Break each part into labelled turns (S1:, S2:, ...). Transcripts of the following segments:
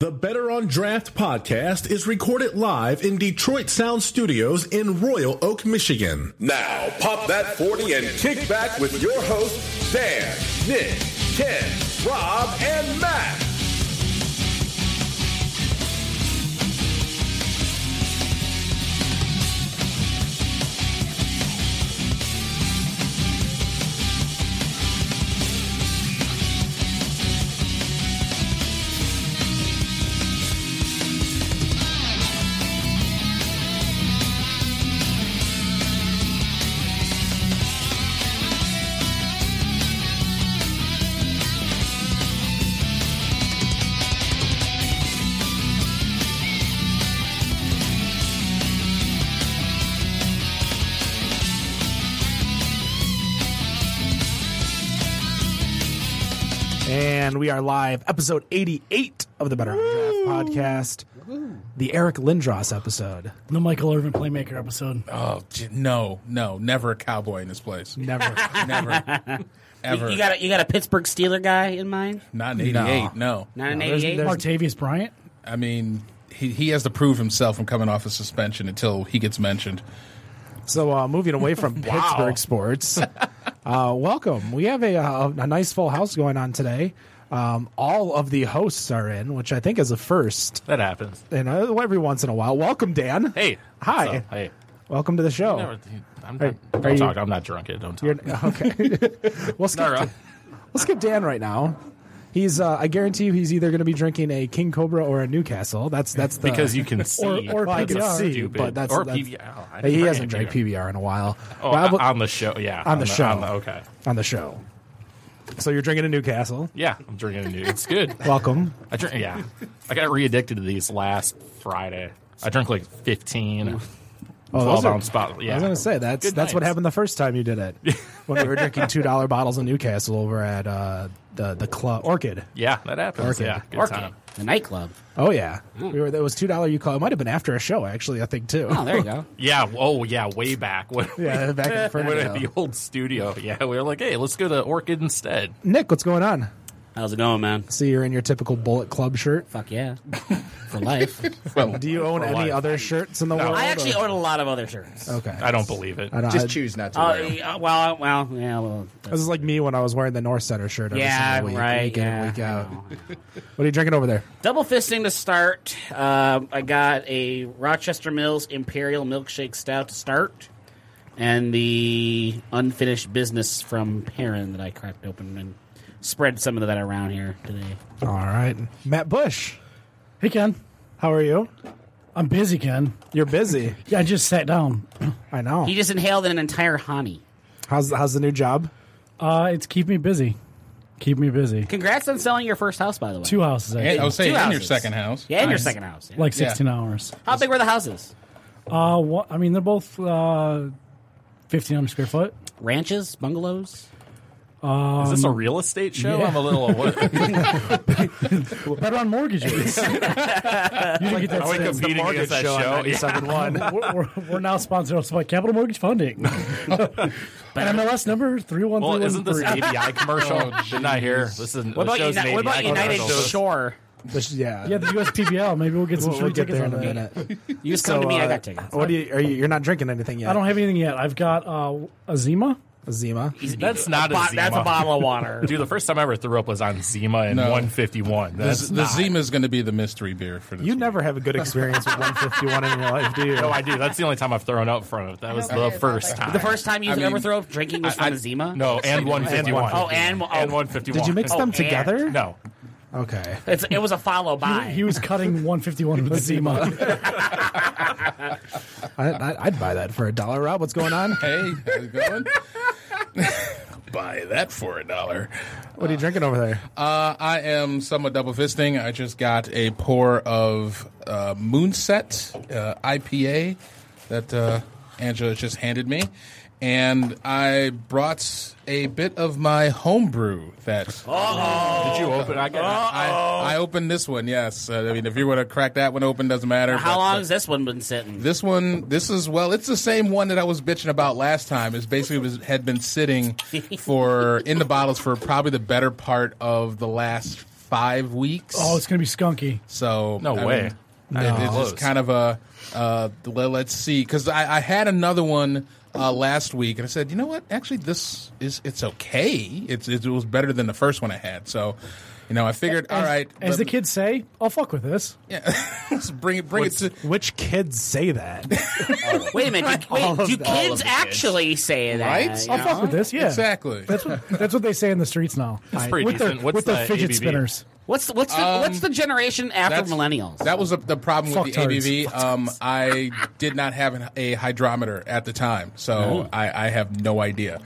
S1: The Better on Draft podcast is recorded live in Detroit Sound Studios in Royal Oak, Michigan.
S2: Now, pop that 40 and kick back with your hosts, Dan, Nick, Ken, Rob, and Matt.
S3: And we are live, episode 88 of the Better on Draft podcast, the Eric Lindros episode.
S4: The Michael Irvin playmaker episode.
S5: Oh j- no, no, never a cowboy in this place.
S3: Never.
S5: Never, ever.
S6: You got a, you got a Pittsburgh Steeler guy in mind?
S5: Not in '88. No.
S6: Not an
S3: No, there's-
S6: eighty-eight.
S3: there's-
S4: Martavius Bryant.
S5: I mean he he has to prove himself from coming off a suspension until he gets mentioned.
S3: so, uh, moving away from Pittsburgh sports, uh, welcome. We have a, uh, a nice full house going on today. Um, all of the hosts are in, which I think is a first.
S7: That happens.
S3: And uh, every once in a while, welcome, Dan.
S7: Hey.
S3: Hi.
S7: what's up? Hey.
S3: Welcome to the show.
S7: Never- I'm not,
S3: Hey,
S7: don't
S3: are you-
S7: talk. I'm not drunk yet. Don't talk.
S3: You're, okay. we'll, skip,
S7: Nara.
S3: we'll skip Dan right now. He's, uh, I guarantee you, he's either going to be drinking a King Cobra or a Newcastle. That's that's the,
S7: because you can see.
S3: or
S7: Well, that's
S3: PBR,
S7: stupid.
S3: but that's-
S7: or
S3: that's-
S7: PBR. Oh, I
S3: Hey, he
S7: drank
S3: hasn't drank PBR in a while.
S7: Oh,
S3: Well, I will-
S7: on the show. Yeah.
S3: on the show.
S7: On the, okay.
S3: on the show. So you're drinking a Newcastle.
S7: Yeah. I'm drinking a new. It's good.
S3: Welcome.
S7: I drink. Yeah. I got re addicted to these last Friday. I drank like 15.
S3: Oh,
S7: 12
S3: those are-
S7: ounce bottle. Yeah.
S3: I was going to say that's
S7: Good
S3: that's what
S7: nights.
S3: happened the first time you did it when we were drinking two dollar bottles of Newcastle over at uh, the the club Orchid.
S7: Yeah. That happens.
S3: Orchid.
S7: Yeah. Good
S6: Orchid,
S7: time.
S6: the nightclub.
S3: Oh yeah, we were. That was two dollar. You call it might have been after a show actually. I think too.
S6: Oh, there you go.
S7: Yeah. Oh, yeah. Way back. When,
S3: yeah, back in the
S7: when
S3: furnace.
S7: at the old studio. Yeah. We were like, hey, let's go to Orchid instead.
S3: Nick, what's going on?
S6: How's it going, man?
S3: See, you're in your typical Bullet Club shirt.
S6: Fuck yeah, for life.
S5: Well,
S3: Do you own any
S7: life.
S3: other shirts in the world?
S6: I actually
S3: or-
S6: own a lot of other shirts.
S3: okay.
S7: I don't believe it.
S3: I don't.
S8: Just
S3: I-
S8: choose not to
S5: Uh,
S6: Oh,
S8: wear 'em.
S6: yeah, well, well, yeah, well.
S3: This is like me when I was wearing the North Center shirt. Every
S6: Yeah,
S3: single week,
S6: right,
S3: Week in,
S6: yeah,
S3: week
S6: I
S3: out. what are you drinking over there?
S6: Double fisting to start. Um, I got a Rochester Mills Imperial Milkshake Stout to start, and the unfinished business from Perrin that I cracked open and spread some of that around here today.
S3: All right, Matt Bush.
S4: Hey, Ken.
S3: How are you?
S4: I'm busy, Ken.
S3: You're busy.
S4: Yeah, I just sat down.
S3: I know.
S6: He just inhaled an entire honey.
S3: How's how's the new job?
S4: Uh, it's keep me busy. Keep me busy.
S6: Congrats on selling your first house, by the way.
S4: Two houses,
S5: and,
S4: actually.
S5: I was saying
S6: Two
S5: in your
S6: houses.
S5: second house.
S6: Yeah, in your second house. yeah.
S4: Like 16 hours.
S6: How big were the houses?
S4: Uh, wha- I mean, they're both uh, 1,500 square foot.
S6: Ranches, bungalows.
S7: Is
S3: Um,
S7: this a real estate show? I'm a little. What,
S4: Better on mortgages. you didn't get that
S7: Are we
S4: sense.
S7: competing against that show? Yeah.
S4: We're, we're, we're now sponsored also by Capital Mortgage Funding. and MLS number
S7: Well, isn't this
S4: 31313.
S7: an ABI commercial? Didn't I hear? This is
S6: What about, Uni- what about United Shore?
S3: This- yeah.
S4: yeah, the USPBL. Maybe we'll get some
S3: We'll, we'll
S4: free
S3: get
S4: tickets
S3: there in
S4: on
S3: a
S4: that.
S3: minute. uh,
S6: You uh, just come to me. I got tickets.
S3: What do you? Are you? You're not drinking anything yet.
S4: I don't have anything yet. I've got uh, a Zima.
S3: Zima.
S7: That's not a,
S6: Bo-
S7: Zima.
S6: that's a bottle of water.
S7: Dude, the first time I ever threw up was on Zima in
S5: No.
S7: 151.
S5: The,
S7: That's
S5: the
S7: not-
S5: Zima is going to be the mystery beer for this.
S3: You
S5: week.
S3: never have a good experience with 151 in your life, do you?
S7: No, I do. That's the only time I've thrown up from it. That was the first time.
S6: the first time you
S5: I mean,
S6: ever throw up drinking was
S7: I-
S6: from a Zima.
S7: No, and 151.
S6: Oh, and- oh.
S7: and 151.
S3: Did you mix
S6: Oh,
S3: them
S6: and-
S3: together?
S7: No.
S3: Okay.
S6: it's, it was a follow by.
S4: He was cutting 151 with Zima.
S3: I, I, I'd buy that for a dollar. Rob, what's going on?
S5: Hey, how's it going? Buy that for a dollar.
S3: What are you drinking over there?
S5: Uh, I am somewhat double fisting. I just got a pour of uh, Moonset uh, IPA that uh, Angela just handed me. And I brought a bit of my homebrew that
S7: Did
S6: Oh.
S7: you open? I got.
S5: I, I opened this one, yes. Uh, I mean, if you want to crack that one open, doesn't matter.
S6: How
S5: but-
S6: long
S5: but
S6: has this one been sitting?
S5: This one, this is, well, it's the same one that I was bitching about last time. It's basically was, had been sitting for, in the bottles for probably the better part of the last five weeks.
S4: Oh, it's gonna be skunky.
S5: So
S7: No
S5: I
S7: way.
S5: mean,
S7: Not
S5: it-
S7: even
S5: it's
S7: close.
S5: just kind of a uh, le- let's see because I, I had another one uh, last week and I said you know what actually this is it's okay it's it, was better than the first one I had so you know I figured all right
S4: As
S5: let-
S4: the kids say, I'll fuck with this.
S5: let's bring it bring it to
S3: Which kids say that?
S6: Wait a minute. do-
S7: All
S6: Wait,
S7: of
S6: do
S7: the- all of
S6: kids
S7: the kids.
S6: actually say that?
S5: Right?
S6: You
S4: I'll
S6: know?
S4: fuck with this. Yeah,
S5: exactly
S4: That's what that's what they say in the streets now.
S7: pretty
S4: with their,
S7: decent. What's
S4: with their
S7: the
S4: fidget
S7: ABV?
S4: spinners.
S6: What's the, what's the what's the generation after
S5: Um, That's-
S6: millennials?
S5: That was the- the problem with the
S4: Fucktards.
S5: ABV. Um, I did not have an, a hydrometer at the time, so I, I have no idea.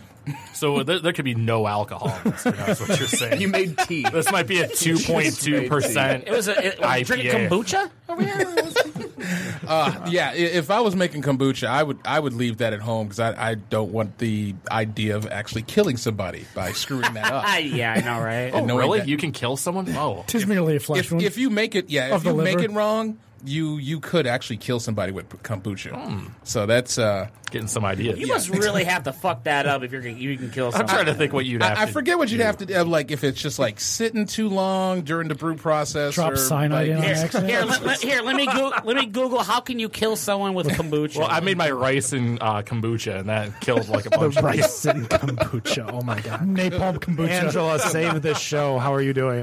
S7: So uh, there, there could be no alcohol. In this, that's what you're saying.
S2: You made tea.
S7: this might be a 2.2 percent.
S6: it was a it, was drinking
S7: IPA.
S6: kombucha over here.
S5: Yeah, i- if I was making kombucha, I would I would leave that at home because I, I don't want the idea of actually killing somebody by screwing that
S6: Ah,
S5: up.
S6: yeah, I know, right?
S7: Oh,
S5: knowing
S7: really?
S5: that-
S7: You can kill someone? Oh,
S4: Tis merely a flesh
S5: if,
S4: wound.
S5: if you make it, yeah,
S4: Of
S5: if
S4: the
S5: you make
S4: liver.
S5: it wrong, you you could actually kill somebody with kombucha.
S6: Hmm.
S5: So that's uh,
S7: getting some ideas.
S6: You must really have to fuck that up if you're gonna- you can kill.
S7: I'm
S6: Someone.
S7: trying to think what you'd have.
S5: I, I
S7: to
S5: forget what you'd have to do. Like if it's just like sitting too long during the brew process,
S4: Drop
S5: or,
S4: cyanide
S5: like,
S4: in on
S6: Here,
S4: accident.
S6: here, let, let- here, let me go, let me Google how can you kill someone with kombucha.
S7: Well, I made my rice and uh, kombucha, and that killed like a bunch of people.
S3: Rice and Oh, kombucha. Oh my god.
S4: napalm kombucha.
S3: Angela, save this show. How are you doing?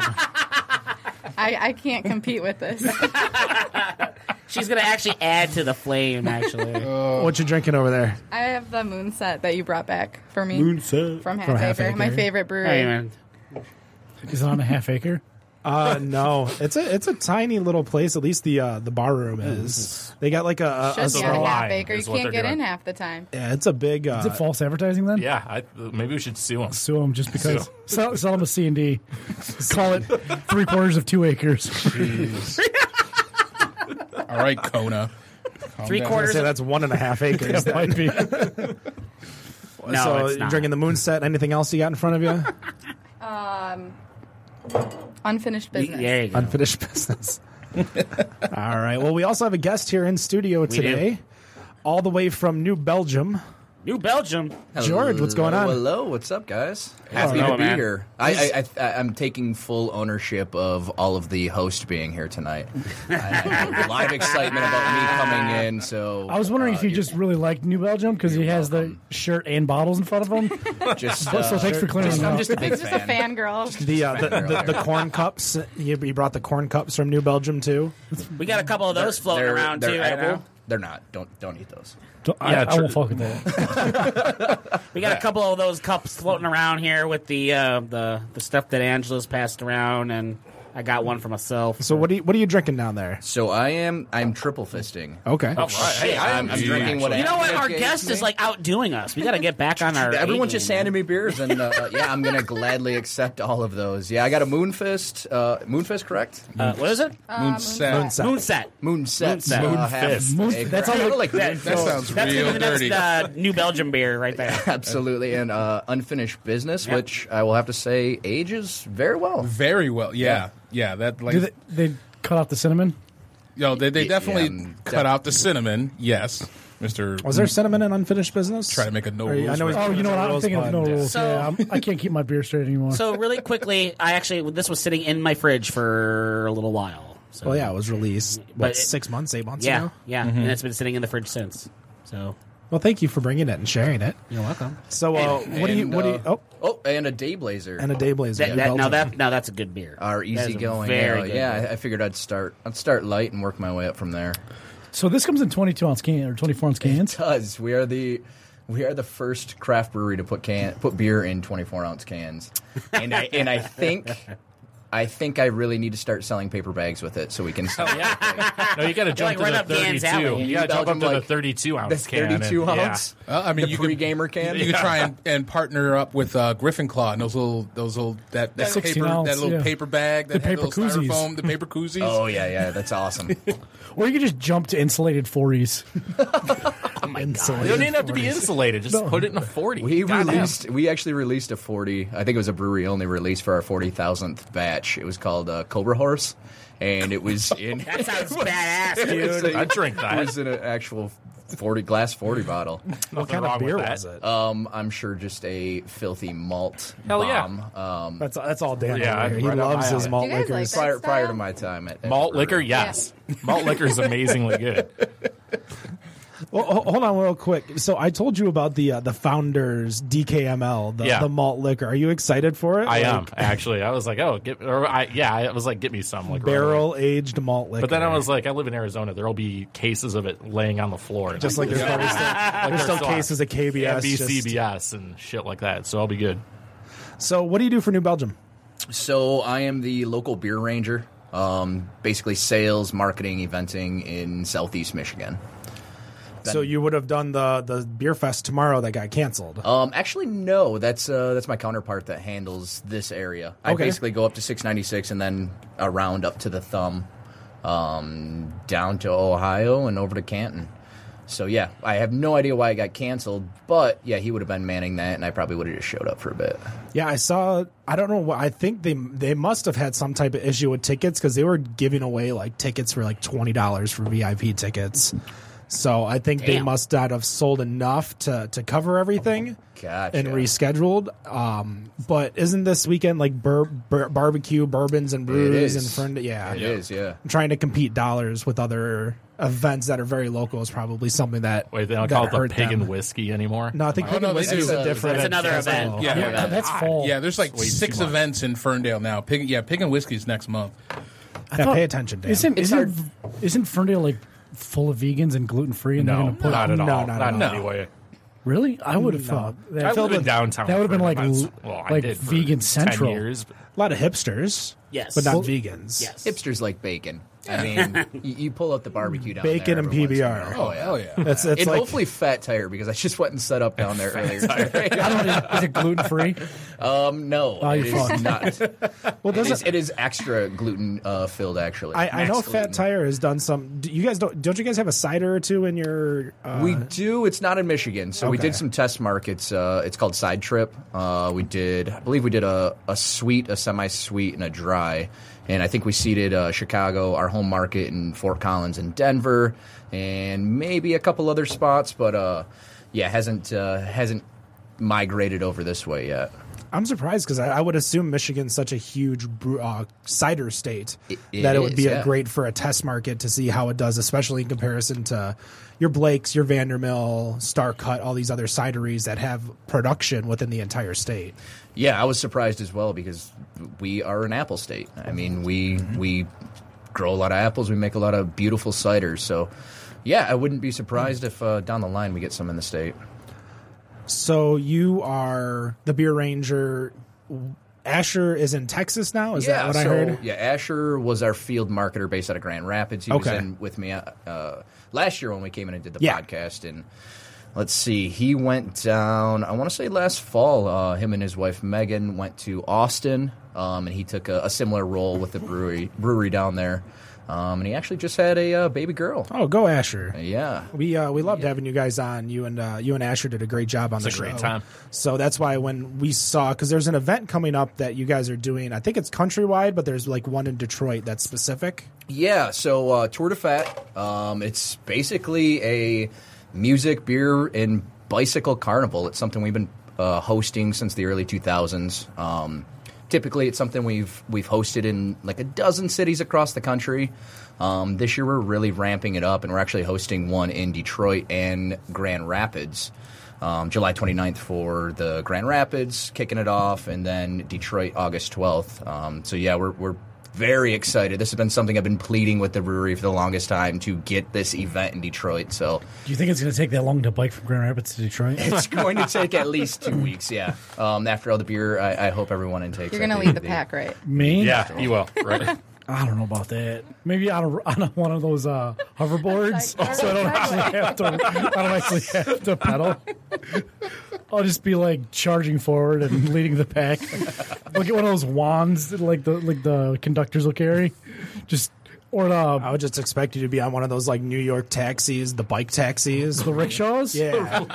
S8: I, I can't compete with this.
S6: She's gonna actually add to the flame. Actually,
S3: What you drinking over there?
S8: I have the moon set that you brought back for me
S4: set.
S8: from
S4: From
S8: Half
S4: Half
S8: Acre, my
S4: Acre.
S8: favorite brewery.
S6: hey man,
S4: Is it on a half acre?
S3: Uh, no, it's a it's a tiny little place. At least the uh, the bar room is. They got like a, a, a
S8: Shut down
S3: small.
S8: Half
S7: line
S8: Acre. You
S7: is what
S8: can't
S7: they're
S8: get in
S7: doing.
S8: half the time.
S3: Yeah, it's a big. Uh,
S4: Is it false advertising then?
S7: Yeah, I, maybe we should sue him.
S4: Sue them just because.
S7: Sue
S4: Sell, sell them a C and D. Call it three quarters of two acres.
S5: All right, Kona. Calm
S6: Three
S5: down.
S3: I
S6: quarters
S3: say that's one and a half acres.
S4: It might be.
S6: No,
S3: so
S6: it's
S3: you
S6: not.
S3: drinking the moon set. Anything else you got in front of you?
S8: Unfinished business.
S6: there you go.
S3: Unfinished business. All right. Well, we also have a guest here in studio
S6: do.
S3: today, all the way from New Belgium.
S6: New Belgium.
S3: George, what's going on?
S2: Hello, what's up, guys? Happy
S6: Hello,
S2: to be
S6: man.
S2: here. I, I, I, I'm taking full ownership of all of the host being here tonight. I, I have live excitement about me coming in. So
S4: I was wondering
S2: uh,
S4: if you
S2: you're
S4: just really liked New Belgium because he has the shirt and bottles in front of him.
S2: just
S4: so
S2: uh,
S4: thanks for clearing
S2: I'm
S4: that up.
S2: just a big
S8: He's just a
S2: fan.
S8: fangirl.
S3: The, uh, the, the the corn cups. You, you brought the corn cups from New Belgium too.
S6: We got a couple of those floating
S2: They're,
S6: around
S2: they're
S6: too right
S2: edible.
S6: now.
S2: They're not. Don't don't eat those.
S4: Don't- I,
S7: Yeah,
S4: I won't
S7: true.
S4: fuck with that.
S6: We got a couple of those cups floating around here with the uh, the the stuff that Angela's passed around, and I got one for myself.
S3: So what are you, what are you drinking down there? Oh,
S2: So I am I'm triple fisting.
S3: Okay.
S5: Oh,
S2: Hey, I'm, I'm drinking what I
S6: you know what? Our
S2: gave
S6: guest
S2: me.
S6: is like outdoing us. We got to get back on our.
S2: Everyone's
S6: A
S2: just
S6: game.
S2: handing me beers, and uh, yeah, I'm gonna gladly accept all of those. Yeah, I got a Moonfist. Uh, Moonfist, correct?
S6: Uh, what is it?
S5: Moon set.
S3: Moonset.
S6: Moonset.
S2: Moonset.
S6: Moonset.
S2: Uh, have
S4: Moonfist.
S2: a
S4: That's
S2: gra-
S4: all
S2: I like
S6: That,
S5: That sounds
S6: that's gonna
S5: real
S6: be the next
S5: dirty.
S6: uh, New Belgium beer right there.
S2: Absolutely, and uh, unfinished business,
S6: Yeah.
S2: which I will have to say ages very well.
S5: Very well. Yeah. Yeah. That like
S4: Do they, they cut out the cinnamon?
S5: yo, they, they
S2: Yeah,
S5: definitely
S2: um,
S5: cut
S2: def-
S5: out the cinnamon. Yes, Mister.
S3: Was there cinnamon in unfinished business?
S5: Try to make a no
S3: Or-
S5: rules
S3: I know he's-
S5: rule.
S4: Oh, you know what? I'm
S3: Rules
S4: thinking of no
S3: pod.
S4: rules.
S6: So-
S4: yeah, I'm, I can't keep my beer straight anymore.
S6: So really quickly, I actually this was sitting in my fridge for a little while. So,
S3: Well, Oh, yeah, it was released what
S6: But it-
S3: six months, eight months
S6: yeah,
S3: ago.
S6: yeah,
S7: Mm-hmm.
S6: and it's been sitting in the fridge since. So
S3: Well, thank you for bringing it and sharing it.
S6: you're welcome.
S3: So, uh, what do you?
S2: And,
S3: What do
S2: uh,
S3: you? Oh,
S2: Oh, and a day blazer.
S3: and a day blazer.
S6: That, that, now that now that's a good beer.
S2: are
S6: That is a
S2: easy going.
S6: Very
S2: uh,
S6: good.
S2: yeah,
S6: beer.
S2: I, I figured I'd start. I'd start light and work my way up from there.
S4: So this comes in 22 ounce can or 24 ounce cans.
S2: Does we are the we are the first craft brewery to put can put beer in 24 ounce cans, and I and I think. I think I really need to start selling paper bags with it so we can sell.
S7: No, you got to jump
S6: like right
S7: to
S6: up
S7: the
S6: Dan's
S7: 32.
S6: alley.
S7: You got to jump up
S2: Belgium,
S7: to the
S2: like,
S7: 32 ounce
S2: That's
S7: can. and-
S2: 32
S7: yeah.
S2: ounce.
S5: Uh, I mean,
S2: the
S5: you
S2: pre
S5: could,
S2: gamer can.
S5: You could try and, and partner up with uh, Griffin Claw and those little those little that, that
S4: 16
S5: paper
S4: ounce,
S5: that little
S4: yeah.
S5: paper bag that
S4: The
S5: had
S4: paper
S5: little
S4: koozies.
S5: styrofoam the paper koozies.
S2: Oh yeah, yeah, that's awesome.
S4: Or you could just jump to insulated 40s.
S7: They don't even have to be insulated. Just put it in a 40.
S2: We
S7: Goddamn.
S2: released. We actually released a forty. I think it was a brewery only release for our forty thousandth batch. It was called uh, Cobra Horse, and it was in.
S6: that sounds badass, dude.
S2: It's a-
S7: I'd drink that.
S2: It was in an actual
S8: forty glass forty bottle.
S3: What kind of
S7: wrong with
S3: beer
S7: that.
S3: was it?
S8: Um, I'm sure just a filthy malt
S7: Hell yeah.
S8: bomb. Um,
S3: that's that's all Dan.
S7: Yeah,
S3: over here. he
S7: right up
S3: loves
S7: my
S3: his
S7: alley.
S3: malt
S9: Do you guys like
S3: liquors.
S9: that?
S8: prior prior to
S9: style?
S8: my time at at
S7: Malt
S8: brewery.
S7: liquor, yes. Malt liquor is amazingly good.
S3: Well, ho- hold on real quick. So I told you about the uh, the founders DKML, the,
S7: Yeah.
S3: the malt liquor. Are you excited for it?
S7: I
S3: Like,
S7: am actually. I was like, oh, get or I yeah. I was like, get me some like right away.
S3: barrel aged malt liquor.
S7: But then I was like, I live in Arizona. There'll be cases of it laying on the floor,
S3: just like there's probably still, there's still cases of KBS. just-
S7: BCBS and shit like that. So I'll be good.
S3: So what do you do for New Belgium?
S8: So I am the local beer ranger. Um, basically, sales, marketing, eventing in Southeast Michigan.
S3: So you would have done the the beer fest tomorrow that got canceled.
S8: Um, actually, no. That's uh, that's my counterpart that handles this area. I
S3: Okay.
S8: basically go up to 696 and then around up to the thumb, um, down to Ohio and over to Canton. So yeah, I have no idea why it got canceled, but yeah, he would have been manning that, and I probably would have just showed up for a bit.
S3: Yeah, I saw. I don't know. what I think they they must have had some type of issue with tickets because they were giving away like tickets for like twenty dollars for VIP tickets. So I think they
S6: Damn.
S3: must not have sold enough to to cover everything.
S8: Gotcha.
S3: And rescheduled. Um, but isn't this weekend like bur- bur- barbecue, bourbons and brews and
S8: is.
S3: friend? Yeah,
S8: It is, yeah.
S3: Trying to compete dollars with other events that are very local is probably something that
S7: Wait, they don't
S3: that
S7: call it the
S3: hurt
S7: pig
S3: them.
S7: and whiskey anymore.
S3: No, I think
S5: Oh,
S3: pig
S5: no,
S3: and
S5: they
S3: whiskey
S5: do.
S3: is a
S8: That's
S3: different.
S6: That's another event.
S5: Yeah,
S4: Yeah, that's fall.
S5: yeah. There's like six
S7: too much.
S5: events in Ferndale now. Pig, yeah, pig and whiskey's next month.
S3: Yeah,
S4: thought-
S3: pay attention, Dan.
S4: Isn't
S8: It's
S4: isn't,
S8: hard-
S4: isn't Ferndale like full of vegans and gluten free? And they're
S7: no,
S4: gonna put
S7: not at all.
S3: No,
S7: No,
S3: not
S7: not,
S3: at
S7: in
S5: all.
S7: any way.
S4: really? I would have thought that
S7: I lived in downtown.
S4: That would have
S7: for
S4: been like
S7: months.
S4: l-
S7: well, I
S4: like
S7: did for
S4: vegan
S7: 10
S4: central.
S7: years, but
S3: a lot of hipsters.
S6: Yes.
S3: but not
S6: Well,
S3: vegans.
S6: Yes.
S8: Hipsters like bacon. I mean, you, you pull up the barbecue down
S3: Bacon
S8: there
S3: and
S8: every once in a
S3: PBR.
S8: while.
S5: Oh, hell yeah.
S3: It's, it's
S8: and
S3: like
S8: hopefully fat tire because I just went and set up down there earlier.
S4: is it gluten free?
S8: um, no,
S4: Oh,
S8: it
S4: you're
S8: is
S4: fucked.
S8: not.
S3: well,
S8: It
S3: doesn't
S8: is, it is extra gluten uh, filled, actually.
S3: I, I know
S8: Max
S3: Fat
S8: gluten.
S3: Tire has done some. Do you guys don't don't you guys have a cider or two in your? Uh,
S8: We do. It's not in Michigan, so we
S3: Okay.
S8: did some test markets. Uh, it's called Side Trip. Uh, we did, I believe, we did a, a sweet, a semi-sweet, and a dry. And I think we seeded uh, Chicago, our home market, in Fort Collins and Denver, and maybe a couple other spots. But uh, yeah, hasn't uh, hasn't migrated over this way yet.
S3: I'm surprised because I, I would assume Michigan's such a huge brew, uh, cider state
S8: It- it
S3: that it would
S8: is,
S3: be a
S8: yeah.
S3: great for a test market to see how it does, especially in comparison to your Blake's, your Vandermill, Star Cut, all these other cideries that have production within the entire state.
S8: Yeah, I was surprised as well because we are an apple state. I mean, we we grow a lot of apples. We make a lot of beautiful ciders. So, yeah, I wouldn't be surprised if uh, down the line we get some in the state.
S3: So you are the beer ranger. Asher is in Texas now. Is that what I
S8: so,
S3: heard?
S8: Yeah, Asher was our field marketer based out of Grand Rapids. He
S3: Okay.
S8: was in with me uh, last year when we came in and did the
S3: Yeah.
S8: podcast. And let's see, he went down. I want to say last fall. Uh, him and his wife Megan went to Austin, um, and he took a, a similar role with the brewery brewery down there. Um, and he actually just had a uh, baby girl.
S3: Oh, go Asher.
S8: Yeah.
S3: We uh, we loved having you guys on. You and uh, you and Asher did a great job on the
S7: a
S3: show.
S7: great time.
S3: So that's why when we saw because there's an event coming up that you guys are doing. I think it's countrywide, but there's like one in Detroit that's specific.
S8: Yeah, so uh, Tour de Fat, um, it's basically a music, beer, and bicycle carnival. It's something we've been uh, hosting since the early 2000s. Um, typically, it's something we've we've hosted in like a dozen cities across the country. Um, this year, we're really ramping it up, and we're actually hosting one in Detroit and Grand Rapids. Um, July 29th for the Grand Rapids, kicking it off, and then Detroit August 12th. Um, so, yeah, we're, we're very excited. This has been something I've been pleading with the brewery for the longest time to get this event in Detroit. So
S4: Do you think it's going to take that long to bike from Grand Rapids to Detroit?
S8: it's going to take at least two weeks. Yeah. Um, after all the beer, I, I hope everyone intakes.
S9: You're gonna
S8: I
S9: lead
S8: think
S9: the pack, right?
S4: Me?
S7: yeah, you will. Right?
S4: I don't know about that. Maybe on, a, on a, one of those uh, hoverboards,
S9: Like,
S4: so I don't actually have to. I don't actually have to pedal. I'll just be like charging forward and leading the pack. Look at one of those wands, that, like the like the conductors will carry. Just or uh,
S3: I
S4: the
S3: would just expect you to be on one of those like New York taxis, the bike taxis.
S4: the rickshaws.
S3: yeah.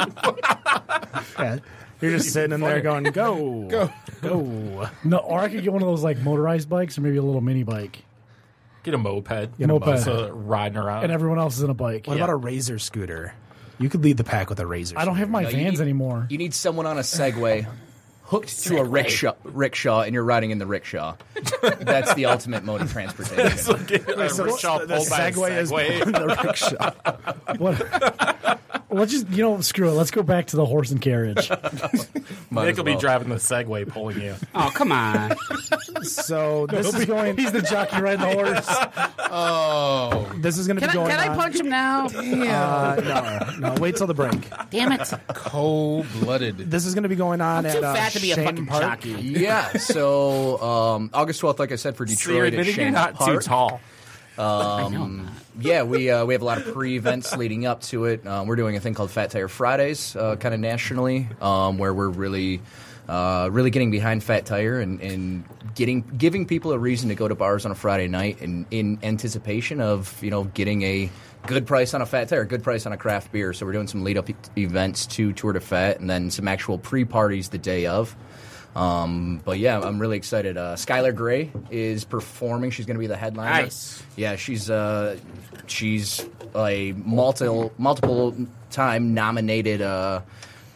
S3: Yeah. You're just sitting in there going, go, go, go.
S4: No, or I could get one of those like motorized bikes, or maybe a little mini bike,
S7: Get a moped.
S4: a moped.
S7: So riding around.
S4: and everyone else is in a bike.
S3: What about a razor scooter? You could lead the pack with a razor.
S4: I don't have my
S8: No, you
S4: vans
S8: need-
S4: anymore.
S8: You need someone on a Segway hooked to a rickshaw, rickshaw, and you're riding in the rickshaw. That's the ultimate mode of transportation.
S7: the,
S3: Segway is the rickshaw.
S4: What? Let's just you know screw it. Let's go back to the horse and carriage.
S8: Might
S7: Nick
S8: as
S7: will
S8: well.
S7: be driving the Segway, pulling you.
S6: Oh, come on.
S3: So this is going.
S4: He's the jockey riding the horse.
S3: This is going to
S6: Can
S3: be
S6: I,
S3: going.
S6: can I
S3: on-
S6: punch him now?
S3: Uh, no, no. Wait till the break.
S6: Damn it.
S5: Cold blooded.
S3: This is going to be going on
S6: I'm
S3: at
S6: too
S3: uh,
S6: fat to be a
S3: Shane
S6: fucking
S3: Park.
S6: jockey.
S8: Yeah, so um, August 12th, like I said, for
S7: So you're
S8: Detroit, at
S7: admitting you're
S8: Shannon
S7: not too
S8: Park. Um,
S7: tall.
S6: I know I'm not.
S8: yeah, we uh, we have a lot of pre-events leading up to it. Um, we're doing a thing called Fat Tire Fridays, uh, kind of nationally, um, where we're really uh, really getting behind Fat Tire and, and getting giving people a reason to go to bars on a Friday night and in anticipation of you know getting a good price on a fat tire, good price on a craft beer. So we're doing some lead up e- events to Tour de Fat, and then some actual pre parties the day of. Um, but yeah, I'm really excited. Uh, Skylar Gray is performing. She's going to be the headliner.
S6: Nice.
S8: Yeah, she's uh, she's a multiple multiple time nominated uh,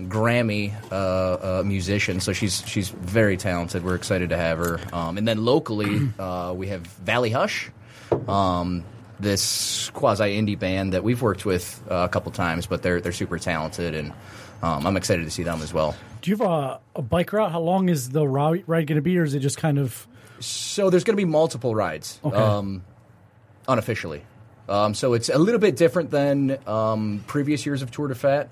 S8: Grammy uh, uh, musician. So she's she's very talented. We're excited to have her. Um, and then locally, uh, we have Valley Hush. Um, this quasi indie band that we've worked with uh, a couple times, but they're they're super talented, and um, I'm excited to see them as well.
S4: Do you have a, a bike route? How long is the ride, ride going to be, or is it just kind of?
S8: So there's going to be multiple rides, um, unofficially. Um, so it's a little bit different than um, previous years of Tour de Fat.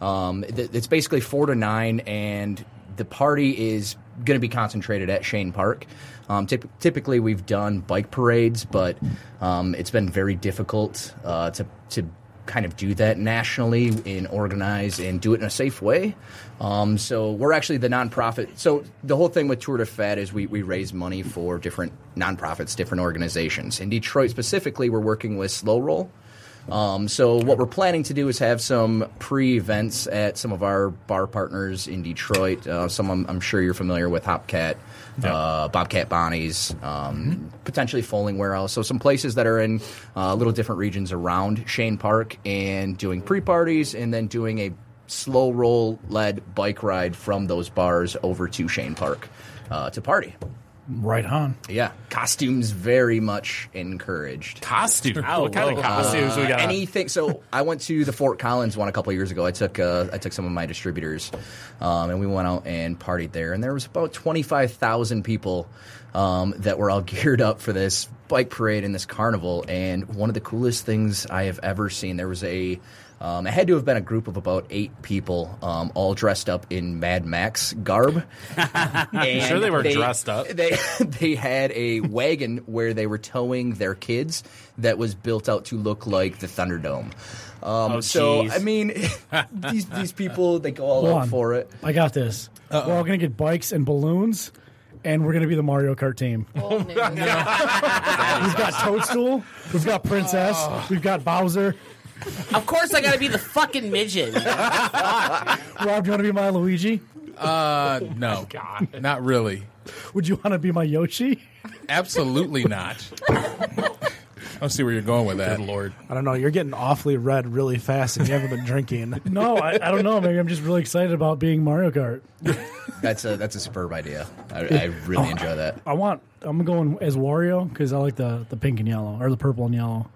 S8: Um, th- it's basically four to nine, and the party is going to be concentrated at Shane Park. Um, typ- typically, we've done bike parades, but um, it's been very difficult uh, to to kind of do that nationally and organize and do it in a safe way. Um, so we're actually the nonprofit. So the whole thing with Tour de Fat is we, we raise money for different nonprofits, different organizations. In Detroit specifically, we're working with Slow Roll. Um, so what we're planning to do is have some pre-events at some of our bar partners in Detroit. Uh, some I'm, I'm sure you're familiar with, Hopcat, uh, Bobcat Bonnie's, um,
S4: Mm-hmm.
S8: potentially Foaling Warehouse. So some places that are in uh, little different regions around Shane Park and doing pre-parties and then doing a slow roll led bike ride from those bars over to Shane Park uh, to party.
S4: Right on.
S8: Yeah, costumes very much encouraged.
S7: Costume.
S6: Oh,
S7: what kind of costumes we got?
S8: Uh, Anything. So I went to the Fort Collins one a couple years ago. I took uh, I took some of my distributors, um, and we went out and partied there. And there was about twenty five thousand people um, that were all geared up for this bike parade and this carnival. And one of the coolest things I have ever seen. There was a um, it had to have been a group of about eight people, um, all dressed up in Mad Max garb. I'm
S7: sure they were dressed up?
S8: They they had a wagon where they were towing their kids that was built out to look like the Thunderdome. Um, so
S6: jeez.
S8: I mean, these these people they go all
S4: Hold
S8: out
S4: on.
S8: for it.
S4: I got this. We're all going to get bikes and balloons, and we're going to be the Mario Kart team.
S5: Oh,
S9: Old news.
S4: We've got Toadstool. We've got Princess.
S5: Oh.
S4: We've got Bowser.
S6: Of course I gotta be the fucking midget.
S4: Rob, do you want to be my Luigi?
S5: Uh, no, not really.
S4: Would you want to be my Yoshi?
S5: Absolutely not. I see where you're going with that. Good lord.
S3: I don't know. You're getting awfully red really fast if you haven't been drinking.
S4: No, I, I don't know. Maybe I'm just really excited about being Mario Kart.
S8: That's a that's a superb idea. I, I
S5: Oh.
S8: really enjoy that.
S4: I want. I'm going as Wario because I like the the pink and yellow or the purple and yellow.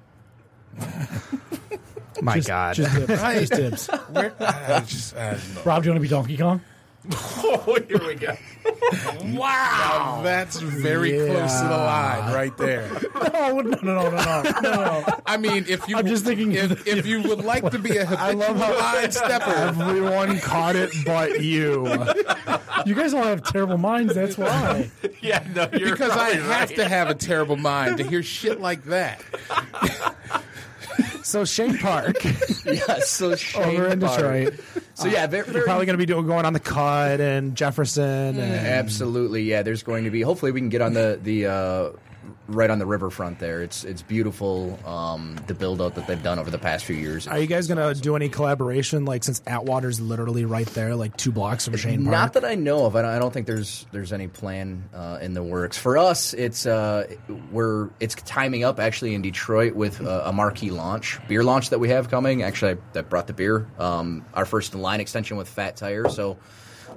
S3: My God.
S4: Just dibs. Just dibs.
S5: Where, I just, I don't know.
S4: Rob, do you want to be Donkey Kong?
S7: Oh, here we go.
S5: Now that's very close to the line right there.
S4: No, no, no, no, no, no.
S5: I mean, if you,
S4: I'm just thinking-
S5: if, if you would like to be a habitual line stepper,
S3: Everyone caught it but you.
S4: You guys all have terrible minds. That's why.
S7: Yeah, no, you're
S5: because I
S7: probably
S5: have
S7: right.
S5: to have a terrible mind to hear shit like that.
S3: So Shane Park
S8: Yeah, so Shane
S3: over in
S8: Park.
S3: Detroit.
S8: So yeah, very,
S3: You're
S8: very
S3: probably going to be doing going on the cut and Jefferson and
S8: Absolutely, yeah. There's going to be. Hopefully, we can get on the the uh, right on the riverfront there. It's it's beautiful. Um, the build out that they've done over the past few years.
S3: Are you guys gonna do any collaboration? Like since Atwater's literally right there, like two blocks from Shane Park.
S8: Not that I know of. I don't, I don't think there's there's any plan uh, in the works for us. It's uh, we're it's timing up actually in Detroit with uh, a marquee launch, beer launch that we have coming. Actually, I, that brought the beer. Um, our first line extension with Fat Tire. So.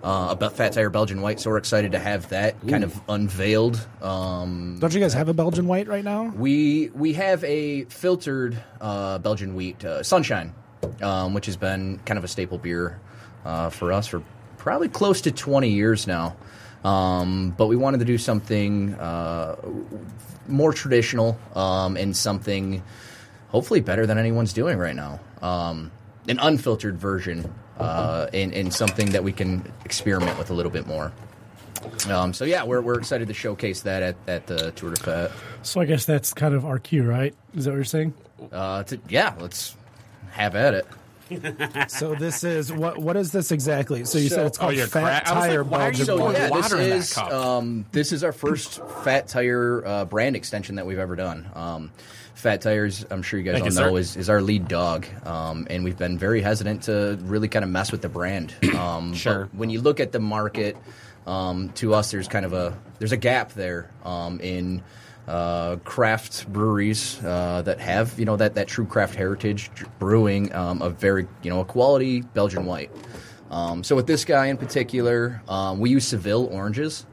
S8: Uh, about Fat Tire Belgian White, so we're excited to have that kind of unveiled. Um,
S3: Don't you guys have a Belgian white right now?
S8: we we have a filtered uh, Belgian wheat uh, sunshine, um, which has been kind of a staple beer uh, for us for probably close to 20 years now. Um, but we wanted to do something uh, more traditional um, and something hopefully better than anyone's doing right now. Um, an unfiltered version uh, and, and something that we can experiment with a little bit more. Um, so yeah, we're, we're excited to showcase that at, at the Tour de Fête.
S4: So I guess that's kind of our cue, right? Is that what you're saying?
S8: Uh, to, yeah, let's have at it.
S3: So this is what? What is this exactly? So you
S8: So-
S3: said it's
S7: Oh,
S3: called
S7: you're
S3: Fat
S7: cra- I was
S3: Tire
S7: like, why are
S3: Belgian
S7: you so-
S3: White.
S7: yeah,
S8: this
S7: water in that
S8: is
S7: cup.
S8: um, this is our first Fat Tire uh, brand extension that we've ever done. Um, Fat Tires, I'm sure you guys
S7: Thank
S8: all
S7: you,
S8: know,
S7: sir.
S8: is, is our lead dog, um, and we've been very hesitant to really kind of mess with the brand. Um,
S7: Sure.
S8: but when you look at the market, um, to us, there's kind of a there's a gap there um, in. Uh, craft breweries uh, that have you know that, that true craft heritage brewing um, a very you know a quality Belgian white. Um, so with this guy in particular, um, we use Seville oranges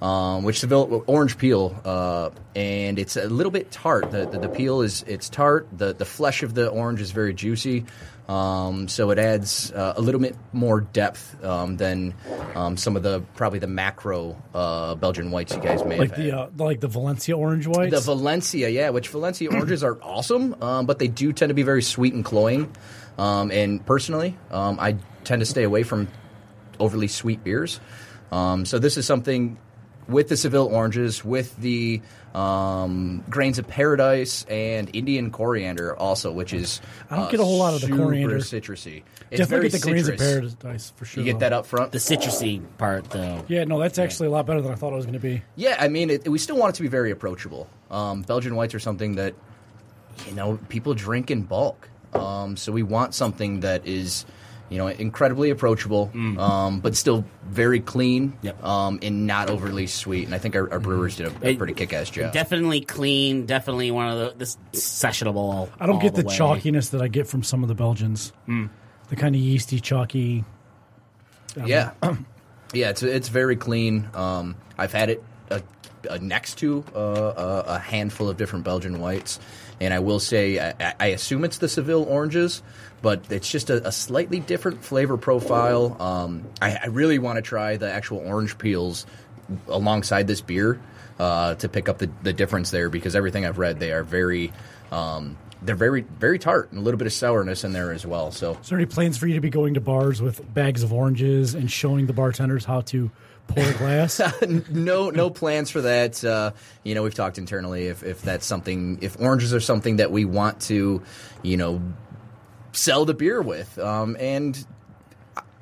S8: um, which Seville orange peel, uh, and it's a little bit tart. The, the, the peel is it's tart. The the flesh of the orange is very juicy, um, so it adds uh, a little bit more depth um, than um, some of the probably the macro uh, Belgian whites you guys may
S4: Like
S8: have. had.
S4: the uh, like the Valencia orange whites.
S8: The Valencia, yeah, which Valencia oranges are awesome, um, but they do tend to be very sweet and cloying. Um, and personally, um, I tend to stay away from overly sweet beers. Um, so this is something with the Seville oranges, with the um, grains of paradise and Indian coriander, also, which is
S4: I don't
S8: uh,
S4: get a whole lot of the
S8: super
S4: coriander.
S8: citrusy. It's
S4: Definitely
S8: very
S4: get the grains of
S8: citrus.
S4: paradise for sure.
S8: You get that up front.
S6: The citrusy part, though.
S4: Yeah, no, that's actually a lot better than I thought it was going to be.
S8: Yeah, I mean, it, we still want it to be very approachable. Um, Belgian whites are something that you know people drink in bulk, um, so we want something that is you know incredibly approachable, um, but still very clean
S6: Yep.
S8: um, and not overly sweet. And I think our, our brewers did a, a pretty kick-ass job.
S6: Definitely clean. Definitely one of the this sessionable.
S4: I don't
S6: all
S4: get the,
S6: way.
S4: chalkiness that I get from some of the Belgians.
S8: Hmm.
S4: The kind of yeasty, chalky.
S8: yeah, yeah, it's it's very clean. Um, I've had it uh, uh, next to uh, a, a handful of different Belgian whites, and I will say I- I, I assume it's the Seville oranges, but it's just a, a slightly different flavor profile. Um, I, I really want to try the actual orange peels alongside this beer uh, to pick up the, the difference there because everything I've read they are very. Um, they're very very tart and a little bit of sourness in there as well. So
S4: Is there any plans for you to be going to bars with bags of oranges and showing the bartenders how to pour a glass?
S8: no no plans for that. Uh, you know, we've talked internally if, if that's something if oranges are something that we want to, you know, sell the beer with. Um, and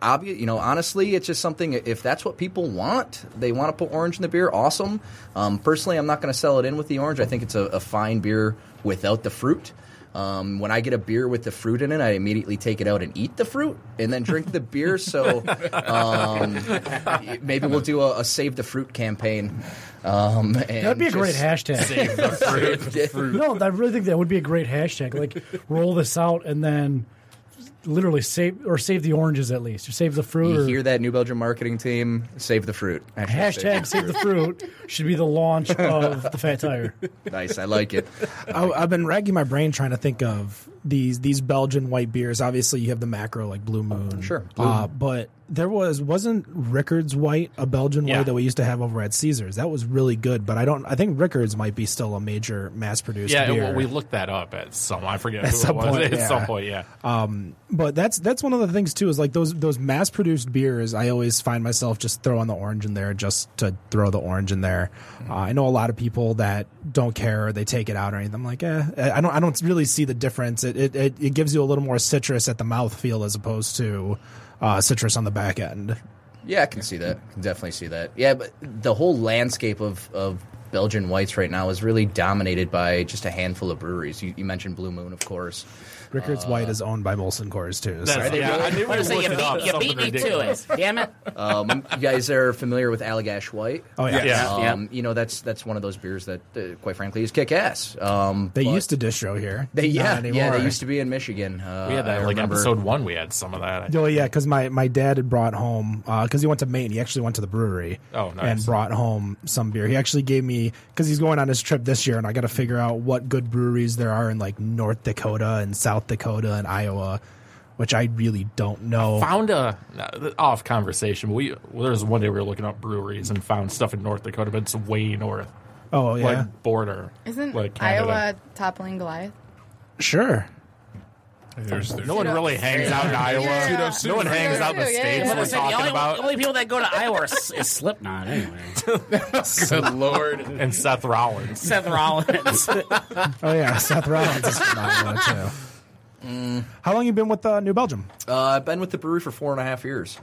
S8: obvious, you know, honestly, it's just something. If that's what people want, they want to put orange in the beer. Awesome. Um, personally, I'm not going to sell it in with the orange. I think it's a, a fine beer without the fruit. Um, when I get a beer with the fruit in it, I immediately take it out and eat the fruit, and then drink the beer. So um, maybe we'll do a, a save the fruit campaign. Um, and
S4: That'd be a great
S8: just-
S4: hashtag. no, I really think that would be a great hashtag. Like roll this out and then literally save or save the oranges at least, or save the fruit.
S8: You
S4: or
S8: hear that, New Belgium marketing team? Save the fruit.
S4: Hashtag save the fruit should be the launch of the Fat Tire.
S8: Nice, I like it.
S3: I, Oh, I've been racking my brain trying to think of these these Belgian white beers. Obviously, you have the macro like Blue Moon,
S8: Sure, Blue
S3: Uh, but there was wasn't Rickards White a Belgian
S7: Yeah.
S3: white that we used to have over at Caesars? That was really good, but I don't. I think Rickards might be still a major mass produced.
S7: Yeah,
S3: beer.
S7: well, we looked that up at some. I forget who
S3: some
S7: it was.
S3: point,
S7: at
S3: yeah.
S7: some point, yeah.
S3: But that's that's one of the things too is like those those mass produced beers. I always find myself just throwing the orange in there just to throw the orange in there.
S8: Mm-hmm.
S3: Uh, I know a lot of people that don't care. They take it out or anything. I'm like, eh, I don't. I don't really see the difference. It it, it, it gives you a little more citrus at the mouth feel as opposed to uh, citrus on the back end.
S8: Yeah, I can see that. Can definitely see that. Yeah, but the whole landscape of of Belgian whites right now is really dominated by just a handful of breweries. You, you mentioned Blue Moon, of course. Uh,
S3: Rickards White is owned by Molson Coors too. So.
S7: That's, yeah, I knew we
S6: I
S7: were
S6: was gonna say,
S7: looking
S6: you
S7: up
S6: beat, you beat
S7: something
S6: me to
S7: ridiculous.
S6: it. Damn it.
S8: Um, you guys are familiar with Allagash White.
S3: Oh yeah,
S7: Yeah.
S8: Um, You know that's that's one of those beers that, uh, quite frankly, is kick ass. Um,
S3: they
S8: but-
S3: used to distro here.
S8: They,
S3: Not
S8: yeah,
S3: anymore.
S8: yeah, they used to be in Michigan. Uh,
S7: We had
S8: I
S7: that like
S8: remember.
S7: episode one. We had some of that.
S3: Oh yeah, because my, my dad had brought home because he went to Maine. He actually went to the brewery.
S7: Oh, nice.
S3: And brought home some beer. He actually gave me because he's going on his trip this year, and I got to figure out what good breweries there are in like North Dakota and South Dakota and Iowa, which I really don't know.
S7: found a uh, off conversation. but We well, there was one day we were looking up breweries and found stuff in North Dakota, but it's way north,
S3: oh yeah,
S7: like border.
S9: Isn't
S7: like Canada.
S9: Iowa toppling Goliath?
S3: sure.
S5: There's, there's
S7: No one really hangs out in Iowa.
S9: Yeah.
S7: No one hangs out in the
S9: Yeah,
S7: states.
S9: yeah.
S7: We're
S6: Listen, the
S7: talking
S6: only,
S7: about
S6: only people that go to Iowa is, is Slipknot anyway.
S5: Good lord.
S7: and Seth Rollins.
S6: Seth Rollins.
S3: Oh yeah, Seth Rollins is phenomenal too.
S6: Mm.
S3: How long you been with uh, New Belgium?
S8: Uh, I've been with the brewery for four and a half years.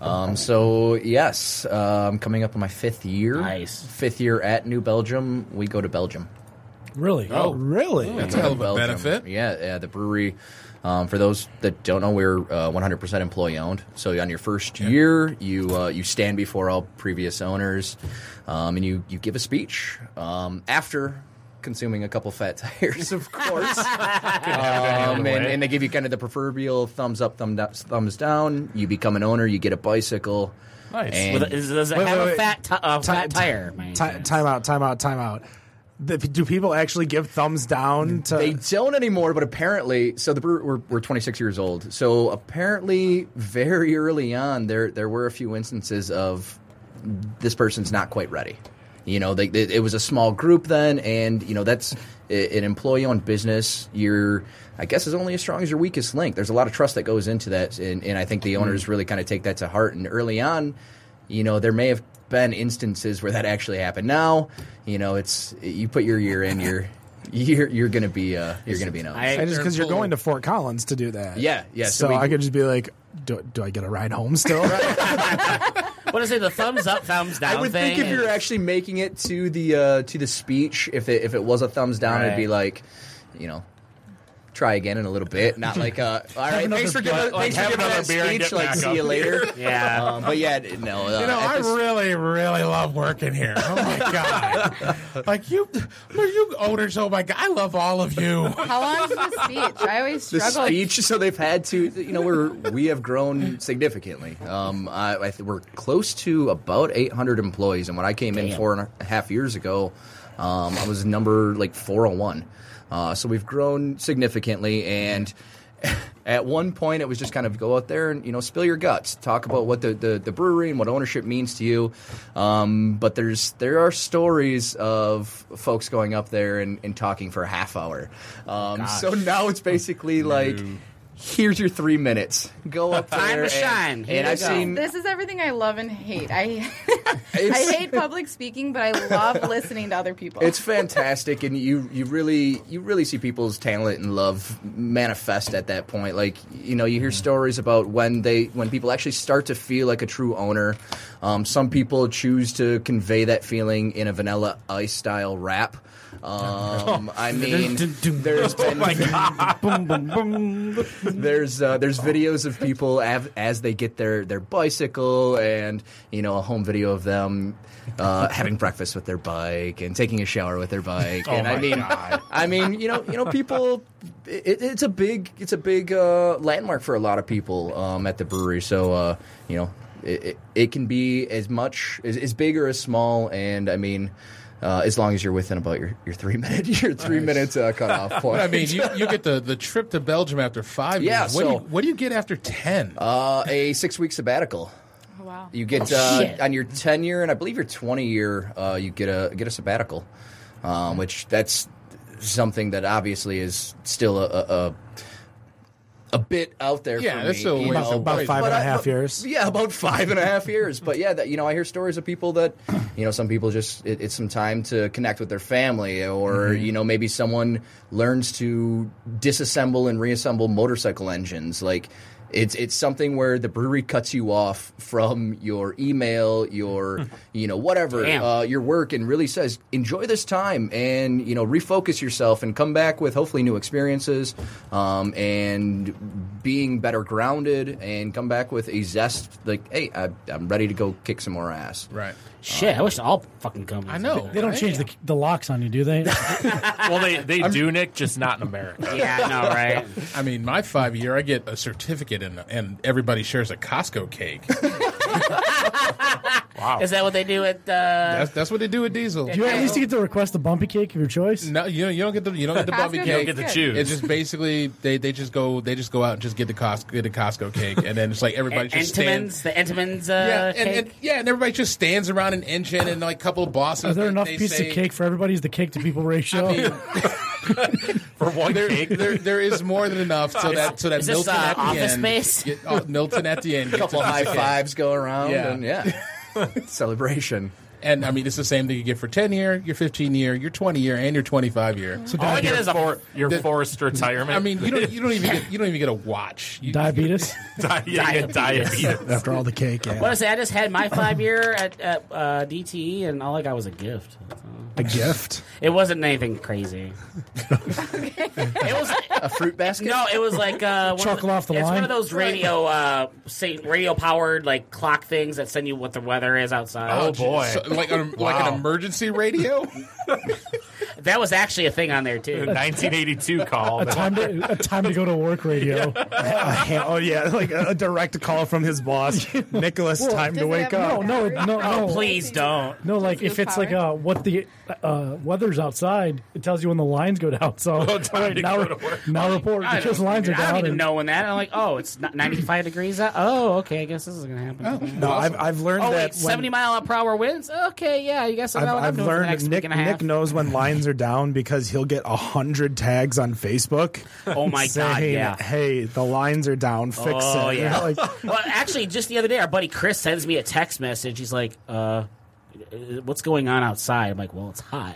S8: Um, so yes, uh, I'm coming up on my fifth year.
S6: Nice.
S8: Fifth year at New Belgium. We go to Belgium.
S4: Really?
S3: Oh really?
S5: That's a hell of a
S8: Belgium.
S5: benefit.
S8: Yeah, yeah. The brewery. Um, for those that don't know, we're uh, 100% employee owned. So on your first year, you uh, you stand before all previous owners, um, and you you give a speech um, after consuming a couple fat tires, of course. um, and, and they give you kind of the proverbial thumbs up, thumb down, thumbs down. You become an owner, you get a bicycle.
S7: Nice.
S8: And-
S6: With a- is- does it
S3: Wait,
S6: have
S3: wait,
S6: a
S3: wait.
S6: fat, ti- a fat tire? man?
S3: Ti- time out. Time out. Time out. The, do people actually give thumbs down to?
S8: They don't anymore, but apparently, so the brewer, we're, we're 26 years old. So apparently, very early on, there there were a few instances of this person's not quite ready. You know, they, they, it was a small group then, and you know that's i- an employee-owned business. You're, I guess, is only as strong as your weakest link. There's a lot of trust that goes into that, and, and I think the owners really kind of take that to heart. And early on, you know, there may have been instances where that actually happened. Now, you know, it's you put your year in, you're you're you're gonna be uh you're gonna be known.
S6: I-
S3: I just because you're
S5: They're full.
S3: going to Fort Collins to do that.
S8: Yeah, yeah,
S3: So,
S8: so we-
S3: I could just be like, do, do I get a ride home still?
S6: What is it? The thumbs up, thumbs down
S8: I would
S6: thing?
S8: think if
S6: and-
S8: you're actually making it to the uh, to the speech, if it, if it was a thumbs down, it'd be like, you know, try again in a little bit. Not like, uh, all right, thanks for giving,
S7: like,
S8: thanks for
S7: have
S8: giving
S7: another
S8: that
S7: beer and
S8: speech.
S7: get
S8: Like,
S7: back
S8: see
S7: up.
S8: you later.
S6: Yeah.
S8: Um, but yeah, d- no. Uh,
S5: You know,
S8: at
S5: I
S8: this-
S5: really, really love working here. Oh my god! like you, well, you owners. Oh my god, I love all of you.
S9: How long is the speech? I always
S8: the
S9: struggle.
S8: speech, so they've had to. You know, we're we have grown significantly. Um, I, I th- we're close to about 800 employees, and when I came in four and a half years ago, um, I was number like 401. Uh, so we've grown significantly, and at one point it was just kind of go out there and you know spill your guts, talk about what the the, the brewery and what ownership means to you. Um, but there's there are stories of folks going up there and, and talking for a half hour. Um, so now it's basically like. Here's your three minutes. Go up there.
S6: Time to
S8: and-
S6: shine. Here
S8: And
S6: you
S8: I've
S6: go.
S8: seen
S9: This is everything I love and hate. I I
S8: It's-
S9: hate public speaking, but I love listening to other people.
S8: It's fantastic, and you you really you really see people's talent and love manifest at that point. Like you know, you hear stories about when they when people actually start to feel like a true owner. Um, some people choose to convey that feeling in a Vanilla Ice style rap. Um, I mean, there's been there's uh, there's videos of people av- as they get their, their bicycle and you know a home video of them uh, having breakfast with their bike and taking a shower with their bike and I
S7: Oh my
S8: mean
S7: God.
S8: I mean you know you know people it, it's a big it's a big uh, landmark for a lot of people um, at the brewery so uh, you know it, it, it can be as much as, as big or as small and I mean. Uh, as long as you're within about your, your three minute your three minutes minute uh, cutoff point.
S5: I mean, you, you get the, the trip to Belgium after five
S8: Yeah,
S5: years. What, do
S8: so-
S5: you, what do you get after ten?
S8: uh, a six week sabbatical.
S9: Oh, wow.
S8: You get
S6: shit.
S8: uh, on your ten year and I believe your twenty year, uh, you get a get a sabbatical, um, which that's something that obviously is still a a, a, a bit out there.
S5: Yeah,
S8: for
S5: that's
S8: me,
S5: still a
S8: you
S5: ways
S8: know,
S5: away. About
S8: but-
S3: five
S8: but
S3: and a
S8: I-
S3: half
S8: but-
S3: years.
S8: Yeah, about five and a half years. But yeah, that you know, I hear stories of people that you know, some people just it, it's some time to connect with their family, or
S3: Mm-hmm.
S8: you know, maybe someone learns to disassemble and reassemble motorcycle engines, like. It's it's something where the brewery cuts you off from your email, your you know whatever,
S6: Damn.
S8: uh, your work, and really says enjoy this time and you know refocus yourself and come back with hopefully new experiences um, and being better grounded and come back with a zest like hey I, I'm ready to go kick some more ass.
S5: Right.
S6: Shit, I wish all fucking companies.
S5: I know.
S4: They don't
S5: right?
S4: change the, the locks on you, do they?
S7: Well, they, they do, Nick, just not in America.
S6: Yeah, I know, right?
S5: I mean, my five year, I get a certificate and and everybody shares a Costco cake.
S6: Uh,
S7: Wow.
S6: Is that what they do at? Uh,
S5: That's that's what they do with Diesel.
S4: Do you at least get to request the bumpy cake of your choice?
S5: No, you don't, you don't get the you don't get the Bobby
S9: Costco
S5: cake.
S7: get to
S9: Good.
S7: choose.
S5: It's just basically they, they just go they just go out and just get the Costco get a Costco cake and then it's like everybody just stands.
S6: Entenmann's, the Entenmann's uh,
S5: Yeah, and,
S6: cake.
S5: and yeah, and everybody just stands around an engine and like a couple of bosses.
S4: Is there
S5: they-
S4: enough
S5: they
S4: piece
S5: say-
S4: of cake for everybody's the cake to people ratio?
S7: For one
S5: There,
S7: cake,
S5: there, there is more than enough so that so that
S6: Is this,
S5: Milton
S6: uh,
S5: at the
S6: Office
S5: end
S6: Space?
S5: get- oh, Milton at the end gets
S8: couple
S5: another
S8: high
S5: cake.
S8: fives go around
S5: Yeah.
S8: and yeah celebration
S5: and I mean it's the same thing you get for ten year, your fifteen year, your twenty year, and your twenty five year. So
S7: all I get
S6: Your
S7: is a for, your
S5: the-
S7: forced retirement.
S5: I mean you don't you don't even get, you don't even get a watch. You,
S4: Diabetes?
S7: Di- yeah, you get diabetes.
S3: after all the cake. Yeah.
S6: What I say, I just had my five year at, at uh, DTE, and all I got was a gift.
S3: A gift.
S6: It wasn't anything crazy. it was
S8: a fruit basket
S6: no, it was like uh, one
S4: Chuckle
S6: of the,
S4: off the
S6: It's one
S4: line.
S6: of those radio, uh, say, radio powered like clock things that send you what the weather is outside.
S7: Oh, boy.
S5: so, like an, like
S7: Wow.
S5: an emergency radio.
S6: that was actually a thing on there too.
S7: 1982 call.
S4: time to, a time to go to work radio.
S3: A ha- oh yeah, like a, a direct call from his boss, Nicholas. time
S9: does
S3: to
S9: it
S3: wake
S9: have-
S3: up.
S4: No, no, no, no.
S6: Oh, Please don't.
S4: No, like if it's like uh, what the uh, weather's outside, it tells you when the lines go down. So
S7: time to
S4: now,
S7: go to work.
S4: now report
S6: I
S4: because
S6: don't-
S4: lines are
S6: I
S4: down.
S6: don't even
S4: and-
S6: know when that. I'm like, oh, it's not 95 degrees out. Oh, okay. I guess this is gonna happen. Oh,
S3: No, I've, I've learned
S6: wait,
S3: that when-
S6: 70 mile per hour winds. Okay, yeah. I guess
S3: I've,
S6: about what I'm
S3: I've
S6: doing for the
S3: learned
S6: next
S3: that
S6: week
S3: Nick
S6: and a half.
S3: Nick knows when lines are down because he'll get a hundred tags on Facebook.
S6: Oh my god,
S3: saying,
S6: yeah.
S3: Hey, the lines are down. Fix
S6: Oh,
S3: it. You
S6: yeah.
S3: know, like,
S6: well, actually, just the other day, our buddy Chris sends me a text message. He's like, uh, "What's going on outside?" I'm like, "Well, it's hot.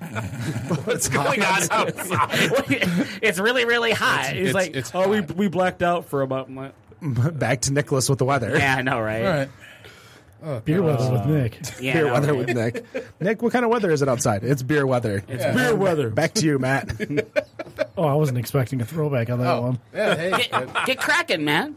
S7: What's going on outside?
S6: it's really, really hot." He's
S5: it's-
S6: like,
S5: it's
S6: "Oh, we we blacked out for about." I'm like,
S3: back to Nicholas with the weather.
S6: yeah, I know, right?
S5: All right.
S4: beer weather with Nick.
S6: Yeah, I
S3: Beer
S6: know,
S3: weather
S6: right?
S3: with Nick. Nick, what kind of weather is it outside? It's beer weather. It's beer weather. Back to you, Matt.
S4: Oh, I wasn't expecting a throwback on that one.
S5: Yeah, hey,
S6: Get, get cracking, man.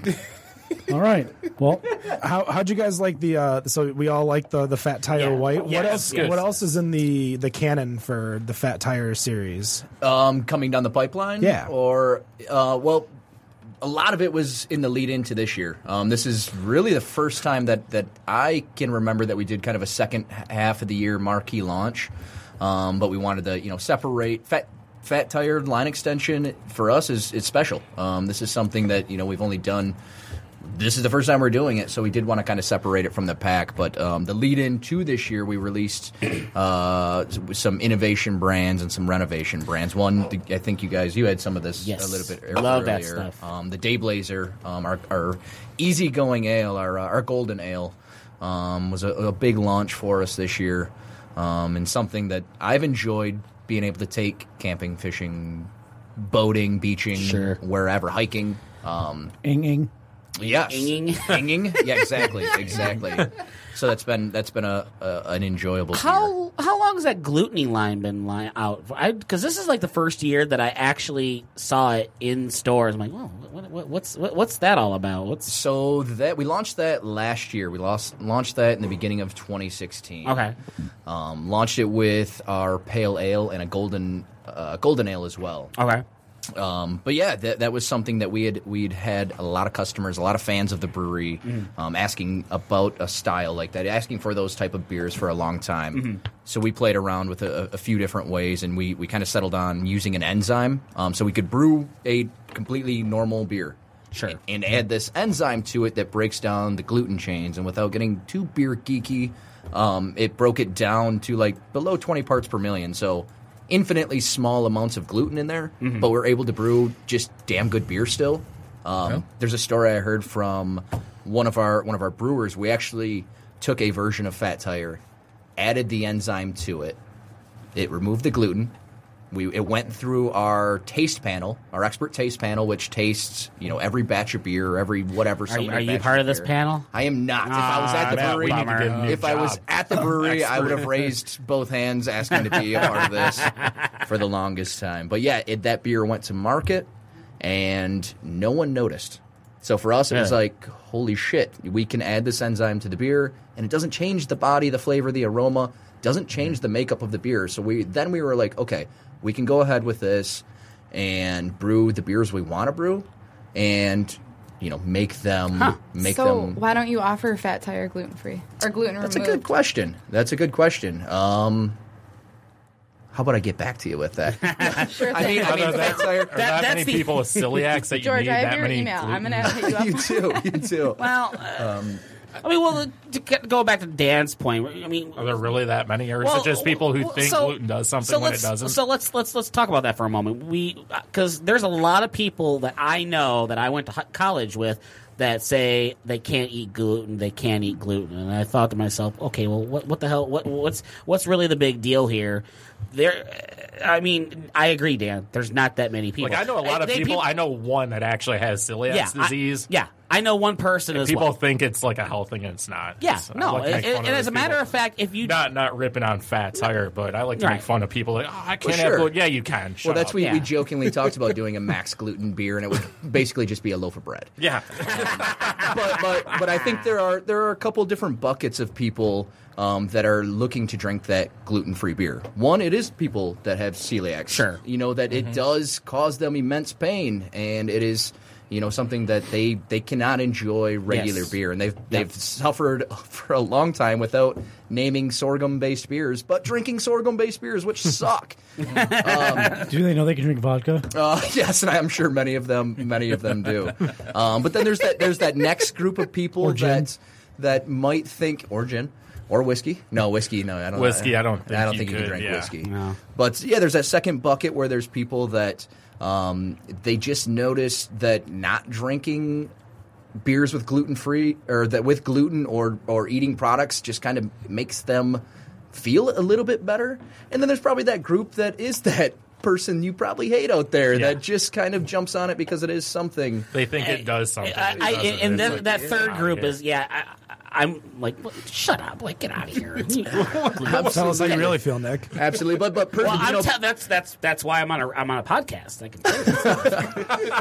S4: All right. Well,
S3: How how'd you guys like the? uh So we all like the the Fat Tire
S6: Yeah.
S3: White.
S6: Yeah,
S3: what else?
S6: good.
S3: What else is in the the canon for the Fat Tire series?
S8: um, coming down the pipeline.
S3: Yeah.
S8: Or, uh, well, a lot of it was in the lead into this year. Um, this is really the first time that, that I can remember that we did kind of a second h- half of the year marquee launch. Um, but we wanted to, you know, separate fat. Fat tire line extension for us is it's special. Um, this is something that you know we've only done this is the first time we're doing it, so we did want to kind of separate it from the pack. But um, the lead in to this year, we released uh, s- some innovation brands and some renovation brands. One, th- I think you guys, you had some of this
S6: Yes.
S8: a little bit ear- earlier.
S6: Love that stuff.
S8: Um, the Dayblazer, um, our, our easygoing ale, our, uh, our golden ale, um, was a, a big launch for us this year um, and something that I've enjoyed being able to take camping, fishing, boating, beaching,
S6: Sure.
S8: wherever, hiking. Um,
S4: ing ing.
S8: Yes.
S6: Inging.
S8: Inging. Yeah, exactly. Exactly. So that's been that's been a, a an enjoyable year.
S6: How how long has that gluttony line been li out? Because this is like the first year that I actually saw it in stores. I'm like, well, what, what, what's what, what's that all about? What's
S8: So that we launched that last year. We lost, launched that in the beginning of 2016.
S6: okay?
S8: Um, launched it with our pale ale and a golden uh, golden ale as well.
S6: Okay.
S8: Um, but yeah, that, that was something that we had we'd had a lot of customers, a lot of fans of the brewery, um, asking about a style like that, asking for those type of beers for a long time. So we played around with a, a few different ways, and we, we kind of settled on using an enzyme, um, so we could brew a completely normal beer.
S6: Sure.
S8: And add this enzyme to it that breaks down the gluten chains, and without getting too beer geeky, um, it broke it down to like below twenty parts per million. So infinitely small amounts of gluten in there, but we're able to brew just damn good beer still. Um, There's a story I heard from one of our one of our brewers. We actually took a version of Fat Tire, added the enzyme to it. It removed the gluten, We it went through our taste panel, our expert taste panel, which tastes you know every batch of beer, every whatever. so
S6: Are you-
S8: many
S6: are you
S8: batches
S6: part of this
S8: beer.
S6: panel?
S8: I am not. if I was at the
S7: Ah,
S8: brewery,
S7: Matt, we need to get a new
S8: if I was
S7: job.
S8: at the brewery, I would have raised both hands asking to be a part of this for the longest time. But yeah, it, that beer went to market, and no one noticed. So for us, it was
S6: Really?
S8: like, holy shit, we can add this enzyme to the beer, and it doesn't change the body, the flavor, the aroma, doesn't change the makeup of the beer. So we then we were like, okay, we can go ahead with this and brew the beers we want to brew, and you know make them make
S9: so
S8: them
S9: why don't you offer fat tire gluten free or gluten
S8: that's a
S9: removed?
S8: good question. That's a good question. Um, how about I get back to you with that?
S9: Sure
S8: I
S9: thing.
S8: mean, I mean, fat
S7: Are
S8: tire.
S7: that,
S6: that's
S7: many
S6: the-
S7: people with celiacs that you
S9: George,
S7: need
S9: I
S7: that
S9: have your
S7: many?
S9: email. I'm
S7: gluten?
S9: gonna hit you up.
S8: You too. You too.
S6: Well, uh,
S7: Um,
S6: I mean, well, to get, go back to Dan's point. I mean,
S7: Are there really that many, or is
S6: Well,
S7: it just people who
S6: well,
S7: think
S6: so-
S7: gluten does something
S6: so
S7: when
S6: let's-
S7: it doesn't?
S6: So let's let's let's talk about that for a moment. We because there's a lot of people that I know that I went to ho- college with that say they can't eat gluten, they can't eat gluten, and I thought to myself, okay, well, what what the hell? What what's what's really the big deal here? There, I mean, I agree, Dan. There's not that many people.
S7: like I know a lot of
S6: They-
S7: people. I know one that actually has celiac
S6: yeah, I-
S7: disease.
S6: yeah, I know one person as
S7: people
S6: well.
S7: think it's like a health thing, and it's not.
S6: Yeah,
S7: So I
S6: no,
S7: like to
S6: and,
S7: make fun
S6: and
S7: of
S6: as
S7: those
S6: a matter
S7: people.
S6: of fact, if you
S7: not not ripping on fat tire, but I like to
S6: Right.
S7: make fun of people. Like, oh, I can't
S8: sure.
S7: have gluten. Yeah, you can. Shut
S8: Well, that's
S7: up.
S8: we,
S6: Yeah.
S8: we jokingly talked about doing a max gluten beer, and it would basically just be a loaf of bread.
S7: Yeah,
S8: but, but but I think there are there are a couple different buckets of people um, that are looking to drink that gluten free beer. One, it is people that have celiac.
S6: Sure. Mm-hmm.
S8: you know that it does cause them immense pain, and it is you know something that they they cannot enjoy regular
S6: Yes.
S8: beer, and they've they've suffered for a long time without naming sorghum based beers, but drinking sorghum based beers, which suck. Um,
S4: Do they know they can drink vodka?
S8: Uh, yes, and I'm sure many of them, many of them do. Um, but then there's that there's that next group of people
S4: Or gin.
S8: that that might think or gin or whiskey. No whiskey. No, I don't.
S7: Whiskey, I don't think
S8: I don't
S7: you
S8: think you
S7: could,
S8: can drink
S7: yeah.
S8: whiskey. But yeah, there's that second bucket where there's people that um, they just notice that not drinking beers with gluten free or that with gluten or or eating products just kind of makes them feel a little bit better. And then there's probably that group that is that person you probably hate out there
S7: Yeah.
S8: that just kind of jumps on it because it is something.
S7: they think it does something.
S6: I,
S7: It
S6: I,
S7: doesn't.
S6: and
S7: It's
S6: then
S7: like,
S6: that
S7: get
S6: third
S7: out of
S6: group
S7: here.
S6: is yeah. I, I, I'm like, "What? shut up! Like, get out of here.
S3: Tell us how you really feel, Nick.
S6: Uh,
S8: Absolutely, but but per-
S6: well,
S8: you
S6: I'm
S8: know,
S6: te- that's that's that's why I'm on a I'm on a podcast. I can tell you.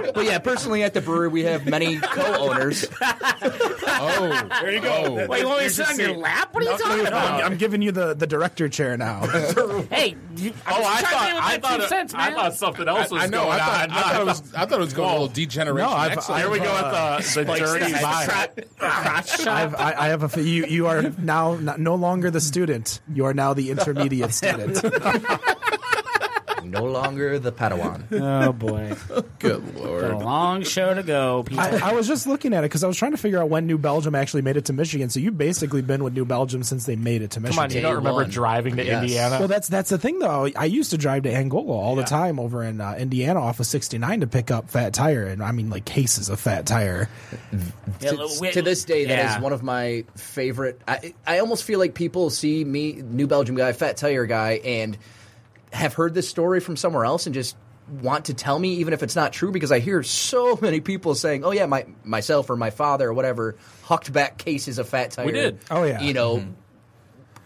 S6: this.
S8: but yeah, personally at the brewery we have many co-owners.
S5: Oh, there you go.
S6: Wait, you want me to sit on your lap? What are you talking about?
S3: I'm, I'm giving you the, the director chair now.
S6: Hey, you,
S7: Oh,
S6: I'm
S7: I
S6: just trying
S7: thought
S6: to
S7: I
S6: give my
S7: thought,
S6: two
S7: it-
S6: cents,
S7: I
S6: man.
S7: thought something else was
S5: I know.
S7: going
S5: I thought,
S7: on.
S5: I thought it was. I thought it was going a little degeneration.
S3: No, I've-
S5: Excellent.
S7: Here we go with the, the dirty vibe.
S3: I've, I, I have a f- you. You are now not, no longer the student. You are now the intermediate student.
S8: no longer the Padawan.
S6: Oh boy,
S8: Good lord.
S6: a long show to go. People.
S3: I, I was just looking at it because I was trying to figure out when New Belgium actually made it to Michigan. So you've basically been with New Belgium since they made it to Michigan.
S7: Come on, you don't remember
S8: one.
S7: driving to
S8: Yes.
S7: Indiana?
S3: Well, that's that's the thing though. I used to drive to Angola all the time over in uh, Indiana off of 69 to pick up fat tire, and I mean like cases of fat tire.
S6: Yeah,
S8: to,
S6: we-
S8: to this day, that
S6: yeah.
S8: is one of my favorite. I, I almost feel like people see me, New Belgium guy, Fat Tire guy, and have heard this story from somewhere else and just want to tell me, even if it's not true, because I hear so many people saying, "Oh yeah, my myself or my father or whatever hucked back cases of Fat Tire."
S7: We did. Mm-hmm.
S3: Oh, yeah.
S8: you know.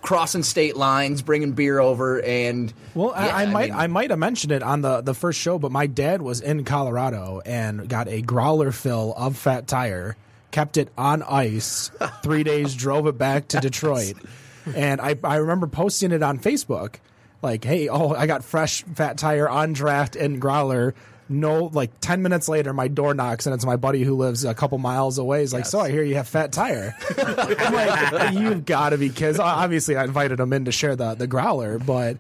S8: Crossing state lines, bringing beer over, and
S3: Well,
S8: Yeah,
S3: I, I might I,
S8: mean,
S3: might have mentioned it on the, the first show, but my dad was in Colorado and got a growler fill of Fat Tire, kept it on ice three days, drove it back to Detroit, and I I remember posting it on Facebook, like, hey, oh, I got fresh Fat Tire on draft and growler. No, like ten minutes later, my door knocks and it's my buddy who lives a couple miles away. He's like, "So I hear you have fat tire." I'm like, "You've got to be kids." Obviously, I invited him in to share the the growler, but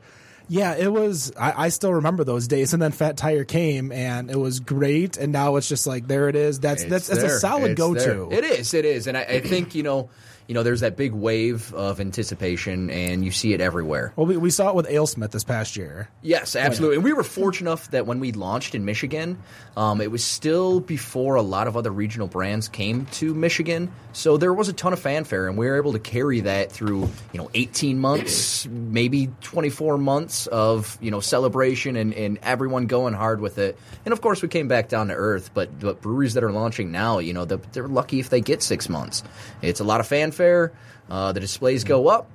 S3: yeah, it was. I, I still remember those days. And then Fat Tire came, and it was great. And now it's just like there it is. That's
S8: It's
S3: that's, that's a
S8: there.
S3: solid
S8: It's
S3: go
S8: there.
S3: to.
S8: It is. It is. And I, I think you know, you know, there's that big wave of anticipation, and you see it everywhere.
S3: Well, we, we saw it with AleSmith this past year.
S8: Yes, absolutely. And we were fortunate enough that when we launched in Michigan, um, it was still before a lot of other regional brands came to Michigan. So there was a ton of fanfare, and we were able to carry that through, you know, 18 months, maybe 24 months of, you know, celebration and, and everyone going hard with it. And of course, we came back down to earth, but, but breweries that are launching now, you know, they're, they're lucky if they get six months. It's a lot of fanfare, uh, the displays go up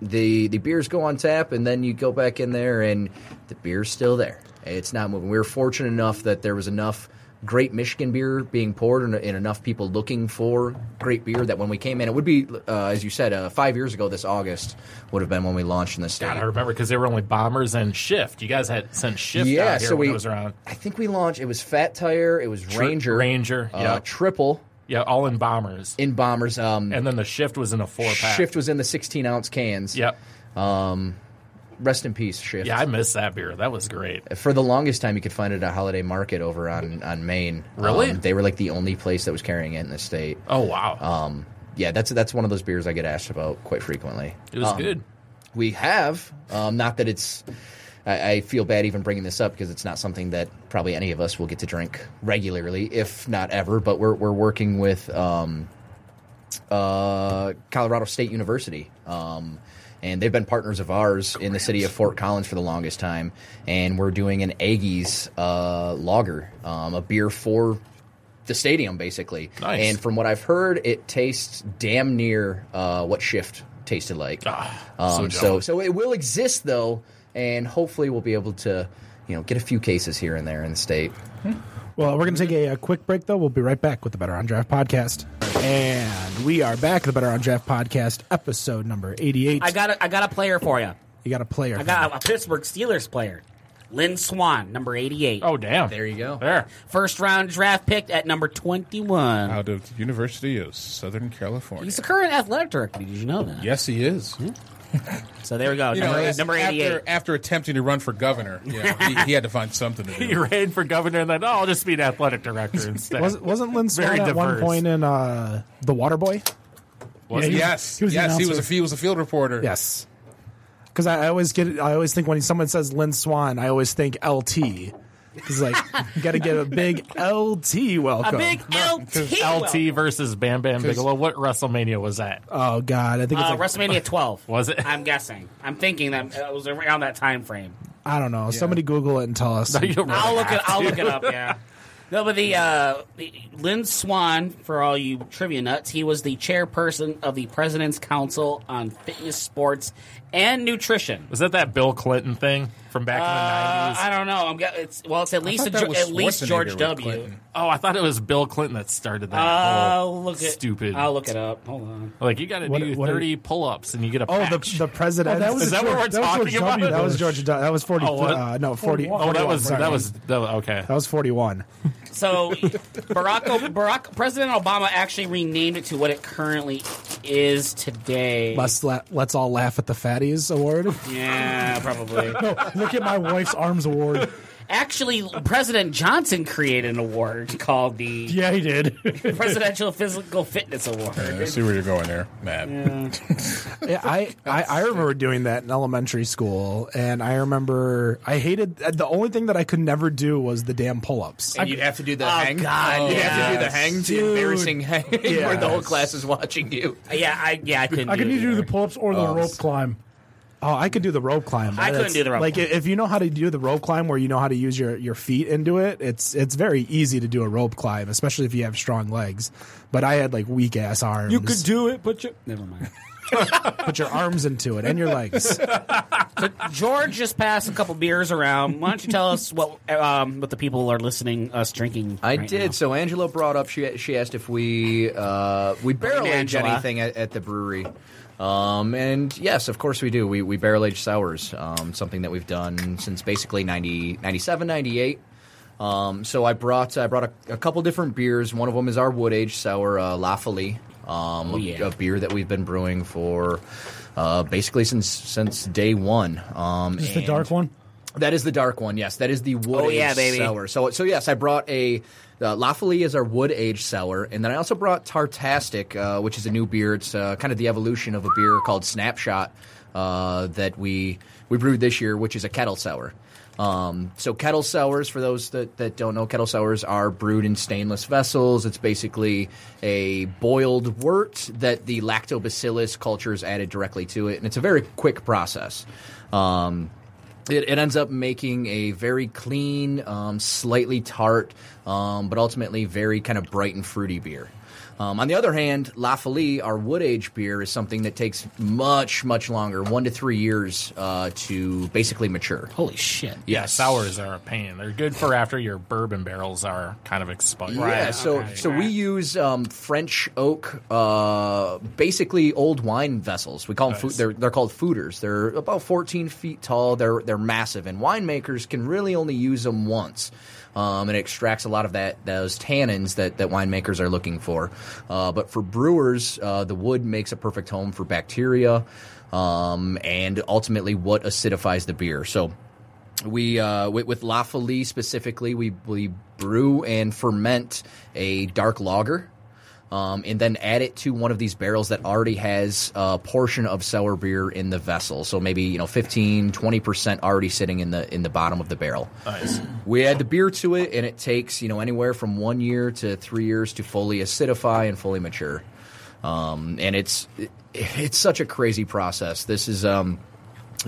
S8: the the beers go on tap, and then you go back in there, and the beer's still there. It's not moving. We were fortunate enough that there was enough great Michigan beer being poured, and, and enough people looking for great beer that when we came in, it would be uh, as you said, uh, five years ago this August would have been when we launched in the state.
S7: God, I remember because they were only bombers and shift. You guys had sent shift
S8: yeah,
S7: out here
S8: so
S7: when
S8: we
S7: it was around.
S8: I think we launched. It was Fat Tire. It was Ranger.
S7: Ranger,
S8: Uh,
S7: yeah.
S8: Triple
S7: Yeah, all in bombers.
S8: in bombers. Um,
S7: and then the shift was in a four pack.
S8: Shift was in the 16 ounce cans.
S7: Yep.
S8: Rest in peace, Shift.
S7: Yeah, I miss that beer. That was great.
S8: For the longest time, you could find it at a holiday market over on, on Maine.
S7: Really?
S8: Um, they were like the only place that was carrying it in the state.
S7: Oh wow,
S8: Um, yeah, that's that's one of those beers I get asked about quite frequently.
S7: it was
S8: Um,
S7: good.
S8: We have, um, not that it's. I, I feel bad even bringing this up because it's not something that probably any of us will get to drink regularly, if not ever. But we're we're working with um, uh, Colorado State University. Um, and they've been partners of ours in the city of Fort Collins for the longest time. And we're doing an Aggies uh, lager, um, a beer for the stadium, basically.
S7: Nice.
S8: And from what I've heard, it tastes damn near uh, what Shift tasted like.
S7: Ah, so
S8: um, so,
S7: jealous.
S8: so it will exist, though. And hopefully we'll be able to you know, get a few cases here and there in the state.
S3: Well, we're going to take a, a quick break, though. We'll be right back with the Better on Draft podcast. And we are back, the Better on Draft podcast, episode number 88.
S6: I got a, I got a player for you.
S3: you got a player.
S6: I got a Pittsburgh Steelers player, Lynn Swan, number eighty-eight.
S7: Oh damn,
S8: There you go.
S7: There,
S6: First round draft pick at number twenty-one.
S5: out of the University of Southern California. Hmm?
S6: He's the current athletic director. Did you know that?
S5: yes, he is.
S6: So there we go.
S5: You know,
S6: number,
S5: as-
S6: number eighty-eight.
S5: After, after attempting to run for governor, you know, he, he had to find something to
S7: he
S5: do.
S7: ran for governor, and then oh, I'll just be an athletic director instead.
S3: wasn't, wasn't Lynn Swan
S7: Very
S3: at one
S7: diverse.
S3: point in uh, The Water Boy?
S7: Was he?
S5: yes,
S4: he was the
S5: yes, he was
S4: announcer.
S5: a he was a field reporter.
S3: Yes. Because I, I always get, I always think when someone says Lynn Swan, I always think LT. Because like, you got to get a big LT
S6: a
S3: welcome.
S6: big LT.
S7: LT versus Bam Bam Bigelow. What WrestleMania was that?
S3: oh God, I think it's
S6: Uh,
S3: like,
S6: WrestleMania 12
S7: Was it?
S6: I'm guessing. I'm thinking that it was around that time frame.
S3: I don't know. Somebody Google it and tell us.
S7: You don't
S6: I'll
S7: really
S6: look it.
S7: have
S6: I'll
S7: to.
S6: look it up. Yeah. No, but the, uh, the Lynn Swan, for all you trivia nuts, he was the chairperson of the President's Council on Fitness, Sports, and Nutrition.
S7: Was that that Bill Clinton thing from back
S6: Uh,
S7: in the
S6: I
S7: nineties?
S6: don't know. I'm. ge- It's well. It's at least a,
S5: thought that
S6: Ge-
S5: was
S6: at least
S5: Schwarzenegger
S6: George
S5: with
S6: W.
S5: Clinton.
S7: Oh, I thought it was Bill Clinton that started that.
S6: I'll
S7: whole
S6: look it.
S7: Oh, stupid.
S6: I'll look it up. Hold on.
S7: Like you got to
S3: What-
S7: do
S3: what-
S7: thirty pull-ups and you get a.
S3: Oh, the
S7: patch.
S3: the president.
S4: Oh, that was
S7: Is that what we're
S4: That was
S7: talking
S4: George
S7: about?
S4: W.
S3: that was Georgia. Dun- That was forty.
S7: Oh, what?
S3: uh, no, forty.
S4: 41.
S7: Oh, that
S3: 41,
S7: was
S3: sorry.
S7: that was that, okay.
S3: that was forty-one.
S6: So, Barack, O- Barack President Obama actually renamed it to what it currently is today.
S3: Let's la- let's all laugh at the fatties award.
S6: Yeah, probably.
S4: Look at my wife's arms award.
S6: Actually, President Johnson created an award called the
S4: Yeah, he did.
S6: Presidential Physical Fitness Award.
S5: I see where you're going there, Matt.
S3: Yeah, I, I I remember doing that in elementary school, and I remember I hated uh, the only thing that I could never do was the damn pull-ups.
S8: And you'd have to do the
S6: Oh,
S8: hang.
S6: God,
S8: you'd have to do the
S5: yes.
S8: hang, the
S3: Dude.
S8: embarrassing hang, where the whole class is watching you.
S6: Yeah, I yeah I couldn't.
S4: I could
S6: do it
S4: either do
S6: either.
S4: the pull ups or the rope climb.
S3: Oh, I could do the rope climb. but
S6: I couldn't
S3: it's-
S6: do the rope
S3: Like
S6: climb.
S3: if you know how to do the rope climb, where you know how to use your, your feet into it, it's it's very easy to do a rope climb, especially if you have strong legs. But I had like weak ass arms. You could
S7: do it, but you.
S6: Never mind.
S3: put your arms into it and your legs.
S6: George just passed a couple beers around. Why don't you tell us what um, what the people are listening us drinking?
S8: I
S6: right
S8: did.
S6: now?
S8: So Angela brought up. She she asked if we uh, we barrel
S6: Morning,
S8: age
S6: Angela.
S8: anything at, at the brewery, um, and yes, of course we do. We we barrel age sours, um, something that we've done since basically 90, 97, 98. Um, so I brought I brought a, a couple different beers. One of them is our wood age sour uh, La Folie, um,
S6: Oh, yeah.
S8: a beer that we've been brewing for uh, basically since since day one. Um,
S4: Just the
S8: and-
S4: dark one.
S8: That is the dark one. Yes, that is the wood
S6: Oh,
S8: aged
S6: yeah, baby.
S8: sour. So so yes, I brought a uh, La Folie is our wood aged sour, and then I also brought Tartastic, uh, which is a new beer. It's uh, kind of the evolution of a beer called Snapshot uh, that we we brewed this year, which is a kettle sour. Um, so kettle sours, for those that, that don't know, kettle sours are brewed in stainless vessels. It's basically a boiled wort that the lactobacillus culture is added directly to it, and it's a very quick process. Um, it, it ends up making a very clean, um, slightly tart, um, but ultimately very kind of bright and fruity beer. Um, on the other hand, La Folie, our wood age beer, is something that takes much, much longer, one to three years uh, to basically mature.
S6: Holy shit.
S7: Yeah, sours are a pain. They're good for after your bourbon barrels are kind of expired.
S8: Yeah, so so we use um, French oak, uh, basically old wine vessels. We call them food, they're they're called fooders. They're about 14 feet tall. They're they're massive, and winemakers can really only use them once. Um, and it extracts a lot of that those tannins that, that winemakers are looking for. Uh, but for brewers, uh, the wood makes a perfect home for bacteria, um, and ultimately what acidifies the beer. So we uh, with, with La Folie specifically, we we brew and ferment a dark lager, um, and then add it to one of these barrels that already has a portion of sour beer in the vessel. So maybe you know 15, 20 percent already sitting in the in the bottom of the barrel. Nice. We add the beer to it, and it takes you know anywhere from one year to three years to fully acidify and fully mature. Um, and it's it, it's such a crazy process. This is. Um,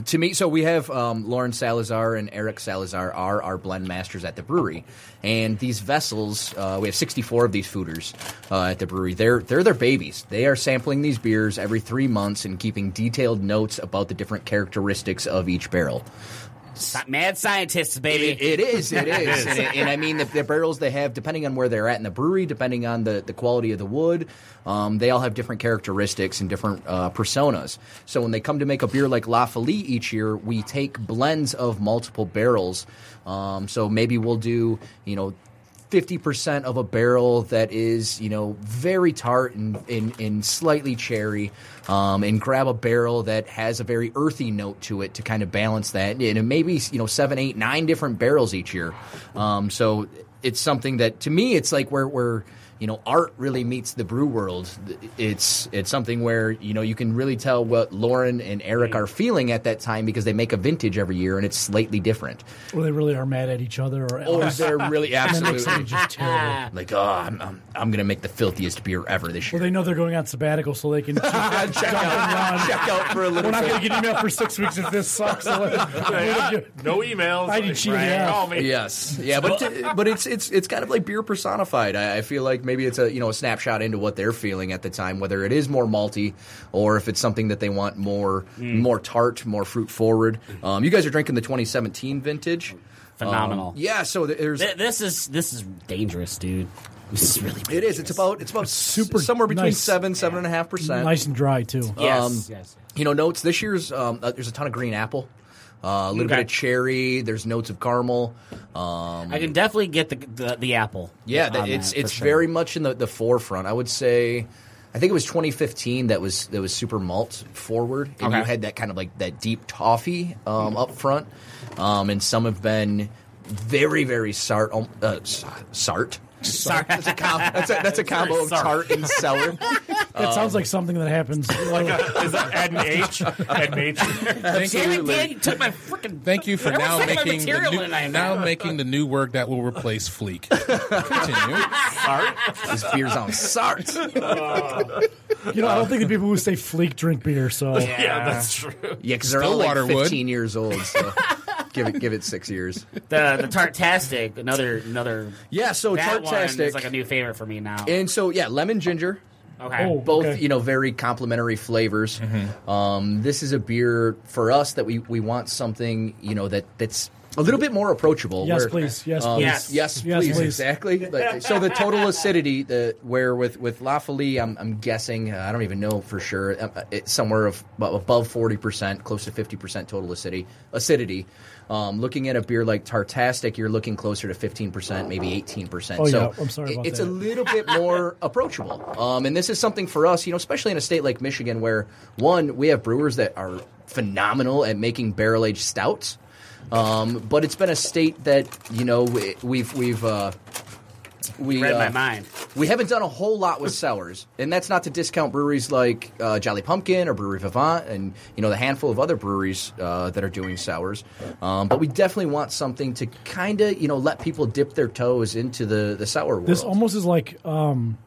S8: to me, so we have um, Lauren Salazar and Eric Salazar are our blend masters at the brewery, and these vessels, uh, we have 64 of these fooders uh, at the brewery. They're they're their babies. They are sampling these beers every three months and keeping detailed notes about the different characteristics of each barrel.
S6: Si- Mad scientists,
S8: It,
S6: baby.
S8: it is, it is, and, it- and I mean the, the barrels they have, depending on where they're at in the brewery, depending on the, the quality of the wood, um, they all have different characteristics and different uh, personas. So when they come to make a beer like La Folie each year, we take blends of multiple barrels. Um, so maybe we'll do, you know. 50% of a barrel that is, you know, very tart and, and, and slightly cherry, um, and grab a barrel that has a very earthy note to it to kind of balance that. And maybe, you know, seven, eight, nine different barrels each year. Um, so it's something that, to me, it's like where, where, you know, art really meets the brew world. It's it's something where you know you can really tell what Lauren and Eric are feeling at that time because they make a vintage every year and it's slightly different.
S4: Or they really are mad at each other, or
S8: Or they're really
S4: and it makes
S8: Oh, absolutely
S4: it just terrible.
S8: like, oh, I'm, I'm, I'm going to make the filthiest beer ever this
S4: Well,
S8: year.
S4: they know they're going on sabbatical, so they can. check out,
S8: Check out for a little
S4: We're not
S8: bit.
S4: going to get email for six weeks if this sucks. So let-
S7: no emails.
S4: I didn't cheat, yeah.
S7: Call me.
S8: Yes, yeah, but but it's it's it's kind of like beer personified. I, I feel like maybe it's a you know a snapshot into what they're feeling at the time, whether it is more malty or if it's something that they want more more tart, more fruit forward. Um, you guys are drinking the 2017 vintage. Um,
S6: Phenomenal.
S8: Yeah, so there's
S6: Th- this is this is dangerous, dude. This is really
S8: it is. It's about it's about super
S4: Super
S8: somewhere between
S4: nice.
S8: seven seven and a half percent.
S4: nice and dry too.
S6: Yes,
S8: Um,
S6: yes, yes.
S8: you know notes this year's um, uh, there's a ton of green apple uh, a little bit
S6: Okay.
S8: of cherry there's notes of caramel um,
S6: I can definitely get the the, the apple.
S8: yeah
S6: on
S8: that, it's
S6: that, for
S8: it's
S6: sure.
S8: very much in the, the forefront i would say i think it was 2015 that was that was super malt forward and you
S6: Okay.
S8: had that kind of like that deep toffee um, up front um, and some have been very very sart um, uh, s- sart Sart. That's a, com- that's a, that's a combo of
S7: sart.
S8: tart and sour.
S4: That sounds like something that happens.
S7: Is that add an H? add an H.
S5: Thank
S6: Damn it,
S5: you.
S6: Dan! You took my freaking.
S5: Thank you for
S6: Everyone's
S5: now
S6: taking my
S5: making the
S6: material
S5: new,
S6: and I-
S5: now making the new word that will replace fleek. Continue.
S8: This beer's on Sart.
S4: you know, I don't think the people who say "fleek" drink beer. So
S7: Yeah, that's true.
S8: Yeah, because they're all like
S5: Stillwater
S8: 15
S5: would.
S8: years old. So give it give it six years.
S6: The the tartastic, another another.
S8: Yeah, so
S6: that one
S8: Oh, Tartastic.
S6: is like a new favorite for me now.
S8: and so yeah, lemon ginger.
S6: okay.
S4: Oh.
S8: Both,
S4: Okay. Mm-hmm.
S8: you know, very complementary flavors. Um, this is a beer for us that we, we want something, you know, that that's a little bit more approachable.
S4: yes,
S8: where-
S4: please. Yes,
S8: Um,
S4: please.
S6: Yes.
S8: yes,
S4: Yes,
S8: please,
S4: please.
S8: exactly. But- so the total acidity, the where with with La Folie, I'm, I'm guessing uh, I don't even know for sure. um, uh, It's somewhere of ab- above forty percent, close to fifty percent total acidity. Acidity. Um, looking at a beer like Tartastic, you're looking closer to fifteen percent, maybe eighteen percent.
S4: Oh,
S8: so
S4: yeah, I'm sorry
S8: it-
S4: about
S8: it's a
S4: that.
S8: little bit more approachable. Um, and this is something for us, you know, especially in a state like Michigan, where one we have brewers that are phenomenal at making barrel aged stouts. Um, but it's been a state that you know we, we've we've uh, we
S6: Read my
S8: uh,
S6: mind.
S8: we haven't done a whole lot with sours, and that's not to discount breweries like uh, Jolly Pumpkin or Brewery Vivant, and you know the handful of other breweries uh, that are doing sours. Um, but we definitely want something to kind of you know let people dip their toes into the the sour world.
S4: This almost is like um,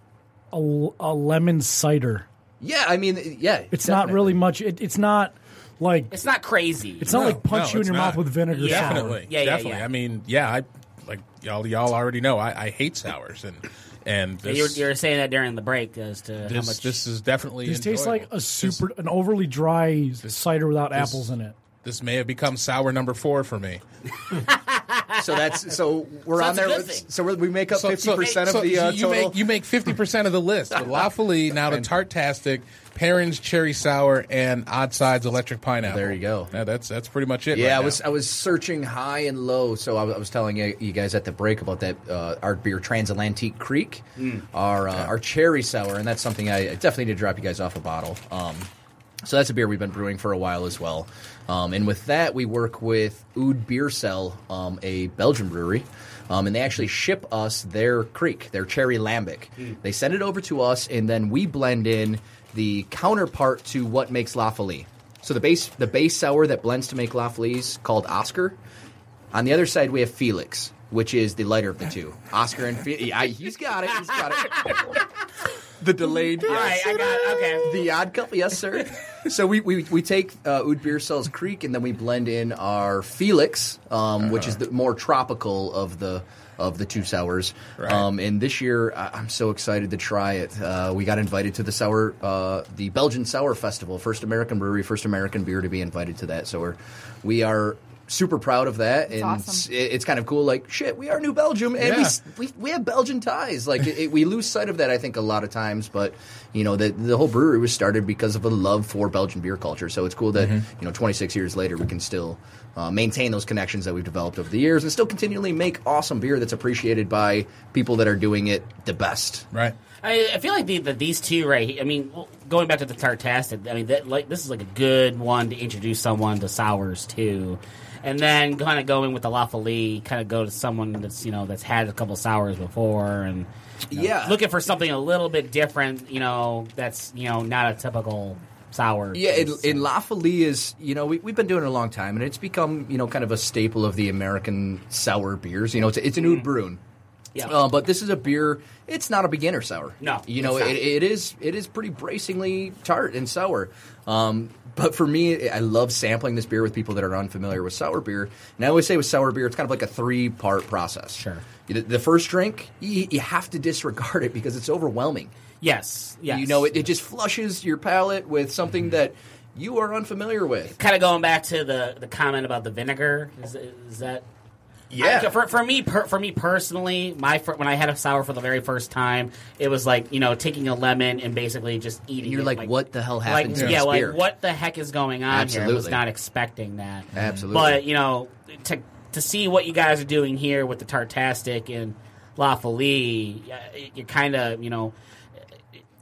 S4: a, l- a lemon cider.
S8: yeah, I mean, yeah,
S4: It's not really much. It, it's not like it's,
S6: It's not crazy.
S4: not
S5: No,
S4: like punch
S5: no,
S4: you in
S5: it's
S4: your
S5: not.
S4: mouth with vinegar.
S6: Yeah.
S4: sour.
S5: Definitely.
S6: Yeah, yeah,
S5: definitely.
S6: yeah.
S5: I mean, yeah, I like y'all y'all already know I, I hate sours and and
S6: You were,
S5: this,
S6: you were saying that during the break as to how
S5: this,
S6: much.
S5: this is definitely
S4: This tastes like
S5: enjoyable.
S4: a super, an overly dry cider without apples in it.
S5: This may have become sour number 4 for me.
S8: So that's so we're
S6: So
S8: on
S6: it's a
S8: there.
S6: good
S8: with-
S6: thing.
S8: So we're, we make up fifty percent
S5: so
S8: of the uh,
S5: you
S8: total.
S5: Make, you make fifty percent of the list with La Folie, now to Tartastic, Perrin's Cherry Sour, and Odd Sides Electric Pineapple.
S8: There you go.
S5: Yeah, that's that's pretty much it.
S8: Yeah,
S5: right
S8: I was
S5: now.
S8: I was searching high and low. So I was, I was telling you, you guys at the break about that uh, our beer Transatlantic Creek,
S5: Hmm.
S8: our uh, our cherry sour, and that's something I I definitely need to drop you guys off a bottle. Um, so that's a beer we've been brewing for a while as well. Um, and with that, we work with Oud Beer Cell, um, a Belgian brewery. Um, and they actually ship us their creek, their cherry lambic.
S5: Hmm.
S8: They send it over to us, and then we blend in the counterpart to what makes La Folie. So the base the base sour that blends to make La Folie's called Oscar. On the other side we have Felix, which is the lighter of the two. Oscar and Felix. Yeah, he's got it. He's got it. The delayed.
S6: All right,
S8: Yes.
S6: I got okay.
S8: The odd couple, yes, sir. so we, we, we take uh, Oud Beer Cells Creek and then we blend in our Felix, um, which is the more tropical of the of the two sours. Um, and this year, I, I'm so excited to try it. Uh, we got invited to the sour, uh, the Belgian Sour Festival, first American brewery, first American beer to be invited to that. So we're we are. Super proud of that, and
S9: awesome.
S8: it- it's kind of cool. Like shit, we are New Belgium, and we
S5: Yeah.
S8: s- we, we have Belgian ties. Like it, it- we lose sight of that, I think, a lot of times. But you know, the the whole brewery was started because of a love for Belgian beer culture. So it's cool that you know, 26 years later, we can still uh, maintain those connections that we've developed over the years, and still continually make awesome beer that's appreciated by people that are doing it the best.
S5: right.
S6: I, I feel like the, the, these two right. he- I mean, well, going back to the Tartastic. I mean, that, like this is like a good one to introduce someone to sours too, and then kind of going with the La Folie, kind of go to someone that's you know that's had a couple sours before and you know,
S8: Yeah.
S6: looking for something a little bit different. You know, that's you know not a typical sour.
S8: Yeah, in,
S6: taste.
S8: in La Folie is you know we, we've been doing it a long time, and it's become you know kind of a staple of the American sour beers. You know, it's, a- it's an oud brune.
S6: Mm. Yeah.
S8: Uh, but this is a beer. It's not a beginner sour.
S6: No,
S8: you know
S6: it's
S8: it,
S6: not.
S8: it is. It is pretty bracingly tart and sour. Um, but for me, I love sampling this beer with people that are unfamiliar with sour beer. And I always say with sour beer, it's kind of like a three-part process.
S6: Sure.
S8: You- The first drink, you, you have to disregard it because it's overwhelming.
S6: yes, yes,
S8: You know, it, it just flushes your palate with something that you are unfamiliar with.
S6: kind of going back to the the comment about the vinegar is, is that
S8: Yeah.
S6: I- for, for me per, for me personally my fir- when i had a sour for the very first time it was like you know taking a lemon and basically just eating
S8: And you're
S6: it,
S8: like, what the hell happened
S6: like,
S8: to
S6: yeah
S8: this
S6: like
S8: beer?
S6: what the heck is going on here i was
S8: Absolutely.
S6: not expecting that
S8: Absolutely.
S6: but you know to to see what you guys are doing here with the tartastic and la folie y- you're kind of you know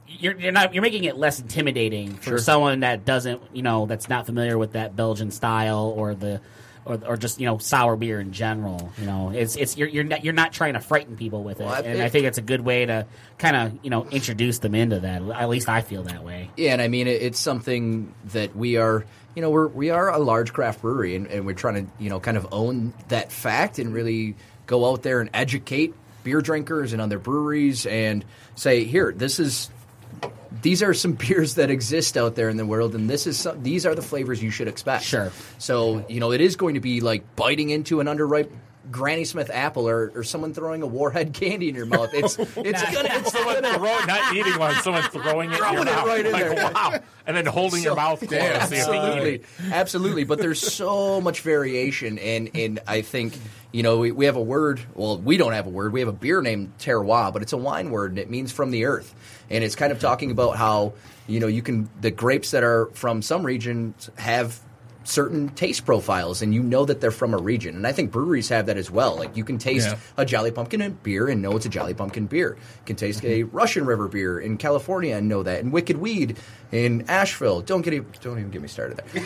S6: you're, you're not you're making it less intimidating for someone that doesn't you know that's not familiar with that Belgian style or the or, or just you know sour beer in general. You know, it's it's you're you're not, you're not trying to frighten people with it,
S8: Well, I-
S6: and I think it's a good way to kind of you know introduce them into that. At least I feel that way.
S8: Yeah, and I mean, it, it's something that we are, you know, we're we are a large craft brewery, and, and we're trying to, you know, kind of own that fact and really go out there and educate beer drinkers and other breweries and say, here, this is. These are some beers that exist out there in the world, and this is some, these are the flavors you should expect.
S6: Sure.
S8: So you know it is going to be like biting into an underripe Granny Smith apple, or, or someone throwing a warhead candy in your mouth. It's it's gonna it's
S7: Someone throwing, not eating one, someone throwing it, in
S8: Throwing
S7: your
S8: it
S7: mouth.
S8: right in
S7: like,
S8: there.
S7: Wow. And then holding your mouth closed. to see if they eat it.
S8: absolutely, absolutely. But there's so much variation, and and I think you know we, we have a word. Well, we don't have a word. We have a beer named terroir, but it's a wine word, and it means from the earth. And it's kind of talking about how you know you can the grapes that are from some regions have certain taste profiles, and you know that they're from a region. And I think breweries have that as well. Like you can taste
S5: Yeah.
S8: a Jolly Pumpkin and beer and know it's a Jolly Pumpkin beer. You can taste a Russian River beer in California and know that. And Wicked Weed in Asheville. Don't get it. Don't even get me started there.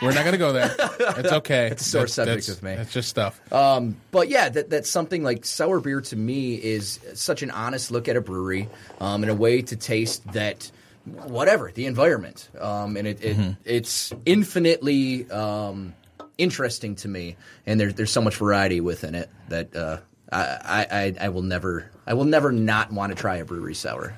S5: We're not going to go there. It's okay. It's
S8: a sore subject with me. Oh,
S5: It's just stuff.
S8: But yeah, that, that's something like sour beer to me is such an honest look at a brewery um, and a way to taste that whatever the environment, um, and it, it it's infinitely um, interesting to me. And there's there's so much variety within it that uh, I, I I- I will never I will never not want to try a brewery sour.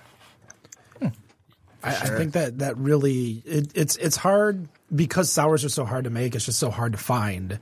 S3: I, I think that that really it, it's it's hard because sours are so hard to make. It's just so hard to find.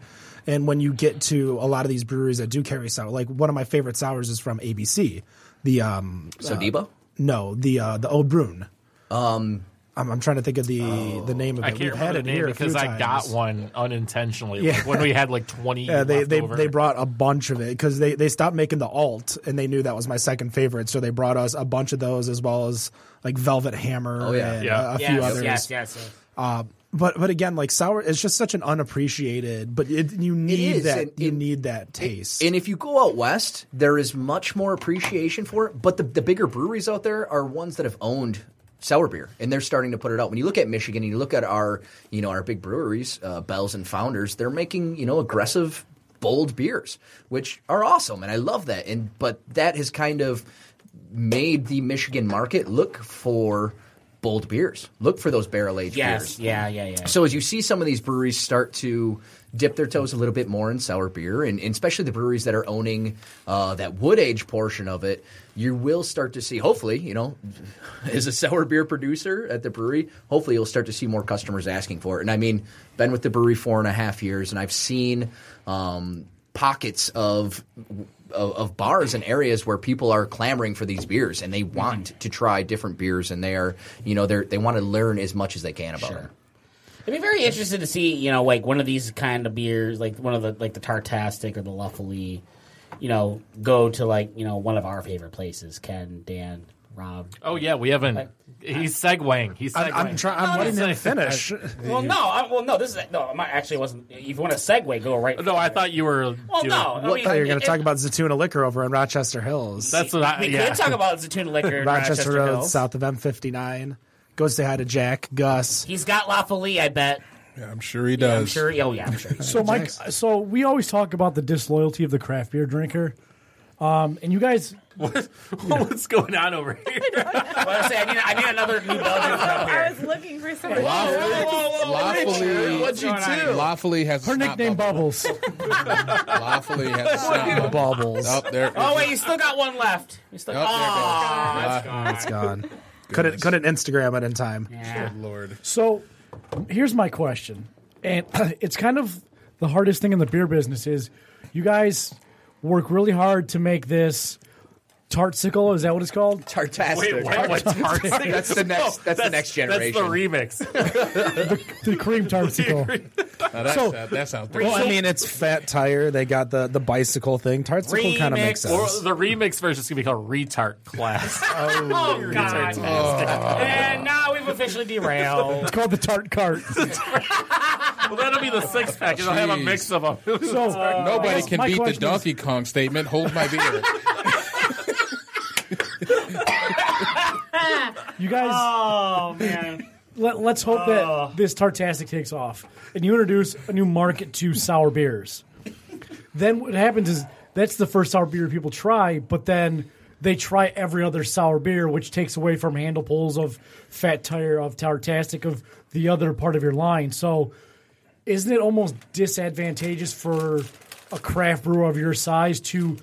S3: And when you get to a lot of these breweries that do carry sour, like one of my favorite sours is from ABC, the um
S8: So Debo,
S3: no the uh, the Old Brune. Um, I'm, I'm trying to think of the
S8: Oh.
S3: the name of it.
S7: I can't
S3: We've had
S7: remember the
S3: it here
S7: name
S3: a few
S7: because I got
S3: times.
S7: one unintentionally.
S3: Yeah.
S7: Like when we had like twenty,
S3: Yeah, they
S7: left
S3: they,
S7: over.
S3: they brought a bunch of it because they, they stopped making the alt and they knew that was my second favorite, so they brought us a bunch of those as well as like Velvet Hammer
S8: Oh, yeah.
S3: and
S7: Yeah.
S3: A, a
S6: yes,
S3: few others.
S6: yes, yes, yes.
S3: But but again, like sour, it's just such an unappreciated. But it, you need
S8: is,
S3: that
S8: and-
S3: you
S8: and-
S3: need that taste.
S8: And if you go out west, there is much more appreciation for it. But the, the bigger breweries out there are ones that have owned sour beer, and they're starting to put it out. When you look at Michigan and you look at our, you know, our big breweries, uh, Bell's and Founders, they're making you know aggressive, bold beers, which are awesome, and I love that. And but that has kind of made the Michigan market look for bold beers, look for those barrel aged
S6: Yes,
S8: beers.
S6: yeah, yeah, yeah.
S8: So as you see some of these breweries start to dip their toes a little bit more in sour beer, and, and especially the breweries that are owning uh, that wood age portion of it, you will start to see. Hopefully, you know, as a sour beer producer at the brewery, hopefully you'll start to see more customers asking for it. And I mean, been with the brewery four and a half years, and I've seen um, pockets of. Of, of bars and areas where people are clamoring for these beers and they want to try different beers and they are you know they they want to learn as much as they can about them.
S6: I'd be very interested to see, you know, like one of these kind of beers, like one of the like the Tartastic or the Luffily, you know, go to like you know one of our favorite places. Ken, Dan, Rob.
S7: Oh yeah, we haven't. He's segueing. He's segueing.
S3: I'm trying. I'm letting him finish.
S6: Well, no, I, well, no. This is no. I actually wasn't. If you want to segue, go right.
S7: No, I thought you were.
S6: Well,
S7: doing-
S6: no. I
S3: I
S6: mean,
S3: thought you were
S6: it-
S3: going to
S6: it-
S3: talk about Zatuna liquor over in Rochester Hills,
S7: That's what I.
S6: We
S7: yeah.
S6: could talk about Zatuna liquor in
S3: Rochester,
S6: Rochester,
S3: Road,
S6: Hills.
S3: south of M59. Go say hi to Jack, Gus.
S6: He's got Lafayette, I bet.
S5: Yeah, I'm sure he
S6: Yeah,
S5: does.
S6: I'm sure. Oh yeah, I'm sure. he does.
S4: So Mike, so we always talk about the disloyalty of the craft beer drinker, um, and you guys,
S7: What's going on over here?
S6: Well, I say I need, I need another New Belgian up
S10: I
S6: here.
S10: was looking for somebody.
S5: Lawfully, what'd you do? Lawfully has
S4: her nickname Bubbles.
S5: Lawfully has snot bubble.
S3: Bubbles.
S5: Oh, there. Ah,
S6: Oh wait, you still got one left. You still.
S5: Oh, there it
S6: Aw.
S5: goes.
S3: Oh, It's gone. Couldn't couldn't Instagram it in time.
S6: Yeah.
S5: Ah, Lord.
S4: So here's my question, and it's kind of the hardest thing in the beer business is you guys work really hard to make this tartsicle. Is that what it's called?
S8: Tartastic.
S7: Wait, what? what
S8: That's the next. That's, the next generation.
S7: That's the remix.
S4: The cream tartsicle.
S5: Now that's,
S4: So-
S5: that, that sounds
S3: Well, I
S5: delicious.
S3: mean, it's fat tire. They got the the bicycle thing. Tartsicle kind of makes
S6: Remix.
S7: or
S3: sense.
S7: the remix version is gonna be called retard class.
S6: Oh God. And now we've officially derailed.
S4: It's called the tart cart.
S7: well, that'll be the six pack. It'll have a
S5: Jeez.
S7: mix of them.
S4: So
S5: Nobody
S4: Yes,
S5: can
S4: my
S5: beat the
S4: question
S5: Donkey Kong statement. Hold my beer.
S4: you guys.
S6: Oh man. Oh.
S4: Let, let's hope that this Tartastic takes off and you introduce a new market to sour beers. then what happens is that's the first sour beer people try, but then they try every other sour beer, which takes away from handle pulls of Fat Tire, of Tartastic, of the other part of your line. So isn't it almost disadvantageous for a craft brewer of your size to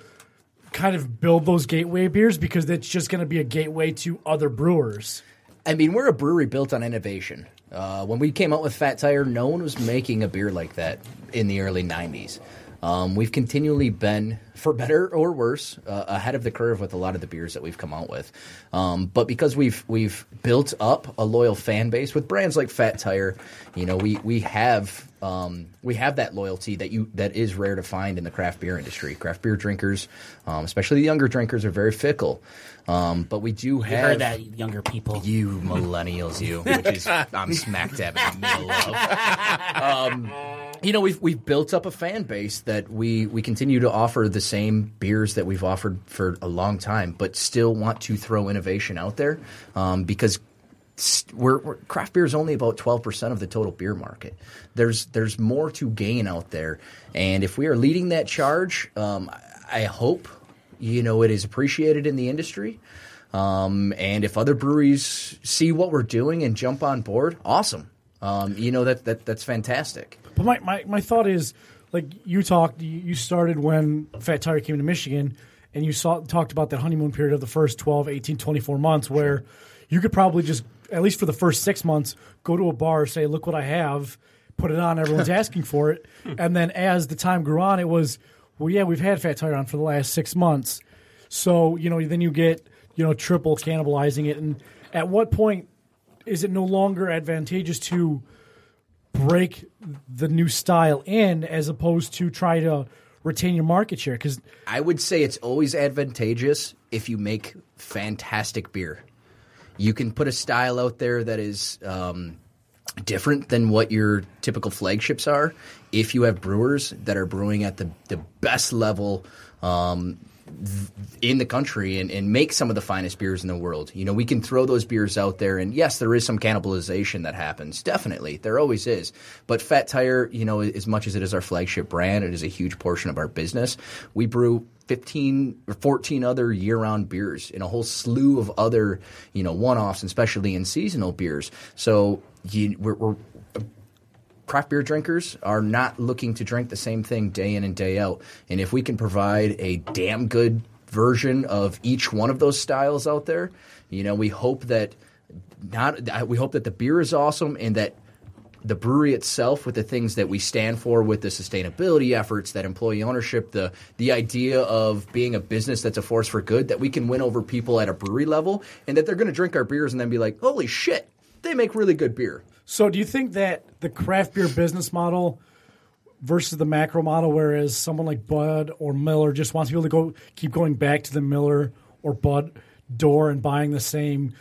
S4: kind of build those gateway beers because that's just going to be a gateway to other brewers?
S8: I mean, we're a brewery built on innovation. Uh, when we came out with Fat Tire, no one was making a beer like that in the early '90s. Um, we've continually been, for better or worse, uh, ahead of the curve with a lot of the beers that we've come out with. Um, but because we've we've built up a loyal fan base with brands like Fat Tire, you know, we we have um, we have that loyalty that you that is rare to find in the craft beer industry. Craft beer drinkers, um, especially the younger drinkers, are very fickle. Um, but we do
S6: You
S8: have
S6: heard that, younger people.
S8: you millennials, you, which is I'm smack dab in the middle of. Um, you know, we've we've built up a fan base that we we continue to offer the same beers that we've offered for a long time, but still want to throw innovation out there um, because st- we're, we're craft beer is only about 12% of the total beer market. There's there's more to gain out there, and if we are leading that charge, um, I I hope you know it is appreciated in the industry. Um, and if other breweries see what we're doing and jump on board, awesome. Um, you know that, that that's fantastic.
S4: But my, my, my thought is like you talked, you you started when Fat Tire came to Michigan and you saw talked about that honeymoon period of the first 12, 18, 24 months where you could probably just, at least for the first six months, go to a bar, say, look what I have, put it on, everyone's asking for it. And then as the time grew on, it was, well, yeah, we've had Fat Tire on for the last six months. So, you know, then you get, you know, triple cannibalizing it. And at what point is it no longer advantageous to break the new style in as opposed to try to retain your market share because
S8: I would say it's always advantageous if you make fantastic beer. You can put a style out there that is um, different than what your typical flagships are. If you have brewers that are brewing at the, the best level um, in the country and, and make some of the finest beers in the world. You know, we can throw those beers out there, and yes, there is some cannibalization that happens. Definitely, there always is. But Fat Tire, you know, as much as it is our flagship brand, it is a huge portion of our business. We brew. 15 or 14 other year-round beers and a whole slew of other, you know, one-offs and specialty and seasonal beers. So you, we're, we're craft beer drinkers are not looking to drink the same thing day in and day out. And if we can provide a damn good version of each one of those styles out there, you know, we hope that not I- we hope that the beer is awesome and that the brewery itself with the things that we stand for with the sustainability efforts that employee ownership the the idea of being a business that's a force for good that we can win over people at a brewery level and that they're going to drink our beers and then be like holy shit they make really good beer
S4: so do you think that the craft beer business model versus the macro model whereas someone like bud or miller just wants people to go keep going back to the miller or bud door and buying the same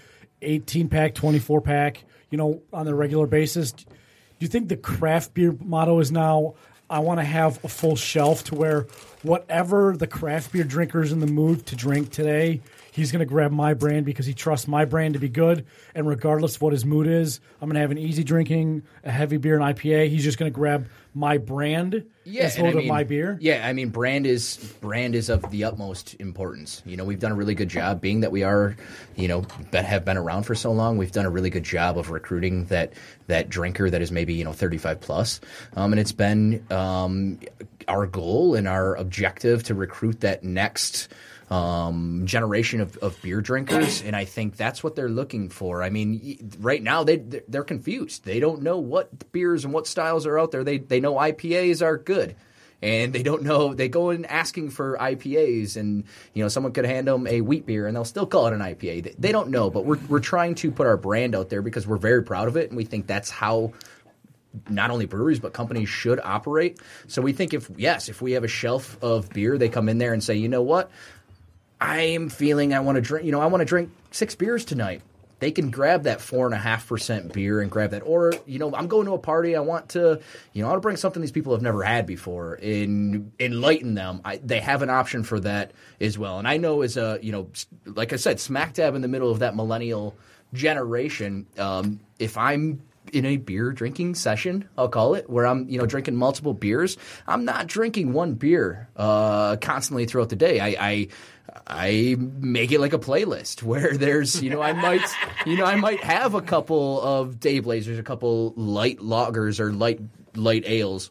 S4: 18 pack 24 pack you know on a regular basis do you think the craft beer motto is now i want to have a full shelf to where whatever the craft beer drinker's in the mood to drink today he's going to grab my brand because he trusts my brand to be good and regardless of what his mood is i'm going to have an easy drinking a heavy beer and ipa he's just going to grab my brand
S8: yeah,
S4: instead
S8: and I
S4: of
S8: mean-
S4: my beer
S8: Yeah, I mean brand is brand is of the utmost importance. You know, we've done a really good job being that we are, you know, be- have been around for so long. We've done a really good job of recruiting that that drinker that is maybe you know thirty five plus, um, and it's been um, our goal and our objective to recruit that next um, generation of, of beer drinkers, and I think that's what they're looking for. I mean, y- right now they they're confused. They don't know what beers and what styles are out there. They they know IPAs are good, and they don't know. They go in asking for IPAs, and you know someone could hand them a wheat beer, and they'll still call it an IPA. They, they don't know, but we're we're trying to put our brand out there because we're very proud of it, and we think that's how not only breweries but companies should operate. So we think if yes, if we have a shelf of beer, they come in there and say, you know what, I am feeling I want to drink. You know, I want to drink six beers tonight. They can grab that four and a half percent beer and grab that, or you know, I'm going to a party. I want to, you know, I want to bring something these people have never had before and enlighten them. I, they have an option for that as well. And I know as a, you know, s- like I said, smack dab in the middle of that millennial generation. Um, if I'm in a beer drinking session, I'll call it, where I'm you know drinking multiple beers. I'm not drinking one beer uh, constantly throughout the day. I, I I make it like a playlist where there's you know I might you know I might have a couple of day blazers, a couple light lagers or light light ales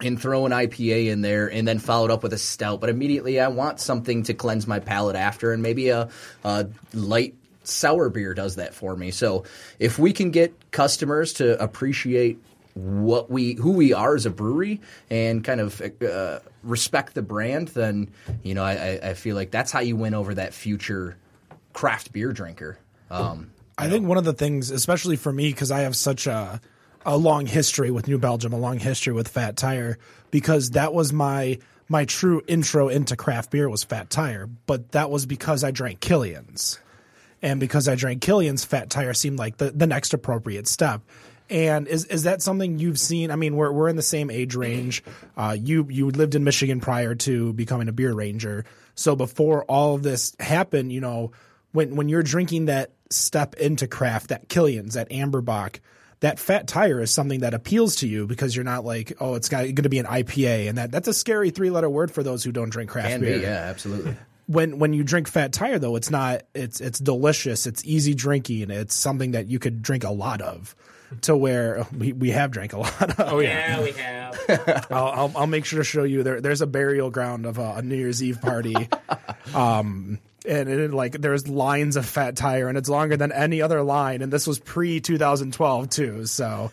S8: and throw an IPA in there and then follow it up with a stout. But immediately I want something to cleanse my palate after, and maybe a, a light sour beer does that for me. So if we can get customers to appreciate what we who we are as a brewery and kind of uh, respect the brand, then you know I, I I feel like that's how you win over that future craft beer drinker. Um,
S3: I think one of the things, especially for me, because I have such a a long history with New Belgium, a long history with Fat Tire, because that was my my true intro into craft beer was Fat Tire, but that was because I drank Killian's, and because I drank Killian's, Fat Tire seemed like the the next appropriate step. And is is that something you've seen? I mean, we're we're in the same age range. Uh, you you lived in Michigan prior to becoming a beer ranger, so before all of this happened, you know, when when you're drinking that step into craft, that Killian's, that Amberbach, that fat tire is something that appeals to you because you're not like, oh, it's going to be an IPA, and that that's a scary three letter word for those who don't drink craft
S8: can be,
S3: beer.
S8: yeah, absolutely.
S3: When when you drink fat tire though, it's not it's it's delicious, it's easy drinking, it's something that you could drink a lot of. To where we, we have drank a lot of.
S7: Oh yeah.
S6: Yeah, we have.
S3: I'll, I'll, I'll make sure to show you. There, there's a burial ground of a, a New Year's Eve party. um, and it, like there's lines of fat tire and it's longer than any other line and this was pre 2012 too so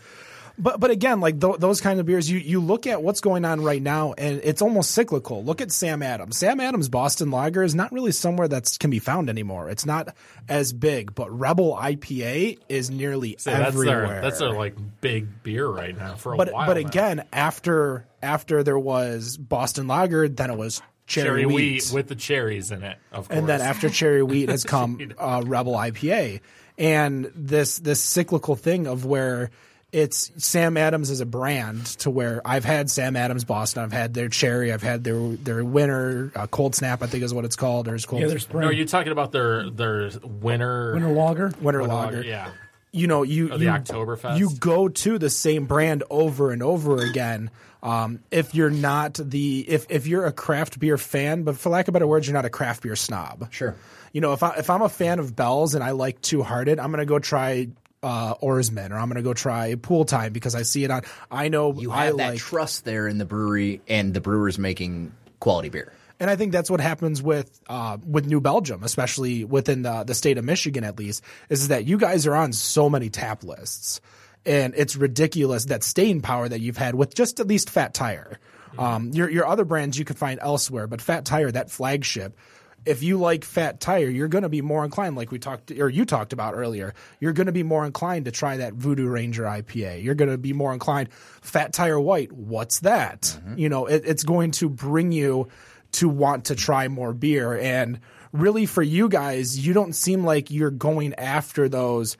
S3: but but again like th- those kind of beers you you look at what's going on right now and it's almost cyclical look at Sam Adams Sam Adams Boston Lager is not really somewhere that's can be found anymore it's not as big but Rebel IPA is nearly
S7: So that's
S3: everywhere
S7: their that's their like big beer right now for a
S3: but
S7: while.
S3: but
S7: now.
S3: again, after after there was Boston Lager, then it was cherry,
S7: cherry
S3: wheat,
S7: wheat with the cherries in it, of course.
S3: and then after cherry wheat has come uh, Rebel IPA, and this this cyclical thing of where it's Sam Adams as a brand to where I've had Sam Adams Boston, I've had their cherry, I've had their their winter uh, cold snap, I think is what it's called, or it's cold
S4: Yeah, there's spring.
S7: No, are you talking about their their winter
S4: Winter Lager.
S3: winter lager.
S7: Yeah.
S3: you know you
S7: the
S3: you,
S7: Oktoberfest.
S3: you go to the same brand over and over again um, if you're not the if if you're a craft beer fan but for lack of better words you're not a craft beer snob
S8: Sure.
S3: you know if i if i'm a fan of bells and i like two hearted i'm gonna go try uh, oarsmen or i'm gonna go try pool time because i see it on i know
S8: You
S3: i
S8: have that
S3: like
S8: trust there in the brewery and the brewer's making quality beer.
S3: And I think that's what happens with uh, with New Belgium, especially within the, the state of Michigan, at least, is that you guys are on so many tap lists, and it's ridiculous that staying power that you've had with just at least Fat Tire. Um, your your other brands you can find elsewhere, but Fat Tire, that flagship. If you like Fat Tire, you're going to be more inclined, like we talked or you talked about earlier. You're going to be more inclined to try that Voodoo Ranger IPA. You're going to be more inclined. Fat Tire White, what's that? You know, it, it's going to bring you to want to try more beer. And really, for you guys, you don't seem like you're going after those.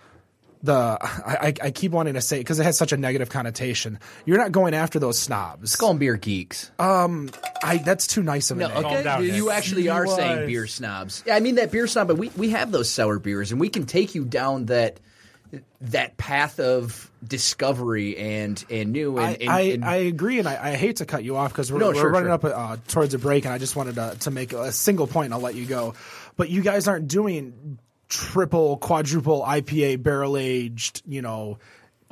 S3: The I, I- I keep wanting to say because it has such a negative connotation. You're not going after those snobs.
S8: Call 'em beer geeks.
S3: I, that's too nice of a
S8: No,
S3: name.
S8: okay.
S7: down,
S8: you, you
S7: Nick.
S8: actually are
S4: was.
S8: saying beer snobs. Yeah, I mean that beer snob, but we, we have those sour beers, and we can take you down that that path of discovery and and new and,
S3: I,
S8: and,
S3: I,
S8: and
S3: I agree, and I, I hate to cut you off because we're,
S8: No,
S3: we're
S8: sure,
S3: running
S8: sure.
S3: up uh, towards a break, and I just wanted to, to make a single point, and I'll let you go. But you guys aren't doing triple, quadruple IPA barrel aged, you know,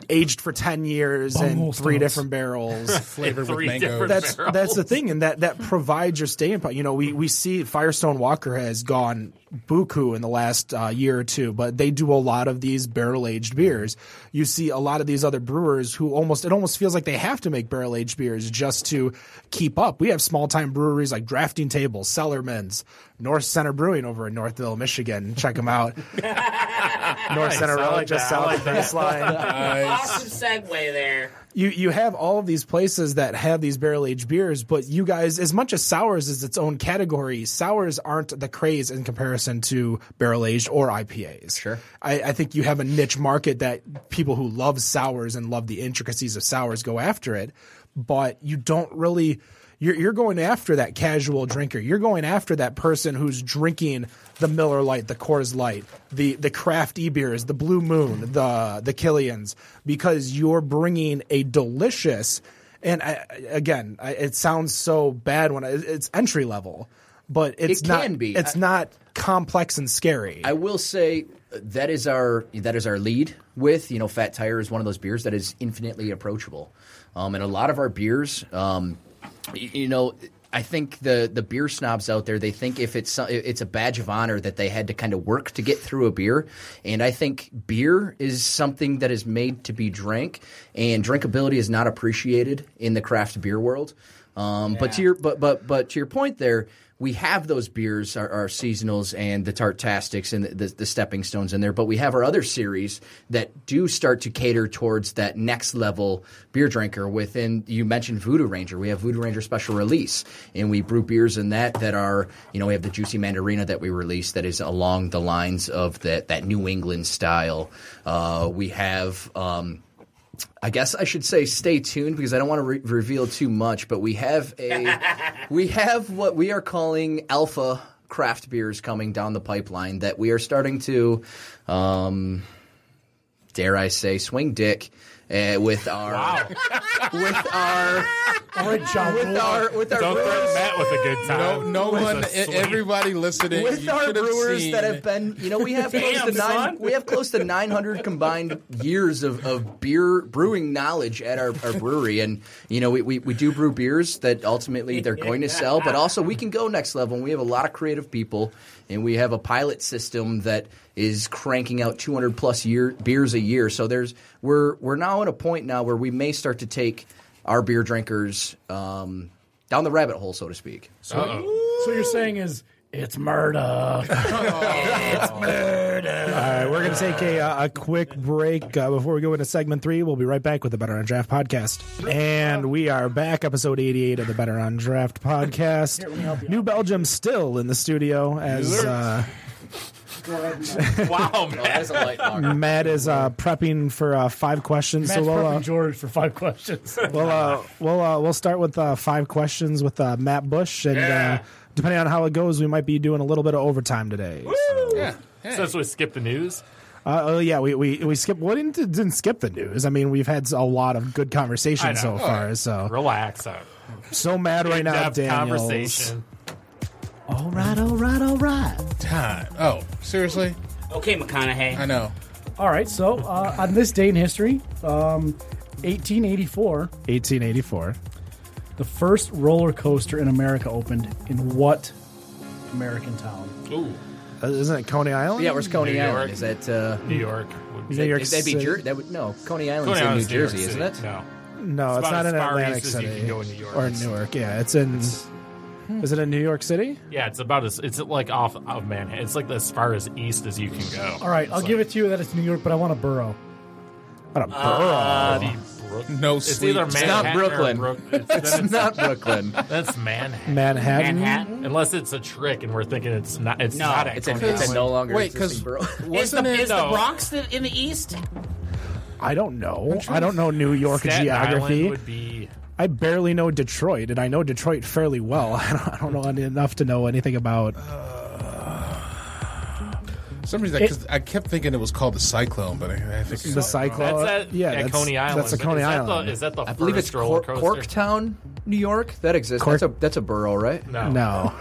S3: aged for 10 years and
S4: Bunghole
S3: three
S4: stouts.
S3: different barrels.
S5: flavored with
S7: Three
S5: mango.
S7: different
S3: that's
S7: barrels.
S3: that's the thing, and that that provides your staying power. You know, we we see Firestone Walker has gone buku in the last uh, year or two, but they do a lot of these barrel aged beers. You see a lot of these other brewers who almost it almost feels like they have to make barrel aged beers just to keep up. We have small time breweries like Drafting Tables, Cellarman's, North Center Brewing over in Northville, Michigan. Check them out. North Center
S7: I
S3: Road,
S7: like
S3: just
S7: that. I
S3: south of Baseline
S6: Awesome segue there.
S3: you you have all of these places that have these barrel aged beers, but you guys, as much as sours is its own category, sours aren't the craze in comparison to barrel aged or IPAs.
S8: Sure.
S3: I, I think you have a niche market that people who love sours and love the intricacies of sours go after it, but you don't really. You're, you're going after that casual drinker. You're going after that person who's drinking the Miller Light, the Coors Light, the the craft e beers, the Blue Moon, the the Killians, because you're bringing a delicious. And I, I- again, I, it sounds so bad when I, it's entry level, but it's not.
S8: can be.
S3: It's
S8: I-
S3: not complex and scary.
S8: I will say uh, that is our that is our lead with you know Fat Tire is one of those beers that is infinitely approachable, um, and a lot of our beers, um, y- you know, I think the the beer snobs out there they think if it's so- it's a badge of honor that they had to kind of work to get through a beer, and I think beer is something that is made to be drank, and drinkability is not appreciated in the craft beer world. Um, But to your but but but to your point there. We have those beers, our, our seasonals and the Tartastics and the, the, the stepping stones in there, but we have our other series that do start to cater towards that next level beer drinker within you mentioned Voodoo Ranger. We have Voodoo Ranger special release and we brew beers in that that are, you know, we have the juicy mandarina that we release that is along the lines of that that New England style. Uh, we have um, I guess I should say stay tuned because I don't want to re- reveal too much, but we have a we have what we are calling alpha craft beers coming down the pipeline that we are starting to um, dare I say swing dick uh, with our with our
S4: All right, John.
S8: with our with our
S7: Don't threaten
S8: brewers,
S7: Matt with a good
S5: No,
S7: time.
S5: no
S7: With a
S5: one. e-
S7: swing.
S5: Everybody listening,
S8: with
S5: you
S8: our
S5: should have
S8: brewers
S5: seen-
S8: that have been you know we have close
S6: Damn,
S8: to nine
S6: son.
S8: we have close to 900 combined years of, of beer brewing knowledge at our, our brewery and you know we, we, we do brew beers that ultimately they're going to sell but also we can go next level and we have a lot of creative people and we have a pilot system that is cranking out 200 plus year beers a year so there's we're we're now at a point now where we may start to take our beer drinkers um, down the rabbit hole so to speak
S4: So what you're saying is it's murder.
S3: All right, we're going to take a, uh, a quick break uh, before we go into segment three. We'll be right back with the Better on Draft podcast. And we are back, episode 88 of the Better on Draft podcast. New Belgium still in the studio as uh,
S7: Wow,
S8: oh,
S7: Matt.
S8: that's a light lager.
S3: Matt is uh, prepping for uh, five questions. so
S4: Matt's
S3: we'll, uh,
S4: prepping George for five questions.
S3: we'll, uh, we'll, uh, we'll start with uh, five questions with uh, Matt Bush. And uh, depending on how it goes, we might be doing a little bit of overtime today. So-
S5: Yeah. Hey.
S7: So that's we skip the news.
S3: Uh, oh yeah, we we we skip. Well, didn't didn't skip the news. I mean, we've had a lot of good
S7: I
S3: conversation
S7: know.
S3: so
S7: Oh,
S3: far. So
S7: Relax. Out.
S3: so mad right now,
S7: Have
S3: Daniels.
S7: conversation.
S3: All right, all right, all right.
S5: time. Oh, seriously?
S6: Okay, McConaughey.
S5: I know.
S4: All right, so uh, on this day in history, um, 1884,
S3: 1884.
S4: the first roller coaster in America opened in what American town?
S7: Ooh,
S3: Uh, Isn't it Coney Island?
S8: Yeah, where's Coney
S7: New
S8: Island?
S7: York.
S8: Is that uh,
S7: New York. would
S3: New York
S8: that'd be
S3: City.
S8: Jer- that would, no Coney
S7: Coney
S8: Island's in New
S7: Island's York
S8: Jersey,
S7: City.
S8: isn't it?
S7: No.
S3: No, it's, not
S7: about as
S3: in
S7: far
S3: Atlantic
S7: east as you
S3: City
S7: can go in New York.
S3: or Newark. Yeah, it's in. Is it in New York City?
S7: Yeah, it's about as it's like off of Manhattan. It's like as far as east as you can go.
S4: All right, I'll give it to you that it's New York, but I want a borough.
S3: What a borough.
S7: Uh,
S5: No
S7: It's
S5: sleep.
S7: either
S5: It's
S7: Manhattan
S8: Um, not Brooklyn.
S7: Or Brook- it's, then it's,
S8: Not Brooklyn.
S7: that's Manhattan.
S3: Manhattan.
S6: Manhattan.
S7: Unless it's a trick and we're thinking it's not. It's
S6: No,
S7: not. at
S8: It's, in,
S7: Coney
S8: it's in
S7: Island.
S8: no longer
S5: Wait,
S8: existing
S5: because
S8: borough.
S6: Is
S5: wasn't
S6: the, is
S5: it?
S6: the
S7: no.
S6: Bronx the, in the east?
S3: I don't know. I don't know New York
S7: Staten
S3: geography.
S7: Island would be.
S3: I barely know Detroit, and I know Detroit fairly well. I don't, I don't know any- enough to know anything about.
S7: Uh,
S5: For some reason, I- 'cause I kept thinking it was called the Cyclone, but I, I think
S3: The cyclone,
S7: That's at,
S3: Uh, yeah,
S7: at
S3: that's,
S7: Coney Island.
S3: That's a
S7: but
S3: Coney
S7: is
S3: Island.
S7: That the, is that the
S8: I believe it's
S7: first roller
S8: Cor-
S7: coaster?
S8: Corktown, New York. That exists.
S3: Cork-
S8: That's a that's a borough, right?
S7: No.
S3: No.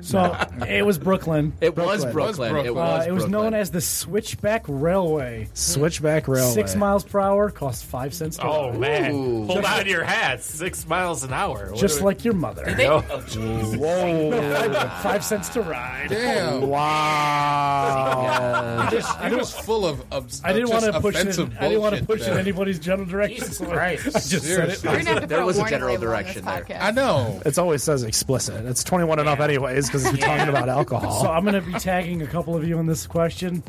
S4: So it was Brooklyn.
S8: It
S3: Brooklyn.
S5: It was
S8: was Brooklyn. It
S5: Brooklyn.
S4: Uh,
S8: was.
S4: it was known
S8: Brooklyn.
S4: as the Switchback Railway.
S3: Switchback Railway.
S4: Six miles per hour, cost five cents. Per
S7: Oh
S4: hour.
S7: man! Hold on to your hats. Six miles an hour. What
S4: Just
S7: do we- Oh,
S4: like your mother.
S7: No.
S4: Five- five cents to ride.
S5: damn.
S3: Wow.
S4: Just- I
S5: I
S4: don't-
S5: was full of. obs-
S4: I didn't
S5: Oh, just
S4: want to push it.
S5: offensive
S4: In, I didn't want to
S5: bullshit
S4: push it in
S5: there.
S4: anybody's general direction.
S6: Jesus
S4: so I-
S6: Christ.
S4: I just said it.
S5: Seriously.
S9: We're gonna have to
S8: There
S9: put
S8: was a
S9: warning
S8: general
S9: label on
S8: direction
S9: this
S8: there.
S9: podcast.
S5: I know.
S3: it's always says explicit. It's 21 and up anyways because we're talking about alcohol.
S4: So I'm going to be tagging a couple of you on this question.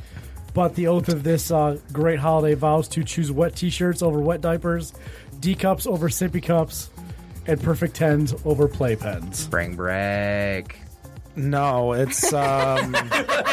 S4: But the oath of this uh, great holiday vows to choose wet T-shirts over wet diapers, D cups over sippy cups, and perfect tens over playpens.
S8: Spring break.
S3: no, it's um,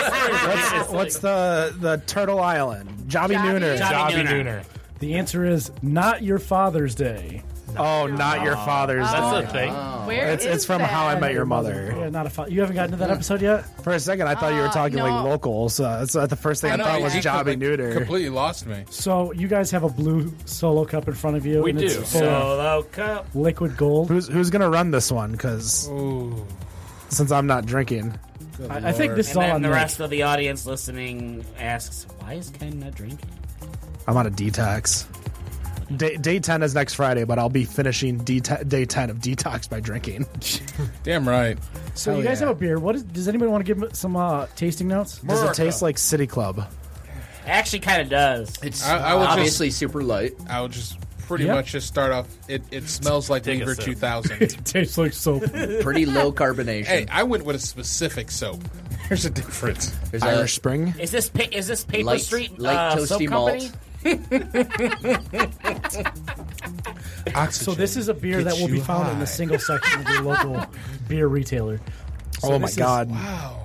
S3: what's, what's the the Turtle Island? Jobby,
S9: Jobby.
S3: Nooner.
S6: Jobby
S7: Dobby
S6: Nooner.
S7: Nooner.
S4: The answer is not your Father's Day.
S3: Oh, not your father's.
S7: That's
S3: Day.
S7: the thing.
S9: Oh, Where
S3: It's-
S9: is
S3: it's from
S9: that?
S3: How I Met Your
S4: Yeah,
S3: Mother.
S4: not a fa- you haven't gotten to that episode yet.
S3: For a second, I thought you were
S9: Uh,
S3: talking like
S9: no.
S3: locals. Uh, so the first thing I,
S5: know,
S3: thought was
S5: he
S3: Jobby
S5: completely-
S3: Nooner.
S5: Completely lost me.
S4: So you guys have a blue solo cup in front of you.
S7: We
S4: and
S7: do.
S4: It's full of
S6: cup.
S4: liquid gold.
S3: Who's who's gonna run this one? Because since I'm not drinking,
S4: I, I think this is
S6: And
S4: all
S6: then
S4: on
S6: the
S4: me.
S6: rest of the audience listening asks, why is Ken not drinking?
S3: I'm on a detox. Day, day 10 is next Friday, but I'll be finishing D day 10 of detox by drinking.
S5: Damn right.
S4: So
S3: Hell
S4: you guys
S3: yeah.
S4: have a beer. What is, does anybody want to give some uh, tasting notes?
S3: Does it taste like City Club?
S6: Actually, kind of does.
S8: It's
S5: I- I would
S8: obviously super light.
S5: I would just pretty
S4: Yeah.
S5: much just start off. It, it smells like
S7: Take a
S5: Beaver
S7: sip.
S5: 2000.
S4: tastes like soap.
S8: Pretty low carbonation.
S5: hey, I went with a specific soap. There's a difference.
S8: There's
S7: Uh,
S8: a
S3: Irish Spring?
S6: Is this pa- is this Paper
S8: light,
S6: Street
S8: light
S6: uh, soap
S8: toasty
S6: company?
S8: malt.
S5: Oxygen.
S4: so this is a beer that
S5: Gets
S4: will be
S5: you
S4: found in
S5: high.
S4: the single section of your local beer retailer. So
S3: oh my
S4: this is-
S3: god.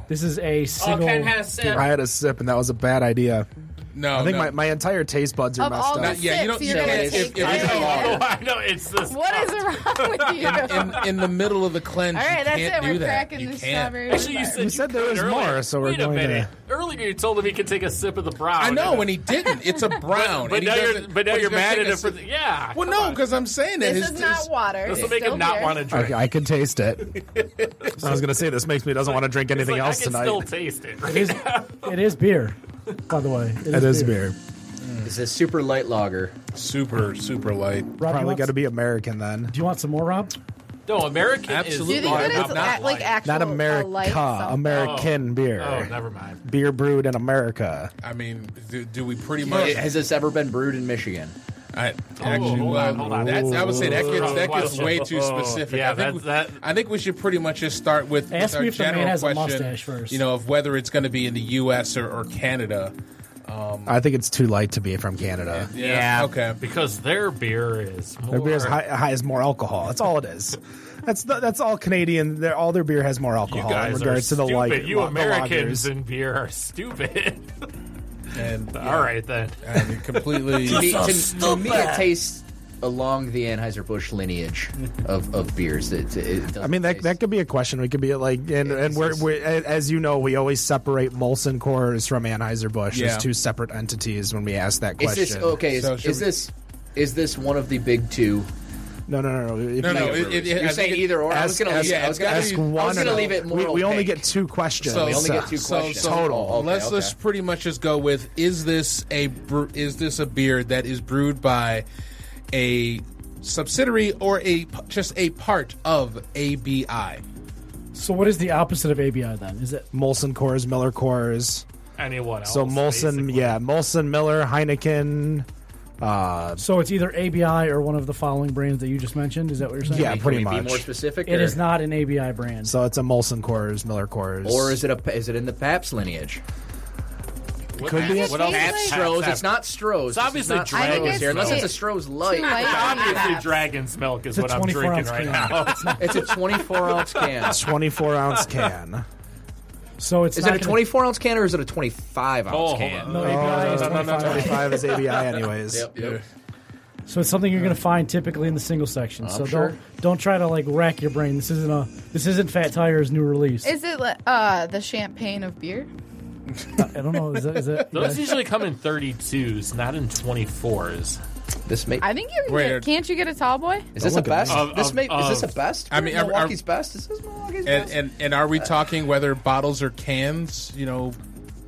S4: This is a
S6: Oh,
S4: single.
S6: Ken had a sip.
S3: I had a sip and that was a bad idea.
S5: No,
S3: I think
S5: no.
S3: my, my entire taste buds are
S9: Of
S3: messed
S9: all
S3: up.
S9: the
S5: yeah,
S9: sips,
S5: you don't- you
S9: you're
S5: can't-
S9: gonna
S5: if-
S9: take
S5: if-
S9: that.
S5: if-
S7: Oh, I know. It's this.
S9: What is wrong with you?
S5: in, in the middle of the cleanse,
S9: all
S5: you
S9: right, that's
S5: can't
S9: it.
S5: do
S9: We're
S5: that.
S9: cracking
S5: you
S9: the
S5: can't.
S9: strawberry.
S7: Actually, you
S9: bar.
S7: said,
S3: We said
S7: you
S3: there
S7: could
S3: was
S7: earlier.
S3: more, so we're
S7: Wait
S3: going
S7: a
S3: to-
S7: minute. Earlier, you told him he could take a sip of the brown.
S5: I know,
S7: and
S5: and he didn't. It's a brown.
S7: But
S5: and he
S7: now you're,
S5: doesn't-
S7: but now
S5: he's
S7: you're
S5: gonna
S7: mad
S5: take
S7: at
S5: a
S7: him for
S5: sip.
S7: the, yeah.
S5: Well, no, because I'm saying that
S9: this
S5: his-
S9: is not
S5: his-
S9: water.
S7: This will
S9: It's
S7: make
S9: still
S7: him not
S9: beer.
S7: want to drink.
S3: Okay, I can taste it. I was going to say this makes me doesn't want to drink
S7: It's
S3: anything
S7: like,
S3: else
S7: I can
S3: tonight.
S7: still taste it.
S4: It is, it is beer, by the way.
S3: it is beer.
S8: It's a super light lager.
S5: super, super light.
S4: Rob,
S3: Probably
S4: you want,
S3: got to
S4: to
S3: be American then.
S4: Do you want some more, Rob?
S7: No, American
S9: Do you
S5: Absolutely.
S7: is
S9: think
S7: lager,
S9: that it's
S7: not
S9: a- like
S7: light.
S9: actual
S4: uh,
S3: Not
S9: a light
S3: America,
S9: something?
S3: American beer.
S7: Oh, never mind.
S3: Beer brewed in America.
S5: I mean, do, do we pretty much?
S8: Has this ever been brewed in Michigan?
S5: I, actually,
S7: hold
S5: well,
S7: on, hold on.
S5: that's- I would say that gets that gets
S8: Oh,
S7: Question.
S5: way too specific.
S7: Yeah,
S5: I think,
S7: that-
S5: we,
S7: that-
S5: I think we should pretty much just start with, with
S4: Ask
S5: our
S4: me if the man
S5: general
S4: has a
S5: question.
S4: mustache first.
S5: You know, of whether it's going to be in the U.S. or, or Canada.
S3: I think it's too light to be from Canada.
S6: Yeah.
S5: Okay.
S7: Because their beer is more.
S3: Their beer is high, high is more alcohol. That's all it is. That's the, that's all Canadian. Their all their beer has more
S7: You
S3: alcohol in
S7: guys
S3: regards to
S7: are
S3: the
S7: stupid.
S3: light.
S7: You
S3: the
S7: Americans
S3: lagers.
S7: in beer are stupid.
S5: And
S7: All right then.
S5: I mean, completely.
S8: Me- to, to me, it tastes along the Anheuser Busch lineage of, of beers. It, it doesn't
S3: I mean that
S8: taste-
S3: that could be a question. We could be like, and and
S8: it's-
S3: we're, we
S8: it's-
S3: as you know, we always separate Molson Coors from Anheuser Busch
S5: Yeah.
S3: as two separate entities when we ask that
S8: Is
S3: question.
S8: this okay? Is,
S5: So should
S8: is
S5: we-
S8: this is this one of the big two?
S3: No, no, no, no. If
S5: No,
S3: you-
S5: no. It, it, it,
S8: You're
S5: I
S8: saying
S5: think it-
S8: either or. I was
S3: Ask,
S8: gonna
S3: ask,
S8: leave. it- I was gonna,
S3: ask
S8: leave-
S3: one.
S8: I was gonna
S3: or-
S8: leave it more.
S3: We, we only
S8: opaque.
S3: get two questions.
S5: So- We
S8: only get two
S5: So-
S8: questions.
S5: so
S3: total.
S8: Oh, okay,
S5: let's
S8: okay.
S5: let's pretty much just go with: Is this a bre- is this a beer that is brewed by a subsidiary or a p- just a part of ABI?
S4: So, what is the opposite of ABI then? Is it
S3: Molson Coors, Miller Coors.
S7: Anyone else?
S3: So Molson,
S7: basically.
S3: yeah, Molson, Miller, Heineken. Uh,
S4: so? It's either ABI or one of the following brands that you just mentioned. Is that what you're saying?
S3: yeah,
S8: Can
S3: pretty
S8: we
S3: much.
S8: Be more specific.
S4: It
S8: or,
S4: is not an ABI brand.
S3: So it's a Molson Coors, Miller Coors,
S8: Or is it a? Is it in the Pabst lineage?
S7: What,
S3: Could be.
S7: What else?
S9: Pabst
S7: Pabst
S8: Stroh's.
S7: Apple.
S8: It's not Stroh's. This is
S7: obviously
S8: not
S7: Dragon's
S8: Stroh's here, unless
S9: Milk.
S8: it's a Stroh's
S9: Too light.
S8: light.
S7: Obviously,
S9: Pabst.
S7: dragon's milk is
S4: a
S7: what I'm
S4: 24
S7: drinking
S4: ounce
S7: right
S4: can.
S7: now. It's not-
S8: It's a 24 ounce can.
S3: twenty-four ounce can.
S4: So it's
S8: Is
S4: not
S8: it a
S4: gonna-
S8: 24 ounce can or is it a 25 ounce
S7: Oh, hold
S8: can?
S7: on.
S4: No, ABI is 25.
S3: Twenty-five is ABI, anyways.
S8: Yep, yep.
S4: So it's something you're going to find typically in the single section. so
S8: sure.
S4: don't don't try to like rack your brain. This isn't a this isn't Fat Tire's new release.
S9: Is it like, uh the champagne of beer?
S4: I don't know. Is that, is that you
S7: Those
S4: guys-
S7: usually come in 32s, not in 24s.
S8: This may,
S9: I think you can
S5: Wait,
S9: get,
S5: are-
S9: can't you get a tall boy?
S8: is this a best?
S7: Of-
S8: this
S7: of-
S8: may, is this a
S7: of-
S8: best?
S5: I mean, are- are-
S8: Milwaukee's best. Is this Milwaukee's
S5: And,
S8: best?
S5: and and are we talking whether bottles or cans? You know,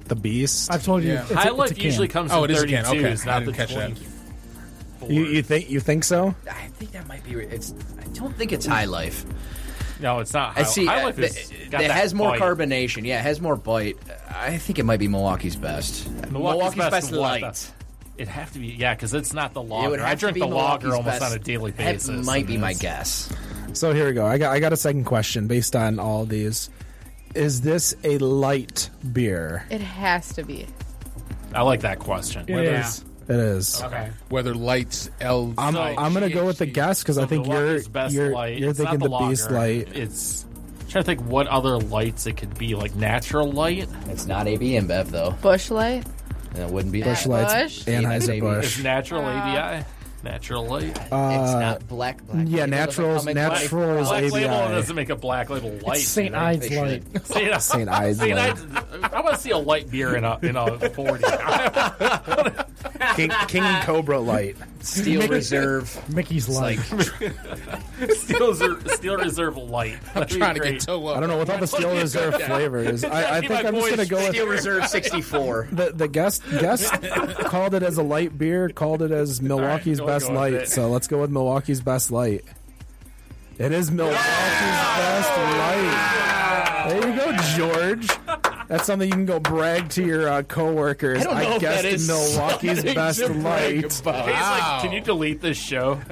S3: The Beast.
S4: I've told you.
S5: Yeah.
S4: it's a-
S7: High
S4: it's a
S7: Life
S4: can.
S7: usually comes
S5: Oh,
S7: in
S5: it is a
S7: 32s,
S5: can. Okay. I
S7: not the
S5: didn't catch that.
S7: 24s.
S3: you, you think you think so?
S8: I think that might be. It's. I don't think it's High Life.
S7: No, it's not. High,
S8: I see.
S7: High
S8: uh,
S7: Life
S8: th-
S7: is
S8: it
S7: got that
S8: has more
S7: bite.
S8: carbonation. Yeah, it has more bite. I think it might be Milwaukee's best.
S7: Milwaukee's, best,
S8: light.
S7: light. It have to be, yeah, because it's not the
S8: It would
S7: lager.
S8: have
S7: I
S8: to
S7: drink
S8: be
S7: the lager
S8: Milwaukee's
S7: almost
S8: best.
S7: on a daily
S8: That
S7: basis.
S8: might
S7: and
S8: be my
S7: it's-
S8: guess.
S3: So here we go. I got I got a second question based on all these. Is this a light beer?
S9: It has to be.
S7: I like that question.
S4: It is.
S3: It is.
S7: Okay.
S5: whether lights L.
S3: I'm,
S7: So-
S3: I'm gonna go with the
S5: GHG.
S3: guess because I
S7: So
S3: think you're
S7: Milwaukee's best
S3: you're,
S7: light.
S3: you're
S7: It's not
S3: thinking the,
S7: the,
S3: beast
S7: lager.
S3: light.
S7: It's I'm trying to think what other lights it could be, like natural light.
S8: It's not AB InBev E though.
S9: Bush light.
S8: And it wouldn't be.
S9: Bush
S3: Bush
S8: that.
S3: lights.
S9: Bush?
S3: Anheuser
S8: E
S7: It's
S3: Busch.
S8: Uh,
S7: natural ABI. Natural light.
S8: it's not black. black
S3: yeah,
S8: Label doesn't
S3: naturals-
S8: come in black.
S3: natural- Well,
S7: Black label
S3: ABI.
S7: doesn't make a black label light.
S4: It's St.
S7: I.
S4: Ides
S8: They
S4: Light.
S8: should.
S7: St.
S3: St. Ides
S7: St.
S3: light.
S7: Ides. I want to see a light beer in a in a forty. I
S10: King, King and Cobra Light.
S8: Steel Reserve.
S4: Mickey's
S8: It's
S4: like,
S8: like
S7: Steel Reserve, Steel Reserve Light. I'm
S5: trying to get toe up.
S3: I don't know what all the Steel Reserve flavor is. I, I
S7: Be
S3: think
S7: my
S3: I'm just
S7: boy,
S3: gonna go with
S8: Steel Reserve 64.
S3: the, the guest guest called it as a light beer, called it as Milwaukee's
S7: we'll
S3: best
S7: go with
S3: light.
S7: it.
S3: So let's go with Milwaukee's best light. It is Milwaukee's best light. There you go, George. That's something you can go brag to your uh, coworkers.
S8: I don't know if
S3: guessed
S8: that is
S3: Milwaukee's best light.
S7: He's like, can you delete this show?